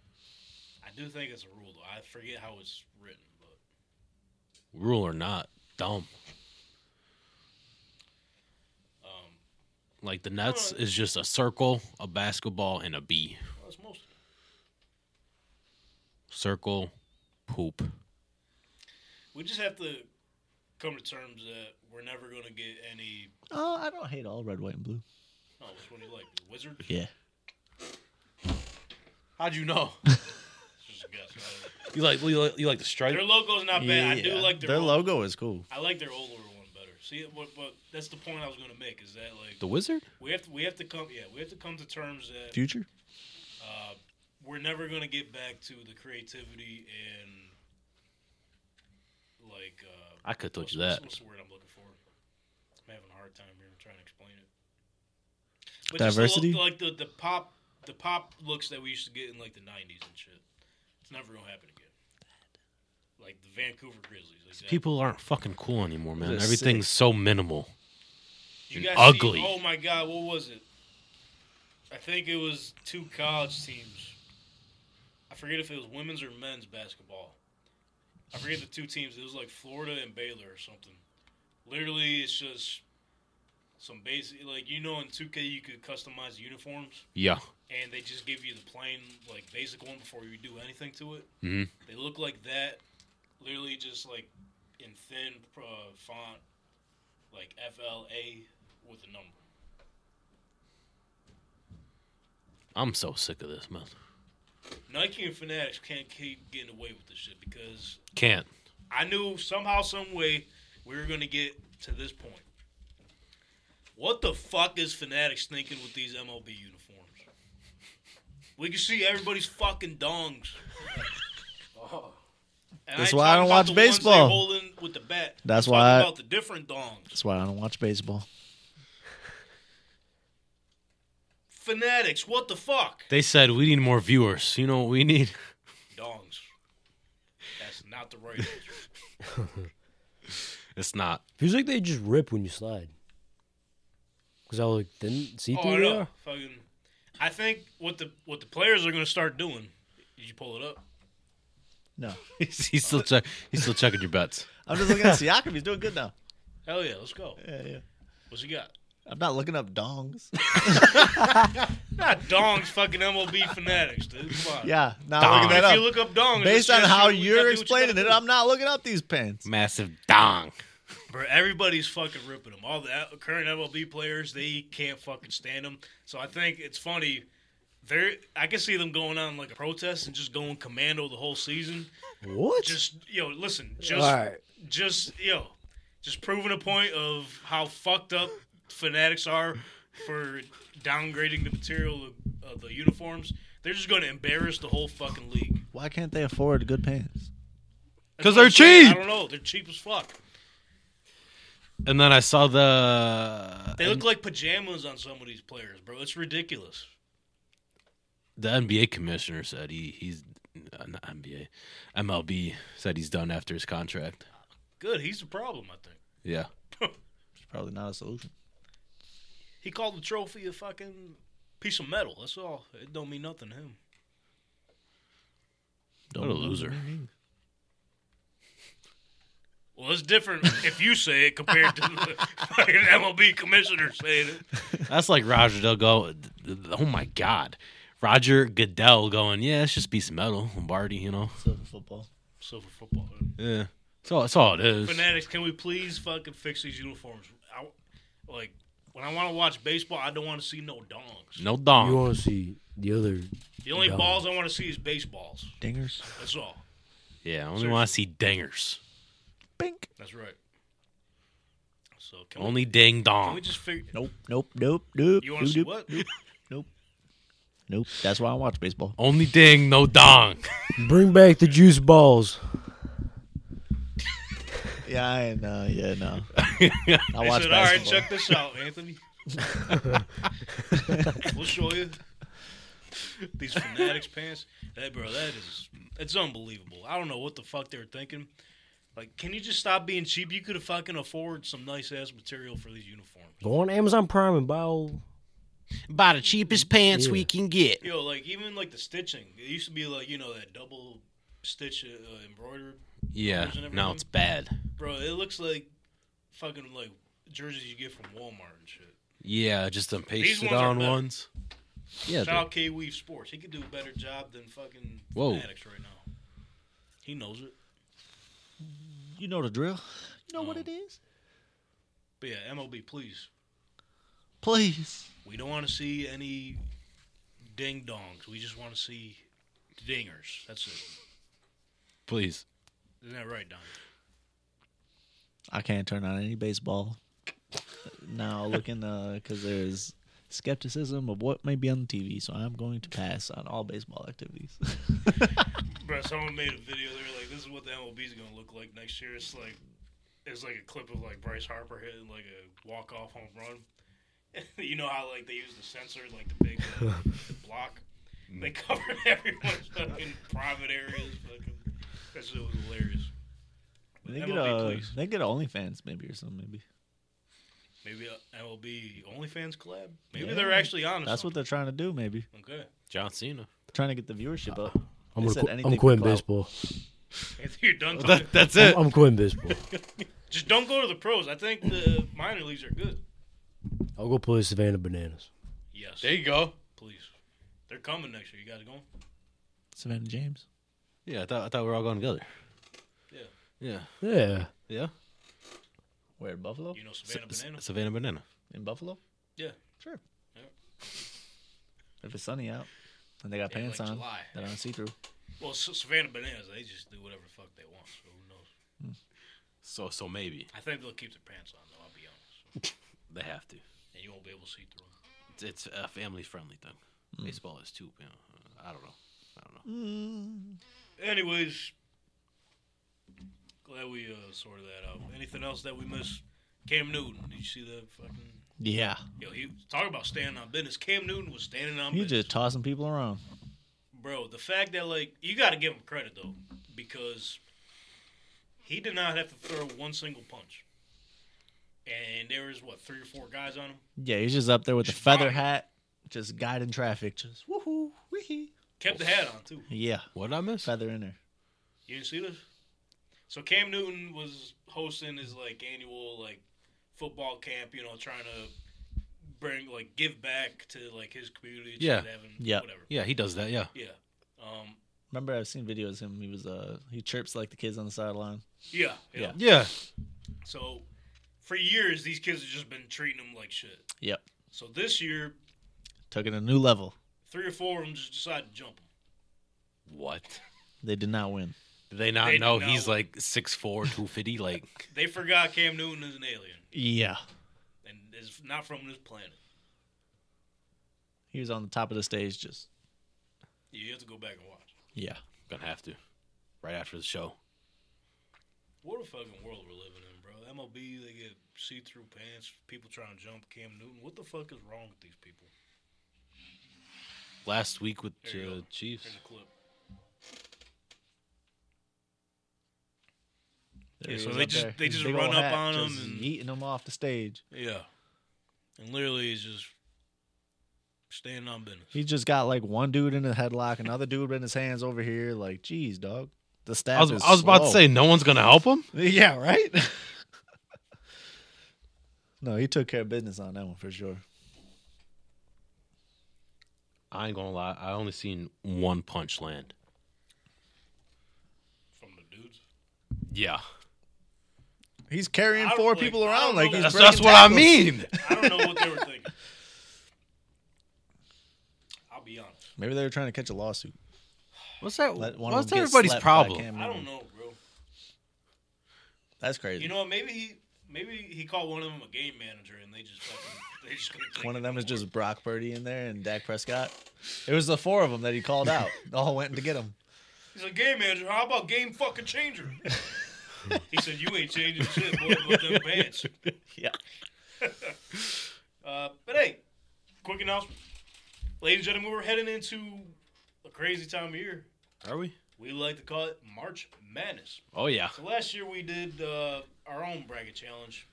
Speaker 1: I do think it's a rule though. I forget how it's written, but
Speaker 6: Rule or not, dumb.
Speaker 1: um,
Speaker 6: Like the Nets is just a circle, a basketball, and a B.
Speaker 1: well, it's most.
Speaker 6: Circle, poop.
Speaker 1: We just have to come to terms that we're never gonna get any.
Speaker 2: Oh, I don't hate all red, white, and blue.
Speaker 1: Oh, which one do you like? The Wizards?
Speaker 2: Yeah.
Speaker 5: How'd you know?
Speaker 1: It's just a guess. I don't know.
Speaker 6: You like you like, you like the stripe?
Speaker 1: Their logo's not bad. I do like their, old-
Speaker 2: logo is cool.
Speaker 1: I like their older one better. See, what, what, that's the point I was going to make is that like
Speaker 6: The wizard?
Speaker 1: we have to we have to come yeah we have to come to terms that
Speaker 2: Future.
Speaker 1: uh, we're never going to get back to the creativity and like uh,
Speaker 6: I could told
Speaker 1: what's-
Speaker 6: you that.
Speaker 1: What's the word I'm looking for? I'm having a hard time here. I'm trying to explain it.
Speaker 2: Diversity?
Speaker 1: just the, lo- like the the pop the pop looks that we used to get in like the '90s and shit. It's never going to happen again. Like the Vancouver Grizzlies. Like that.
Speaker 6: People aren't fucking cool anymore, man.
Speaker 2: They're
Speaker 6: Everything's so minimal.
Speaker 1: You
Speaker 6: and
Speaker 1: guys
Speaker 6: ugly.
Speaker 1: See, oh my god, what was it? I think it was two college teams. I forget if it was women's or men's basketball. I forget the two teams. It was like Florida and Baylor or something. Literally, it's just some basic like you know in 2K you could customize uniforms
Speaker 6: Yeah.
Speaker 1: and they just give you the plain like basic one before you do anything to it.
Speaker 6: Mhm.
Speaker 1: They look like that, literally just like in thin uh, font, like FLA with a number.
Speaker 6: I'm so sick of this, man.
Speaker 1: Nike and Fanatics can't keep getting away with this shit because
Speaker 6: Can't.
Speaker 1: I knew somehow, some way, we were gonna get to this point. What the fuck is Fanatics thinking with these MLB uniforms? We can see everybody's fucking dongs. And ain't
Speaker 2: That's why I
Speaker 1: talking
Speaker 2: don't
Speaker 1: about
Speaker 2: watch
Speaker 1: the ones they
Speaker 2: baseball.
Speaker 1: Holding with the bat.
Speaker 2: That's
Speaker 1: I'm
Speaker 2: why
Speaker 1: talking
Speaker 2: I-
Speaker 1: about the different dongs.
Speaker 2: That's why I don't watch baseball.
Speaker 1: Fanatics, what the fuck?
Speaker 6: They said we need more viewers. You know what we need?
Speaker 1: Dongs. That's not the right answer.
Speaker 6: It's not.
Speaker 4: Feels like they just rip when you slide. Because I was like, didn't see
Speaker 1: Oh, I
Speaker 4: through
Speaker 1: know. Fucking. I think what the what the players are going to start doing. Did you pull it up?
Speaker 2: No,
Speaker 3: he's, he's still check, he's still checking your bets.
Speaker 2: I'm just looking at Siakam. He's doing good now.
Speaker 1: Hell yeah, let's go.
Speaker 2: Yeah, yeah.
Speaker 1: What's he got?
Speaker 2: I'm not looking up dongs.
Speaker 1: Not Dong's fucking MLB fanatics, dude. Come on.
Speaker 2: Yeah, not
Speaker 3: Dong.
Speaker 2: looking that
Speaker 1: If you
Speaker 2: up.
Speaker 1: look up Dong,
Speaker 2: Based on how you're explaining it,
Speaker 1: up.
Speaker 2: I'm not looking up these pins.
Speaker 3: Massive dong.
Speaker 1: Bro, everybody's fucking ripping them. All the a- current MLB players, they can't fucking stand them. So I think it's funny. They're, I can see them going on like a protest and just going commando the whole season.
Speaker 4: you. What?
Speaker 1: Just yo, listen,
Speaker 4: All
Speaker 1: just
Speaker 4: right.
Speaker 1: just yo, just proving a point of how fucked up fanatics are for downgrading the material of, of the uniforms. They're just going to embarrass the whole fucking league
Speaker 2: Why can't they afford good pants?
Speaker 1: That's what I'm
Speaker 3: 'Cause they're
Speaker 1: saying.
Speaker 3: cheap.
Speaker 1: I don't know. They're cheap as fuck.
Speaker 3: And then I saw the
Speaker 1: They look like pajamas on some of these players, bro. It's ridiculous.
Speaker 3: the NBA commissioner said he he's uh, not NBA MLB said he's done after his contract.
Speaker 1: Good. He's the problem, I think.
Speaker 3: Yeah,
Speaker 2: It's probably not a solution.
Speaker 1: He called the trophy a fucking piece of metal. That's all. It don't mean nothing to him.
Speaker 3: what a loser.
Speaker 1: Well, it's different if you say it compared to the fucking MLB commissioner saying it.
Speaker 3: That's like Roger. They'll go. Oh my God, Roger Goodell going. Yeah, it's just a piece of metal, Lombardi. You know.
Speaker 2: Silver football.
Speaker 1: Silver football.
Speaker 3: Yeah, that's all. That's all it is.
Speaker 1: Fanatics, can we please fucking fix these uniforms? I, like, when I want to watch baseball, I don't want to see no dongs.
Speaker 3: No
Speaker 4: You
Speaker 3: dong.
Speaker 4: want to see the other?
Speaker 1: The only
Speaker 4: Dong.
Speaker 1: balls I want to see is baseballs.
Speaker 2: Dingers.
Speaker 1: That's all.
Speaker 3: Yeah, I only want to see dingers.
Speaker 2: Bink.
Speaker 1: That's right. So can we,
Speaker 3: Only ding
Speaker 1: can we
Speaker 3: dong.
Speaker 1: just figure?
Speaker 2: Nope. Nope. Nope. Nope.
Speaker 1: You want to see
Speaker 2: nope,
Speaker 1: what?
Speaker 2: Nope. That's why I watch baseball.
Speaker 3: Only ding, no dong.
Speaker 4: Bring back the juice balls.
Speaker 2: Yeah, I uh, know. Yeah, no. I
Speaker 1: They
Speaker 2: watch
Speaker 1: said, all right,
Speaker 2: basketball.
Speaker 1: check this out, Anthony. we'll show you these fanatics pants. Hey, bro, that is it's unbelievable. I don't know what the fuck they were thinking. Like, can you just stop being cheap? You could have fucking afford some nice ass material for these uniforms.
Speaker 4: Go on Amazon Prime and buy all.
Speaker 3: Buy the cheapest pants
Speaker 4: we
Speaker 3: can get.
Speaker 1: Yo, like even like the stitching. It used to be like you know that double stitch uh, embroidered.
Speaker 3: Yeah, now it's bad.
Speaker 1: Bro, it looks like fucking like jerseys you get from Walmart and shit.
Speaker 3: Yeah, just them
Speaker 1: These
Speaker 3: pasted
Speaker 1: ones are
Speaker 3: on
Speaker 1: better.
Speaker 3: ones. Yeah,
Speaker 1: Shout out K Weave Sports. He could do a better job than fucking
Speaker 3: Whoa.
Speaker 1: Fanatics right now. He knows it.
Speaker 2: You know the drill. You know
Speaker 1: Mm.
Speaker 2: what it is.
Speaker 1: But yeah, MLB, please.
Speaker 2: Please.
Speaker 1: We don't want to see any ding dongs. We just want to see dingers. That's it.
Speaker 3: please.
Speaker 1: Isn't that right, Don?
Speaker 2: I can't turn on any baseball now. Looking because there's skepticism of what may be on the TV, so I'm going to pass on all baseball activities.
Speaker 1: Bro, someone made a video. They were like, "This is what the MLB is going to look like next year." It's like, it's like a clip of like Bryce Harper hitting like a walk off home run. you know how like they use the sensor, like the big uh, the block. They covered everyone's fucking private areas. Fucking, that shit was hilarious. But
Speaker 2: they get
Speaker 1: MLB,
Speaker 2: a
Speaker 1: please.
Speaker 2: they get a OnlyFans maybe or something maybe.
Speaker 1: Maybe uh, a MLB OnlyFans collab. Maybe
Speaker 2: Yeah.
Speaker 1: they're actually honest.
Speaker 2: That's what they're trying to do. Maybe
Speaker 1: Okay.
Speaker 3: John Cena.
Speaker 2: trying to get the viewership up.
Speaker 4: I'm
Speaker 2: They
Speaker 4: gonna.
Speaker 2: said
Speaker 4: Qu-
Speaker 2: anything
Speaker 4: I'm
Speaker 2: for
Speaker 4: quitting
Speaker 2: clout.
Speaker 4: baseball.
Speaker 1: Anthony, you're done.
Speaker 3: That,
Speaker 1: talking.
Speaker 3: that's it.
Speaker 4: I'm, I'm quitting baseball.
Speaker 1: Just don't go to the pros. I think the minor leagues are good.
Speaker 4: I'll go play Savannah Bananas.
Speaker 1: Yes.
Speaker 3: you go.
Speaker 1: Please. They're coming next year. You guys going?
Speaker 2: Savannah James.
Speaker 3: Yeah, I thought, I thought we were all going together.
Speaker 1: Yeah.
Speaker 3: Yeah.
Speaker 4: Yeah.
Speaker 3: Yeah.
Speaker 2: Where Buffalo?
Speaker 1: You know Savannah
Speaker 3: S-
Speaker 1: Banana?
Speaker 3: Savannah Banana.
Speaker 2: In Buffalo?
Speaker 1: Yeah.
Speaker 2: Sure.
Speaker 1: Yeah.
Speaker 2: If it's sunny out and they got
Speaker 1: Yeah,
Speaker 2: pants
Speaker 1: like
Speaker 2: on,
Speaker 1: July.
Speaker 2: they don't see through.
Speaker 1: Well, S- Savannah Bananas, they just do whatever the fuck they want, so who knows?
Speaker 3: So so maybe.
Speaker 1: I think they'll keep their pants on, though, I'll be honest.
Speaker 3: They have to.
Speaker 1: And you won't be able to see through them.
Speaker 3: It's, it's a family friendly thing. Baseball is too. You know, I don't know. I don't know.
Speaker 1: Anyways, glad we uh, sorted that out. Anything else that we missed? Cam Newton, did you see that fucking.
Speaker 2: Yeah.
Speaker 1: Yo, he talk about standing on business. Cam Newton was standing on
Speaker 2: You
Speaker 1: business.
Speaker 2: just tossing people around.
Speaker 1: Bro, the fact that like you got to give him credit though, because he did not have to throw one single punch. and there was what three or four guys on him.
Speaker 2: Yeah, he's just up there with the feather hat, just guiding traffic. Just woohoo, weehee.
Speaker 1: Kept the hat on too.
Speaker 2: Yeah,
Speaker 3: What I miss?
Speaker 2: feather in there.
Speaker 1: You didn't see this? So Cam Newton was hosting his like annual like football camp, you know, trying to bring like give back to like his community.
Speaker 3: Yeah.
Speaker 1: Having,
Speaker 2: Yeah.
Speaker 1: Whatever.
Speaker 3: Yeah, he does that. Yeah.
Speaker 1: Yeah. Um.
Speaker 2: Remember, I've seen videos of him. He was uh, he chirps like the kids on the sideline.
Speaker 1: Yeah. Yeah.
Speaker 2: Yeah.
Speaker 3: Yeah.
Speaker 1: So for years, these kids have just been treating him like shit.
Speaker 2: Yep,
Speaker 1: So this year,
Speaker 2: took it a new level.
Speaker 1: three or four of them just decided to jump him.
Speaker 3: What?
Speaker 2: They did not win.
Speaker 3: Do they not
Speaker 1: They do
Speaker 3: know
Speaker 1: not
Speaker 3: he's
Speaker 1: know.
Speaker 3: like 6'4", 250? like,
Speaker 1: They forgot Cam Newton is an alien
Speaker 2: Yeah,
Speaker 1: and is not from this planet.
Speaker 2: he was on the top of the stage. Just
Speaker 1: You have to go back and watch.
Speaker 2: yeah,
Speaker 3: gonna have to. Right after the show.
Speaker 1: What a fucking world we're living in, bro. MLB, they get see through pants, people trying to jump Cam Newton. What the fuck is wrong with these people?
Speaker 3: Last week with
Speaker 1: There you
Speaker 3: uh,
Speaker 1: go.
Speaker 3: Chiefs.
Speaker 1: Here's a clip.
Speaker 2: There
Speaker 1: Yeah,
Speaker 2: he
Speaker 1: so
Speaker 2: is
Speaker 1: they
Speaker 2: up
Speaker 1: just-
Speaker 2: there.
Speaker 1: they
Speaker 2: His
Speaker 1: just
Speaker 2: big
Speaker 1: run
Speaker 2: old
Speaker 1: up
Speaker 2: hat,
Speaker 1: on him
Speaker 2: just
Speaker 1: and-
Speaker 2: yeeting him off the stage.
Speaker 1: Yeah. And literally, it's just standing on business.
Speaker 2: He just got like one dude in a headlock, another dude in his hands over here. Like, geez, dog. The staff.
Speaker 3: I was,
Speaker 2: is
Speaker 3: I was about to
Speaker 2: slow.
Speaker 3: say, no one's gonna help him?
Speaker 2: Yeah, right? no, he took care of business on that one for sure.
Speaker 3: I ain't gonna lie. I only seen one punch land.
Speaker 1: From the dudes.
Speaker 3: Yeah.
Speaker 2: He's carrying
Speaker 1: I don't
Speaker 2: four
Speaker 1: like-
Speaker 2: people
Speaker 1: I
Speaker 2: around
Speaker 1: don't
Speaker 2: like
Speaker 1: know.
Speaker 2: he's
Speaker 3: That's, that's
Speaker 2: breaking
Speaker 3: what I
Speaker 2: tackles.
Speaker 3: mean.
Speaker 1: I don't know what they were thinking. I'll be honest.
Speaker 2: Maybe they were trying to catch a lawsuit.
Speaker 3: What's that?
Speaker 2: Let one of
Speaker 3: what's
Speaker 2: them get
Speaker 3: everybody's
Speaker 2: slapped by
Speaker 3: problem?
Speaker 2: Cam
Speaker 1: I don't
Speaker 2: Newton.
Speaker 1: know, bro.
Speaker 2: That's crazy.
Speaker 1: You know what? Maybe he. Maybe he called one of them a game manager, and they just fucking. They just couldn't take
Speaker 2: one
Speaker 1: it
Speaker 2: of them
Speaker 1: no
Speaker 2: is
Speaker 1: more.
Speaker 2: just Brock Purdy in there and Dak Prescott. It was the four of them that he called out. all went to get him.
Speaker 1: He's a game manager. How about game fucking changer? he said, "You ain't changing shit, boy. Put them pants."
Speaker 2: Yeah.
Speaker 1: Uh, but hey, quick announcement, ladies and gentlemen, we're heading into a crazy time of year.
Speaker 3: Are we?
Speaker 1: We like to call it March Madness.
Speaker 3: Oh yeah.
Speaker 1: So last year we did uh, our own bracket challenge.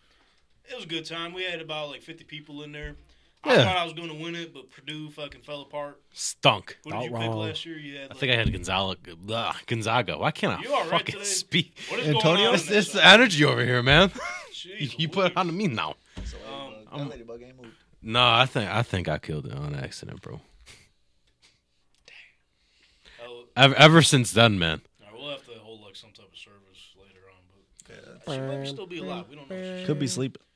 Speaker 1: It was a good time. We had about like 50 people in there. I
Speaker 3: Yeah.
Speaker 1: thought I was going to win it, but Purdue fucking fell apart.
Speaker 3: Stunk.
Speaker 1: Who did
Speaker 8: Not
Speaker 1: you pick
Speaker 8: wrong.
Speaker 1: last year? You had
Speaker 3: I
Speaker 1: like,
Speaker 3: think I had Gonzalo. Blah, Gonzaga. Why can't I
Speaker 1: You all right
Speaker 3: fucking
Speaker 1: today?
Speaker 3: speak?
Speaker 1: what is
Speaker 2: Antonio,
Speaker 1: going on?
Speaker 3: It's,
Speaker 1: in that
Speaker 3: it's the
Speaker 1: side?
Speaker 3: energy over here, man.
Speaker 1: Jeez
Speaker 3: you put
Speaker 1: Louise.
Speaker 3: it on me now.
Speaker 1: Um,
Speaker 3: I'm- No, I think I think I killed it on accident, bro.
Speaker 1: oh,
Speaker 3: Ever, ever since then, man.
Speaker 1: All right, we'll have to hold like some type of service later on, but she might still be alive. We don't know. if
Speaker 2: Could be sleeping.
Speaker 1: she-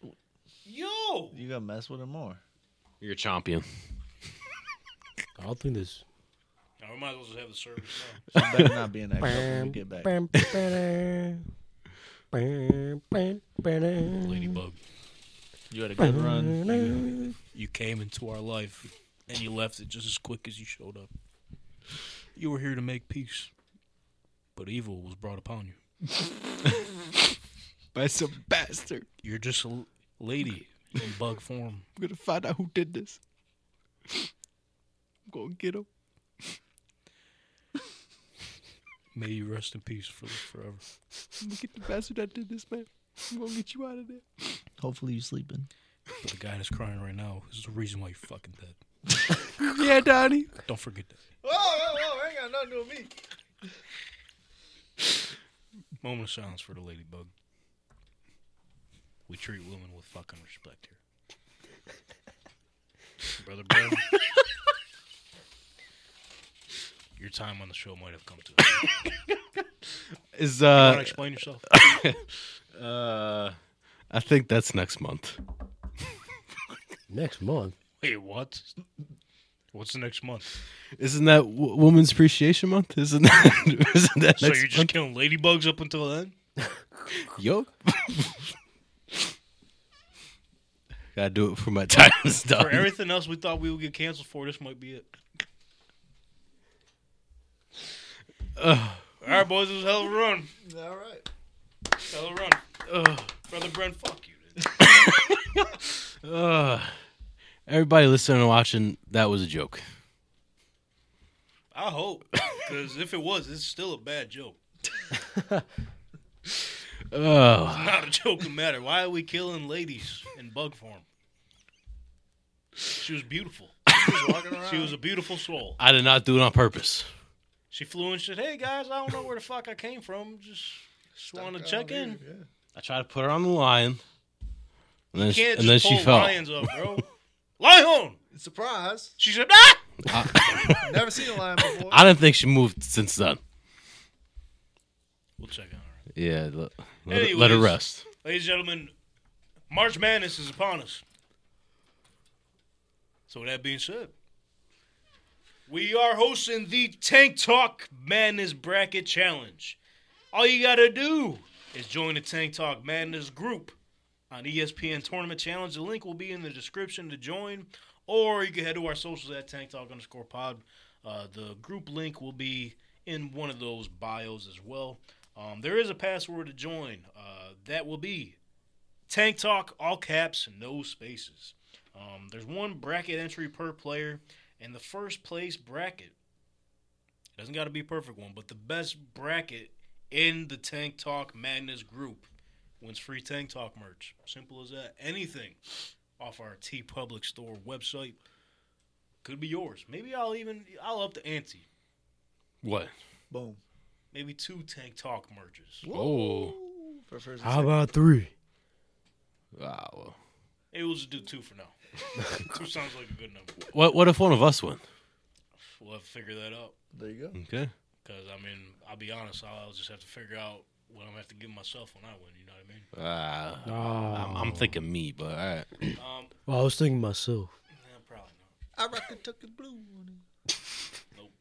Speaker 1: Yo,
Speaker 2: You gotta mess with him more.
Speaker 3: You're a champion.
Speaker 8: I don't think this.
Speaker 1: now, we might as well just have the service now.
Speaker 2: She better not be in that cup when we get back.
Speaker 4: Ladybug,
Speaker 2: You had a good run.
Speaker 4: you came into our life and you left it just as quick as you showed up. You were here to make peace, but evil was brought upon you.
Speaker 3: By some bastard.
Speaker 4: You're just a l- lady in bug form.
Speaker 3: I'm gonna find out who did this. I'm gonna get him.
Speaker 4: May you rest in peace for forever.
Speaker 3: I'm gonna get the bastard that did this, man. I'm gonna get you out of there.
Speaker 2: Hopefully you sleeping.
Speaker 4: But the guy that's crying right now is the reason why you're fucking dead.
Speaker 3: Yeah, Donnie.
Speaker 4: Don't forget that.
Speaker 2: Whoa, whoa, whoa! Oh, Ain't got nothing to do with me.
Speaker 4: Moment of silence for the ladybug. We treat women with fucking respect here. Brother Brown, your time on the show might have come to an end.
Speaker 3: Is
Speaker 4: You want to
Speaker 3: uh,
Speaker 4: explain yourself?
Speaker 3: uh, I think that's next month.
Speaker 8: Next month.
Speaker 4: Wait, what? What's the next month?
Speaker 3: Isn't that w- Women's Appreciation Month? Isn't that? Isn't that
Speaker 4: so
Speaker 3: next
Speaker 4: you're just killing ladybugs up until then?
Speaker 3: month? Yo. Gotta do it for my time's done.
Speaker 4: For everything else we thought we would get canceled for, this might be it.
Speaker 1: all right, boys, it was a hell of a run.
Speaker 2: All right.
Speaker 1: Hell of a run, brother Brent. Fuck you. Dude.
Speaker 3: Ugh. everybody listening and watching, that was a joke.
Speaker 1: I hope, because if it was, it's still a bad joke.
Speaker 3: Oh,
Speaker 1: Not a joking matter. Why are we killing ladies in bug form? She was beautiful. She was a beautiful soul.
Speaker 3: I did not do it on purpose.
Speaker 1: She flew and said, "Hey guys, I don't know where the fuck I came from. Just, just want to check in."
Speaker 3: I tried to put her on the lion, and then,
Speaker 1: You can't
Speaker 3: and then
Speaker 1: just
Speaker 3: she
Speaker 1: pull
Speaker 3: fell.
Speaker 1: lions up, bro. Lion.
Speaker 2: Surprise!
Speaker 1: She said, "Ah."
Speaker 2: Never seen a lion before.
Speaker 3: I didn't think she moved since then.
Speaker 1: We'll check on her.
Speaker 3: Yeah, let, let her- let her
Speaker 1: Anyways.
Speaker 3: rest.
Speaker 1: Ladies and gentlemen, March Madness is upon us. So, with that being said, we are hosting the Tank Talk Madness Bracket Challenge. All you got to do is join the Tank Talk Madness group on E ESPN Tournament Challenge. The link will be in the description to join, or you can head to our socials at Tank Talk underscore pod. Uh, the group link will be in one of those bios as well. Um, there is a password to join. Uh, that will be Tank Talk, all caps, no spaces. Um, there's one bracket entry per player, and the first place bracket it doesn't got to be a perfect one, but the best bracket in the Tank Talk Madness group wins free Tank Talk merch. Simple as that. Anything off our T Public Store website could be yours. Maybe I'll even I'll up the ante.
Speaker 3: What?
Speaker 2: Boom.
Speaker 1: Maybe two Tank Talk merches.
Speaker 3: Oh,
Speaker 2: For first
Speaker 4: How about three?
Speaker 3: wow.
Speaker 1: Maybe we'll just do two for now. two sounds like a good number.
Speaker 3: What? What if one of us went?
Speaker 1: We'll have to figure that out.
Speaker 2: there you go.
Speaker 3: Okay.
Speaker 1: Because, I mean, I'll be honest, I'll just have to figure out what I'm going to have to give myself when I win, you know what I mean?
Speaker 3: Ah,
Speaker 4: Oh.
Speaker 3: I'm, I'm thinking me, but all right.
Speaker 1: Um,
Speaker 4: Well, I was thinking myself.
Speaker 1: yeah, probably not.
Speaker 2: I rock Kentucky blue.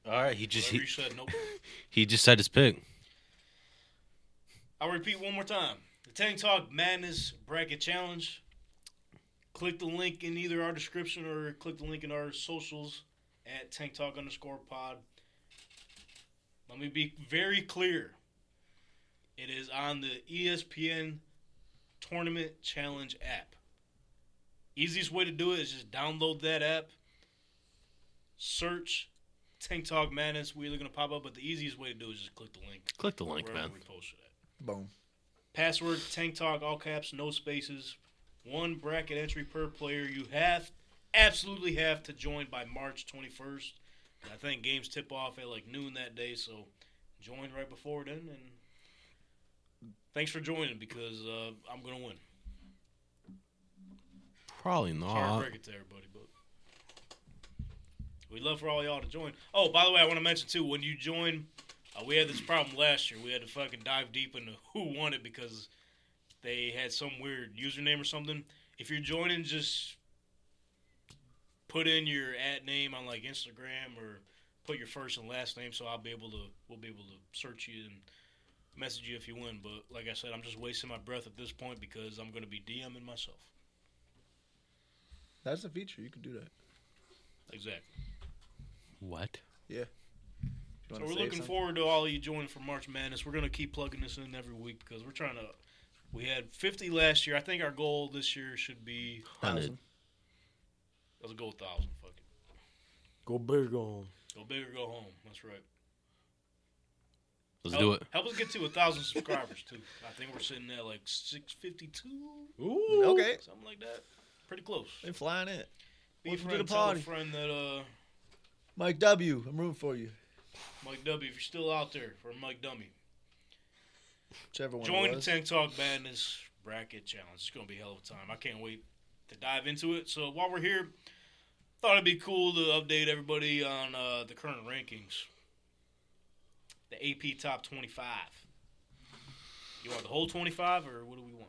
Speaker 3: All right. He just
Speaker 1: Whatever
Speaker 3: he,
Speaker 1: you said, nope.
Speaker 3: he just said his pick.
Speaker 1: I'll repeat one more time. The Tank Talk Madness Bracket Challenge. Click the link in either our description or click the link in our socials at Tank Talk underscore pod. Let me be very clear. It is on the E ESPN Tournament Challenge app. Easiest way to do it is just download that app, search Tank Talk Madness. We're either going to pop up, but the easiest way to do it is just click the link.
Speaker 3: Click the link,
Speaker 1: wherever
Speaker 3: man.
Speaker 1: we post it at.
Speaker 2: Boom.
Speaker 1: Password Tank Talk, all caps, no spaces. One bracket entry per player. You have, absolutely have to join by March 21st. And I think games tip off at like noon that day, so join right before then. And thanks for joining because uh, I'm gonna win.
Speaker 3: Probably
Speaker 1: Hard
Speaker 3: not.
Speaker 1: break it to everybody, but we'd love for all y'all to join. Oh, by the way, I want to mention too when you join, uh, we had this problem last year. We had to fucking dive deep into who won it because they had some weird username or something. If you're joining, just put in your at name on like Instagram or put your first and last name, so I'll be able to we'll be able to search you and message you if you win. But like I said, I'm just wasting my breath at this point because I'm gonna be DMing myself.
Speaker 2: That's a feature. You can do that.
Speaker 1: Exactly.
Speaker 3: What?
Speaker 1: So
Speaker 2: You wanna
Speaker 1: we're
Speaker 2: save
Speaker 1: looking
Speaker 2: some?
Speaker 1: forward to all of you joining for March Madness. We're gonna keep plugging this in every week because we're trying to. We had 50 last year. I think our goal this year should be
Speaker 3: Hundred.
Speaker 1: let's go thousand. Fuck it,
Speaker 4: Go big on.
Speaker 1: go big or go home. That's right.
Speaker 3: Let's
Speaker 1: help,
Speaker 3: do it.
Speaker 1: Help us get to a thousand subscribers too. I think we're sitting at like 652,
Speaker 2: Okay.
Speaker 1: something like that. Pretty close.
Speaker 2: They flying it.
Speaker 1: Be
Speaker 2: Welcome to
Speaker 1: friend,
Speaker 2: the
Speaker 1: tell a
Speaker 2: party.
Speaker 1: friend that uh,
Speaker 2: Mike W. I'm rooting for you.
Speaker 1: Mike W. If you're still out there for Mike Dummy,
Speaker 2: Whichever one.
Speaker 1: Join
Speaker 2: it
Speaker 1: the
Speaker 2: was.
Speaker 1: Tank Talk Madness Bracket Challenge. It's gonna be a hell of a time. I can't wait to dive into it. So while we're here, thought it'd be cool to update everybody on uh, the current rankings. The AP Top 25. You want the whole 25, or what do we want?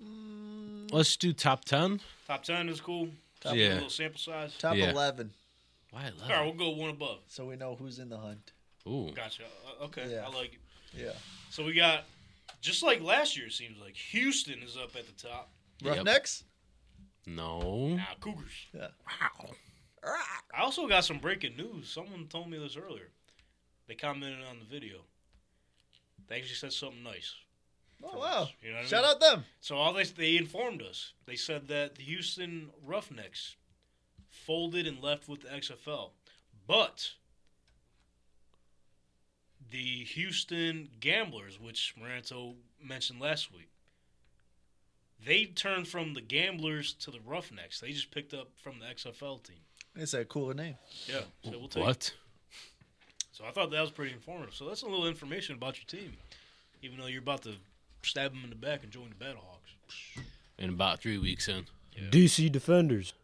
Speaker 3: Let's do top ten.
Speaker 1: Top 10 is cool.
Speaker 2: Top-
Speaker 1: A
Speaker 3: yeah.
Speaker 1: little sample size.
Speaker 2: Top
Speaker 3: Yeah.
Speaker 2: 11,
Speaker 3: Why
Speaker 1: All right, we'll go one above.
Speaker 2: so we know who's in the hunt.
Speaker 3: Ooh.
Speaker 1: Gotcha. Uh, okay,
Speaker 2: Yeah.
Speaker 1: I like it.
Speaker 2: Yeah.
Speaker 1: So we got just like last year. It seems like Houston is up at the top.
Speaker 3: Yep.
Speaker 2: Roughnecks.
Speaker 3: No.
Speaker 1: Now Cougars.
Speaker 2: Yeah.
Speaker 1: I also got some breaking news. Someone told me this earlier. They commented on the video. They actually said something nice.
Speaker 2: Oh wow.
Speaker 1: You know what I
Speaker 2: Shout
Speaker 1: mean?
Speaker 2: out them.
Speaker 1: So all they they informed us. They said that the Houston Roughnecks folded and left with the XFL, but the Houston Gamblers, which Maranto mentioned last week. They turned from the Gamblers to the Roughnecks. They just picked up from the XFL team.
Speaker 2: It's a cooler name.
Speaker 1: Yeah, so we'll take it.
Speaker 6: What?
Speaker 1: So I thought that was pretty informative. So that's a little information about your team, even though you're about to stab them in the back and join the Battlehawks.
Speaker 6: In about three weeks in,
Speaker 4: DC Defenders.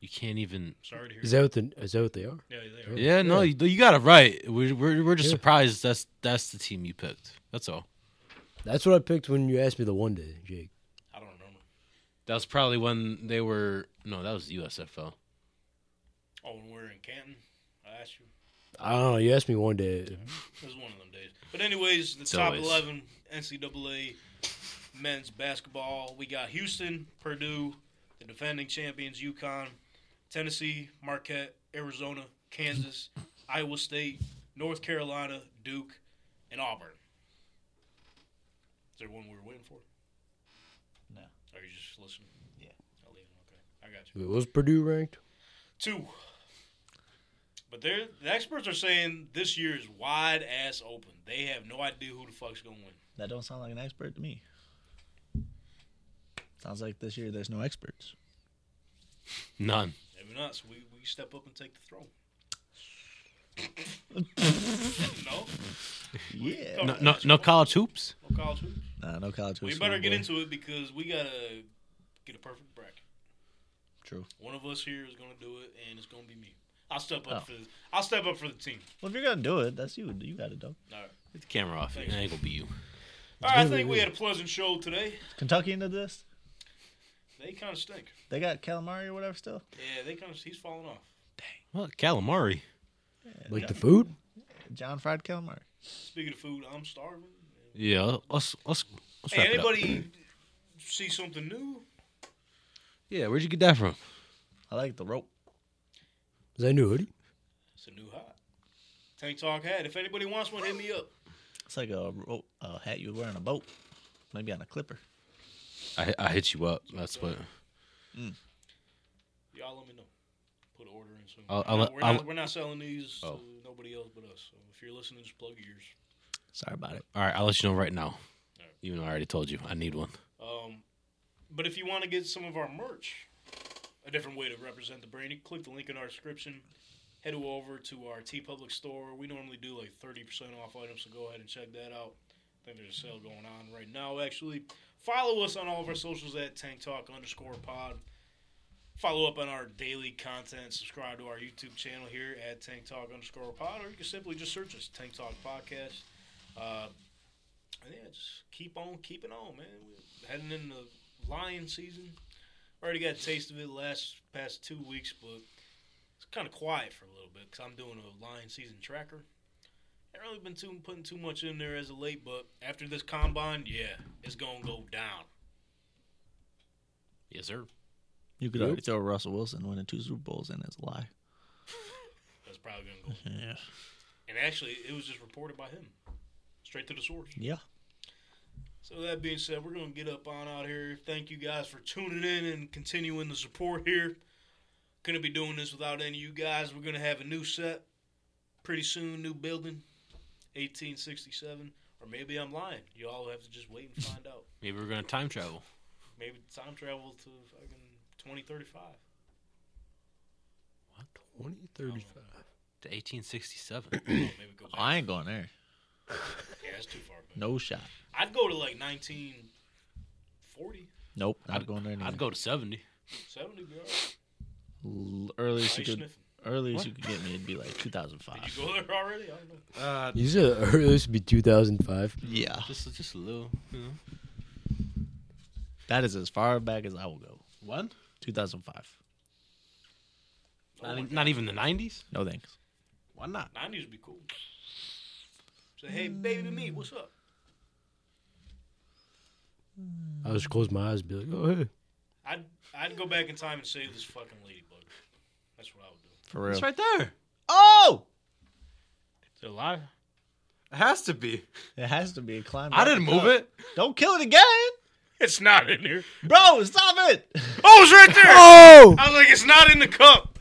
Speaker 6: you can't even.
Speaker 1: Sorry to hear.
Speaker 4: Is that what the, is that what they are?
Speaker 1: yeah, they are.
Speaker 6: Yeah, no, you, you got it right. We're we're, we're just
Speaker 4: Yeah.
Speaker 6: surprised that's that's the team you picked. That's all.
Speaker 4: That's what I picked when you asked me the one day, Jake.
Speaker 1: I don't remember.
Speaker 6: That was probably when they were. No, that was USFL.
Speaker 1: Oh, when we were in Canton, I asked you.
Speaker 4: I don't know. You asked me one day.
Speaker 1: It was one of them days. But anyways, the
Speaker 6: It's
Speaker 1: top
Speaker 6: always.
Speaker 1: eleven NCAA men's basketball. We got Houston, Purdue, the defending champions Yukon, Tennessee, Marquette, Arizona, Kansas, Iowa State, North Carolina, Duke, and Auburn. Is there one we were waiting for?
Speaker 2: No.
Speaker 1: Are you just listening?
Speaker 2: Yeah.
Speaker 1: I'll leave. Okay. I got you
Speaker 4: It was Purdue ranked.
Speaker 1: two. But they're, the experts are saying this year is wide ass open. They have no idea who the fuck's gonna win.
Speaker 2: That don't sound like an expert to me. Sounds like this year there's no experts.
Speaker 6: None.
Speaker 1: Maybe not. So we, we step up and take the throne. no,
Speaker 2: Yeah.
Speaker 1: No.
Speaker 6: No, no, no college hoops.
Speaker 1: no college hoops.
Speaker 2: Nah, no college.
Speaker 1: We
Speaker 2: hoops
Speaker 1: better
Speaker 2: for my
Speaker 1: get
Speaker 2: boy.
Speaker 1: into it because we gotta get a perfect bracket.
Speaker 2: True.
Speaker 1: One of us here is gonna do it, and it's gonna be me. I'll step
Speaker 2: Oh.
Speaker 1: up for the, I'll step up for the team.
Speaker 2: Well, if you're gonna do it, that's you. You got it, though.
Speaker 1: All right.
Speaker 6: Get the camera off. It ain't gonna be you.
Speaker 1: All right. I think we had a pleasant show today.
Speaker 2: Kentucky into this?
Speaker 1: They kind of stink.
Speaker 2: They got calamari or whatever still.
Speaker 1: Yeah, they kind of. He's falling off.
Speaker 6: Well, calamari.
Speaker 4: Like the food?
Speaker 2: John fried calamari.
Speaker 1: Speaking of food, I'm starving.
Speaker 6: Yeah, let's let's. let's
Speaker 1: Hey,
Speaker 6: wrap it up.
Speaker 1: anybody see something new?
Speaker 6: Yeah, where'd you get that from?
Speaker 2: I like the rope.
Speaker 4: Is that a new hoodie?
Speaker 1: It's a new hot. Tank Talk hat. If anybody wants one, hit me up.
Speaker 2: It's like a rope a hat you would wear on a boat, maybe on a clipper.
Speaker 6: I I hit you up. That's what.
Speaker 1: Y'all let me know. Put an order in soon.
Speaker 6: I'll- I'll-
Speaker 1: we're,
Speaker 6: I'll-
Speaker 1: not, we're not selling these
Speaker 6: Oh.
Speaker 1: to nobody else but us. So if you're listening, just plug yours.
Speaker 2: Sorry about it.
Speaker 6: All right, I'll let you know right now. Even though I already told you, I need one.
Speaker 1: Um, but if you want to get some of our merch, a different way to represent the brand, you can click the link in our description. Head over to our T Public store. We normally do like 30% off items, so go ahead and check that out. I think there's a sale going on right now, actually. Follow us on all of our socials at Tank Talk underscore pod. Follow up on our daily content. Subscribe to our YouTube channel here at Tank Talk underscore pod, or you can simply just search us, Tank Talk Podcast. Uh, and yeah, just keep on keeping on, man. We're heading into lion season. Already got a taste of it last past two weeks, but it's kind of quiet for a little bit because I'm doing a lion season tracker. Haven't really been too, putting too much in there as of late, but after this combine, yeah, it's gonna go down.
Speaker 6: Yes, sir.
Speaker 2: You could
Speaker 4: Yep.
Speaker 2: already throw Russell Wilson winning two Super Bowls in as a lie.
Speaker 1: That's probably gonna go.
Speaker 2: Yeah.
Speaker 1: And actually, it was just reported by him, straight to the source.
Speaker 2: Yeah.
Speaker 1: So that being said, we're gonna get up on out here. Thank you guys for tuning in and continuing the support here. Couldn't be doing this without any of you guys. We're gonna have a new set pretty soon, new building, 1867. Or maybe I'm lying. You all have to just wait and find out.
Speaker 6: Maybe we're gonna time travel.
Speaker 1: Maybe time travel to fucking 2035.
Speaker 6: What?
Speaker 4: 2035.
Speaker 6: To 1867.
Speaker 1: Oh, maybe go back.
Speaker 2: I ain't going there.
Speaker 1: yeah, that's too far. Back.
Speaker 2: No shot.
Speaker 1: I'd go to like 1940,
Speaker 2: Nope. Not going there.
Speaker 6: I'd
Speaker 2: Neither.
Speaker 6: go to 70.
Speaker 1: 70. Be all right.
Speaker 2: L- earliest
Speaker 1: Why
Speaker 2: you
Speaker 1: you
Speaker 2: could.
Speaker 1: sniffing?
Speaker 2: Earliest you could get me would be like
Speaker 1: Did
Speaker 2: 2005.
Speaker 1: you go there already? I don't know.
Speaker 6: Uh,
Speaker 4: You said earlier this would be 2005.
Speaker 2: Yeah.
Speaker 6: just just a little. You know.
Speaker 2: That is as far back as I will go.
Speaker 6: When?
Speaker 2: 2005.
Speaker 6: Not, e- not even the 90s.
Speaker 2: No thanks.
Speaker 6: Why not?
Speaker 1: 90s would be cool. Say, hey, baby me, what's up?
Speaker 4: I was close my eyes and be like, oh, hey.
Speaker 1: I'd I'd go back in time and save this fucking ladybug. That's what I would do.
Speaker 2: For real.
Speaker 6: It's right there.
Speaker 2: Oh!
Speaker 6: Is it alive? It has to be.
Speaker 2: It has to be a climb.
Speaker 6: I
Speaker 2: back
Speaker 6: didn't
Speaker 2: the
Speaker 6: move
Speaker 2: cup.
Speaker 6: it.
Speaker 2: Don't kill it again.
Speaker 1: It's not in here.
Speaker 2: Bro, stop it.
Speaker 1: Oh, it's right there.
Speaker 4: Oh!
Speaker 1: I was like, it's not in the cup.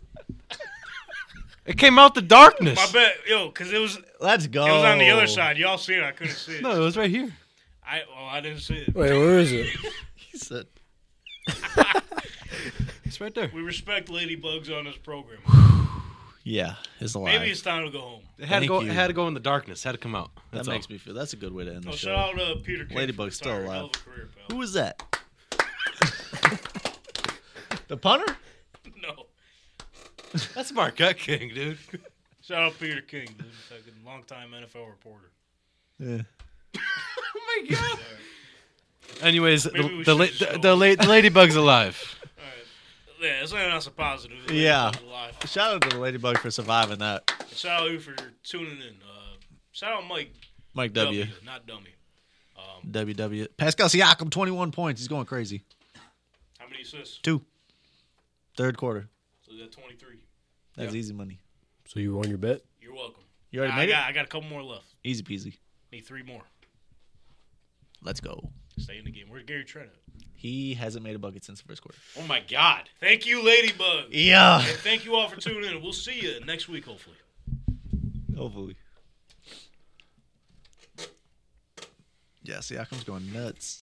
Speaker 3: It came out the darkness. Oh.
Speaker 1: My bet, yo, because it was it
Speaker 2: Let's go.
Speaker 1: was on the other side. Y'all seen it? I couldn't see it.
Speaker 3: No, it was right here.
Speaker 1: I well, I didn't see it.
Speaker 4: Wait, where is it?
Speaker 2: He said,
Speaker 3: It's right there.
Speaker 1: We respect ladybugs on this program.
Speaker 2: yeah, it's alive.
Speaker 1: Maybe it's time to go home.
Speaker 3: It had
Speaker 2: Thank
Speaker 3: to go.
Speaker 2: you.
Speaker 3: It had to go in the darkness. Had to come out.
Speaker 2: that
Speaker 3: That's
Speaker 2: makes me feel. That's a good way to end the
Speaker 1: Oh,
Speaker 2: show.
Speaker 1: shout out to Peter. King for
Speaker 2: Ladybug's still
Speaker 1: retiring. Hell
Speaker 2: alive.
Speaker 1: of a career, pal.
Speaker 2: Who was that? the punter?
Speaker 1: No.
Speaker 3: all. That's Marquette King, dude.
Speaker 1: Shout out Peter King, dude. Fucking longtime NFL reporter.
Speaker 2: Yeah.
Speaker 3: oh my god. Anyways,
Speaker 1: Maybe
Speaker 3: the
Speaker 1: we
Speaker 3: the, la-
Speaker 1: should show
Speaker 3: the, the, la- the ladybug's alive.
Speaker 1: All right. Yeah, it's not us a positive. It's
Speaker 2: Yeah.
Speaker 1: Ladybug's alive.
Speaker 2: Shout out to the Ladybug for surviving that.
Speaker 1: Shout out you for tuning in. Uh, shout out Mike
Speaker 2: Mike
Speaker 1: W.
Speaker 2: W.
Speaker 1: Not dummy.
Speaker 2: W. W. Pascal Siakam, 21 points. He's going crazy.
Speaker 1: How many assists?
Speaker 2: Two. Third quarter.
Speaker 1: So we got 23.
Speaker 2: That's easy money.
Speaker 4: So you won your bet?
Speaker 1: You're welcome.
Speaker 2: You already
Speaker 1: I
Speaker 2: made
Speaker 1: got, I got a couple more left.
Speaker 2: it? Easy peasy.
Speaker 1: Need three more.
Speaker 2: Let's go.
Speaker 1: Stay in the game. Where's Gary Trent at?
Speaker 2: He hasn't made a bucket since the first quarter.
Speaker 1: Oh my God! Thank you, Ladybug.
Speaker 2: Yeah.
Speaker 1: And thank you all for tuning in. We'll see you next week, hopefully.
Speaker 2: Hopefully. Yeah, Siakam's going nuts.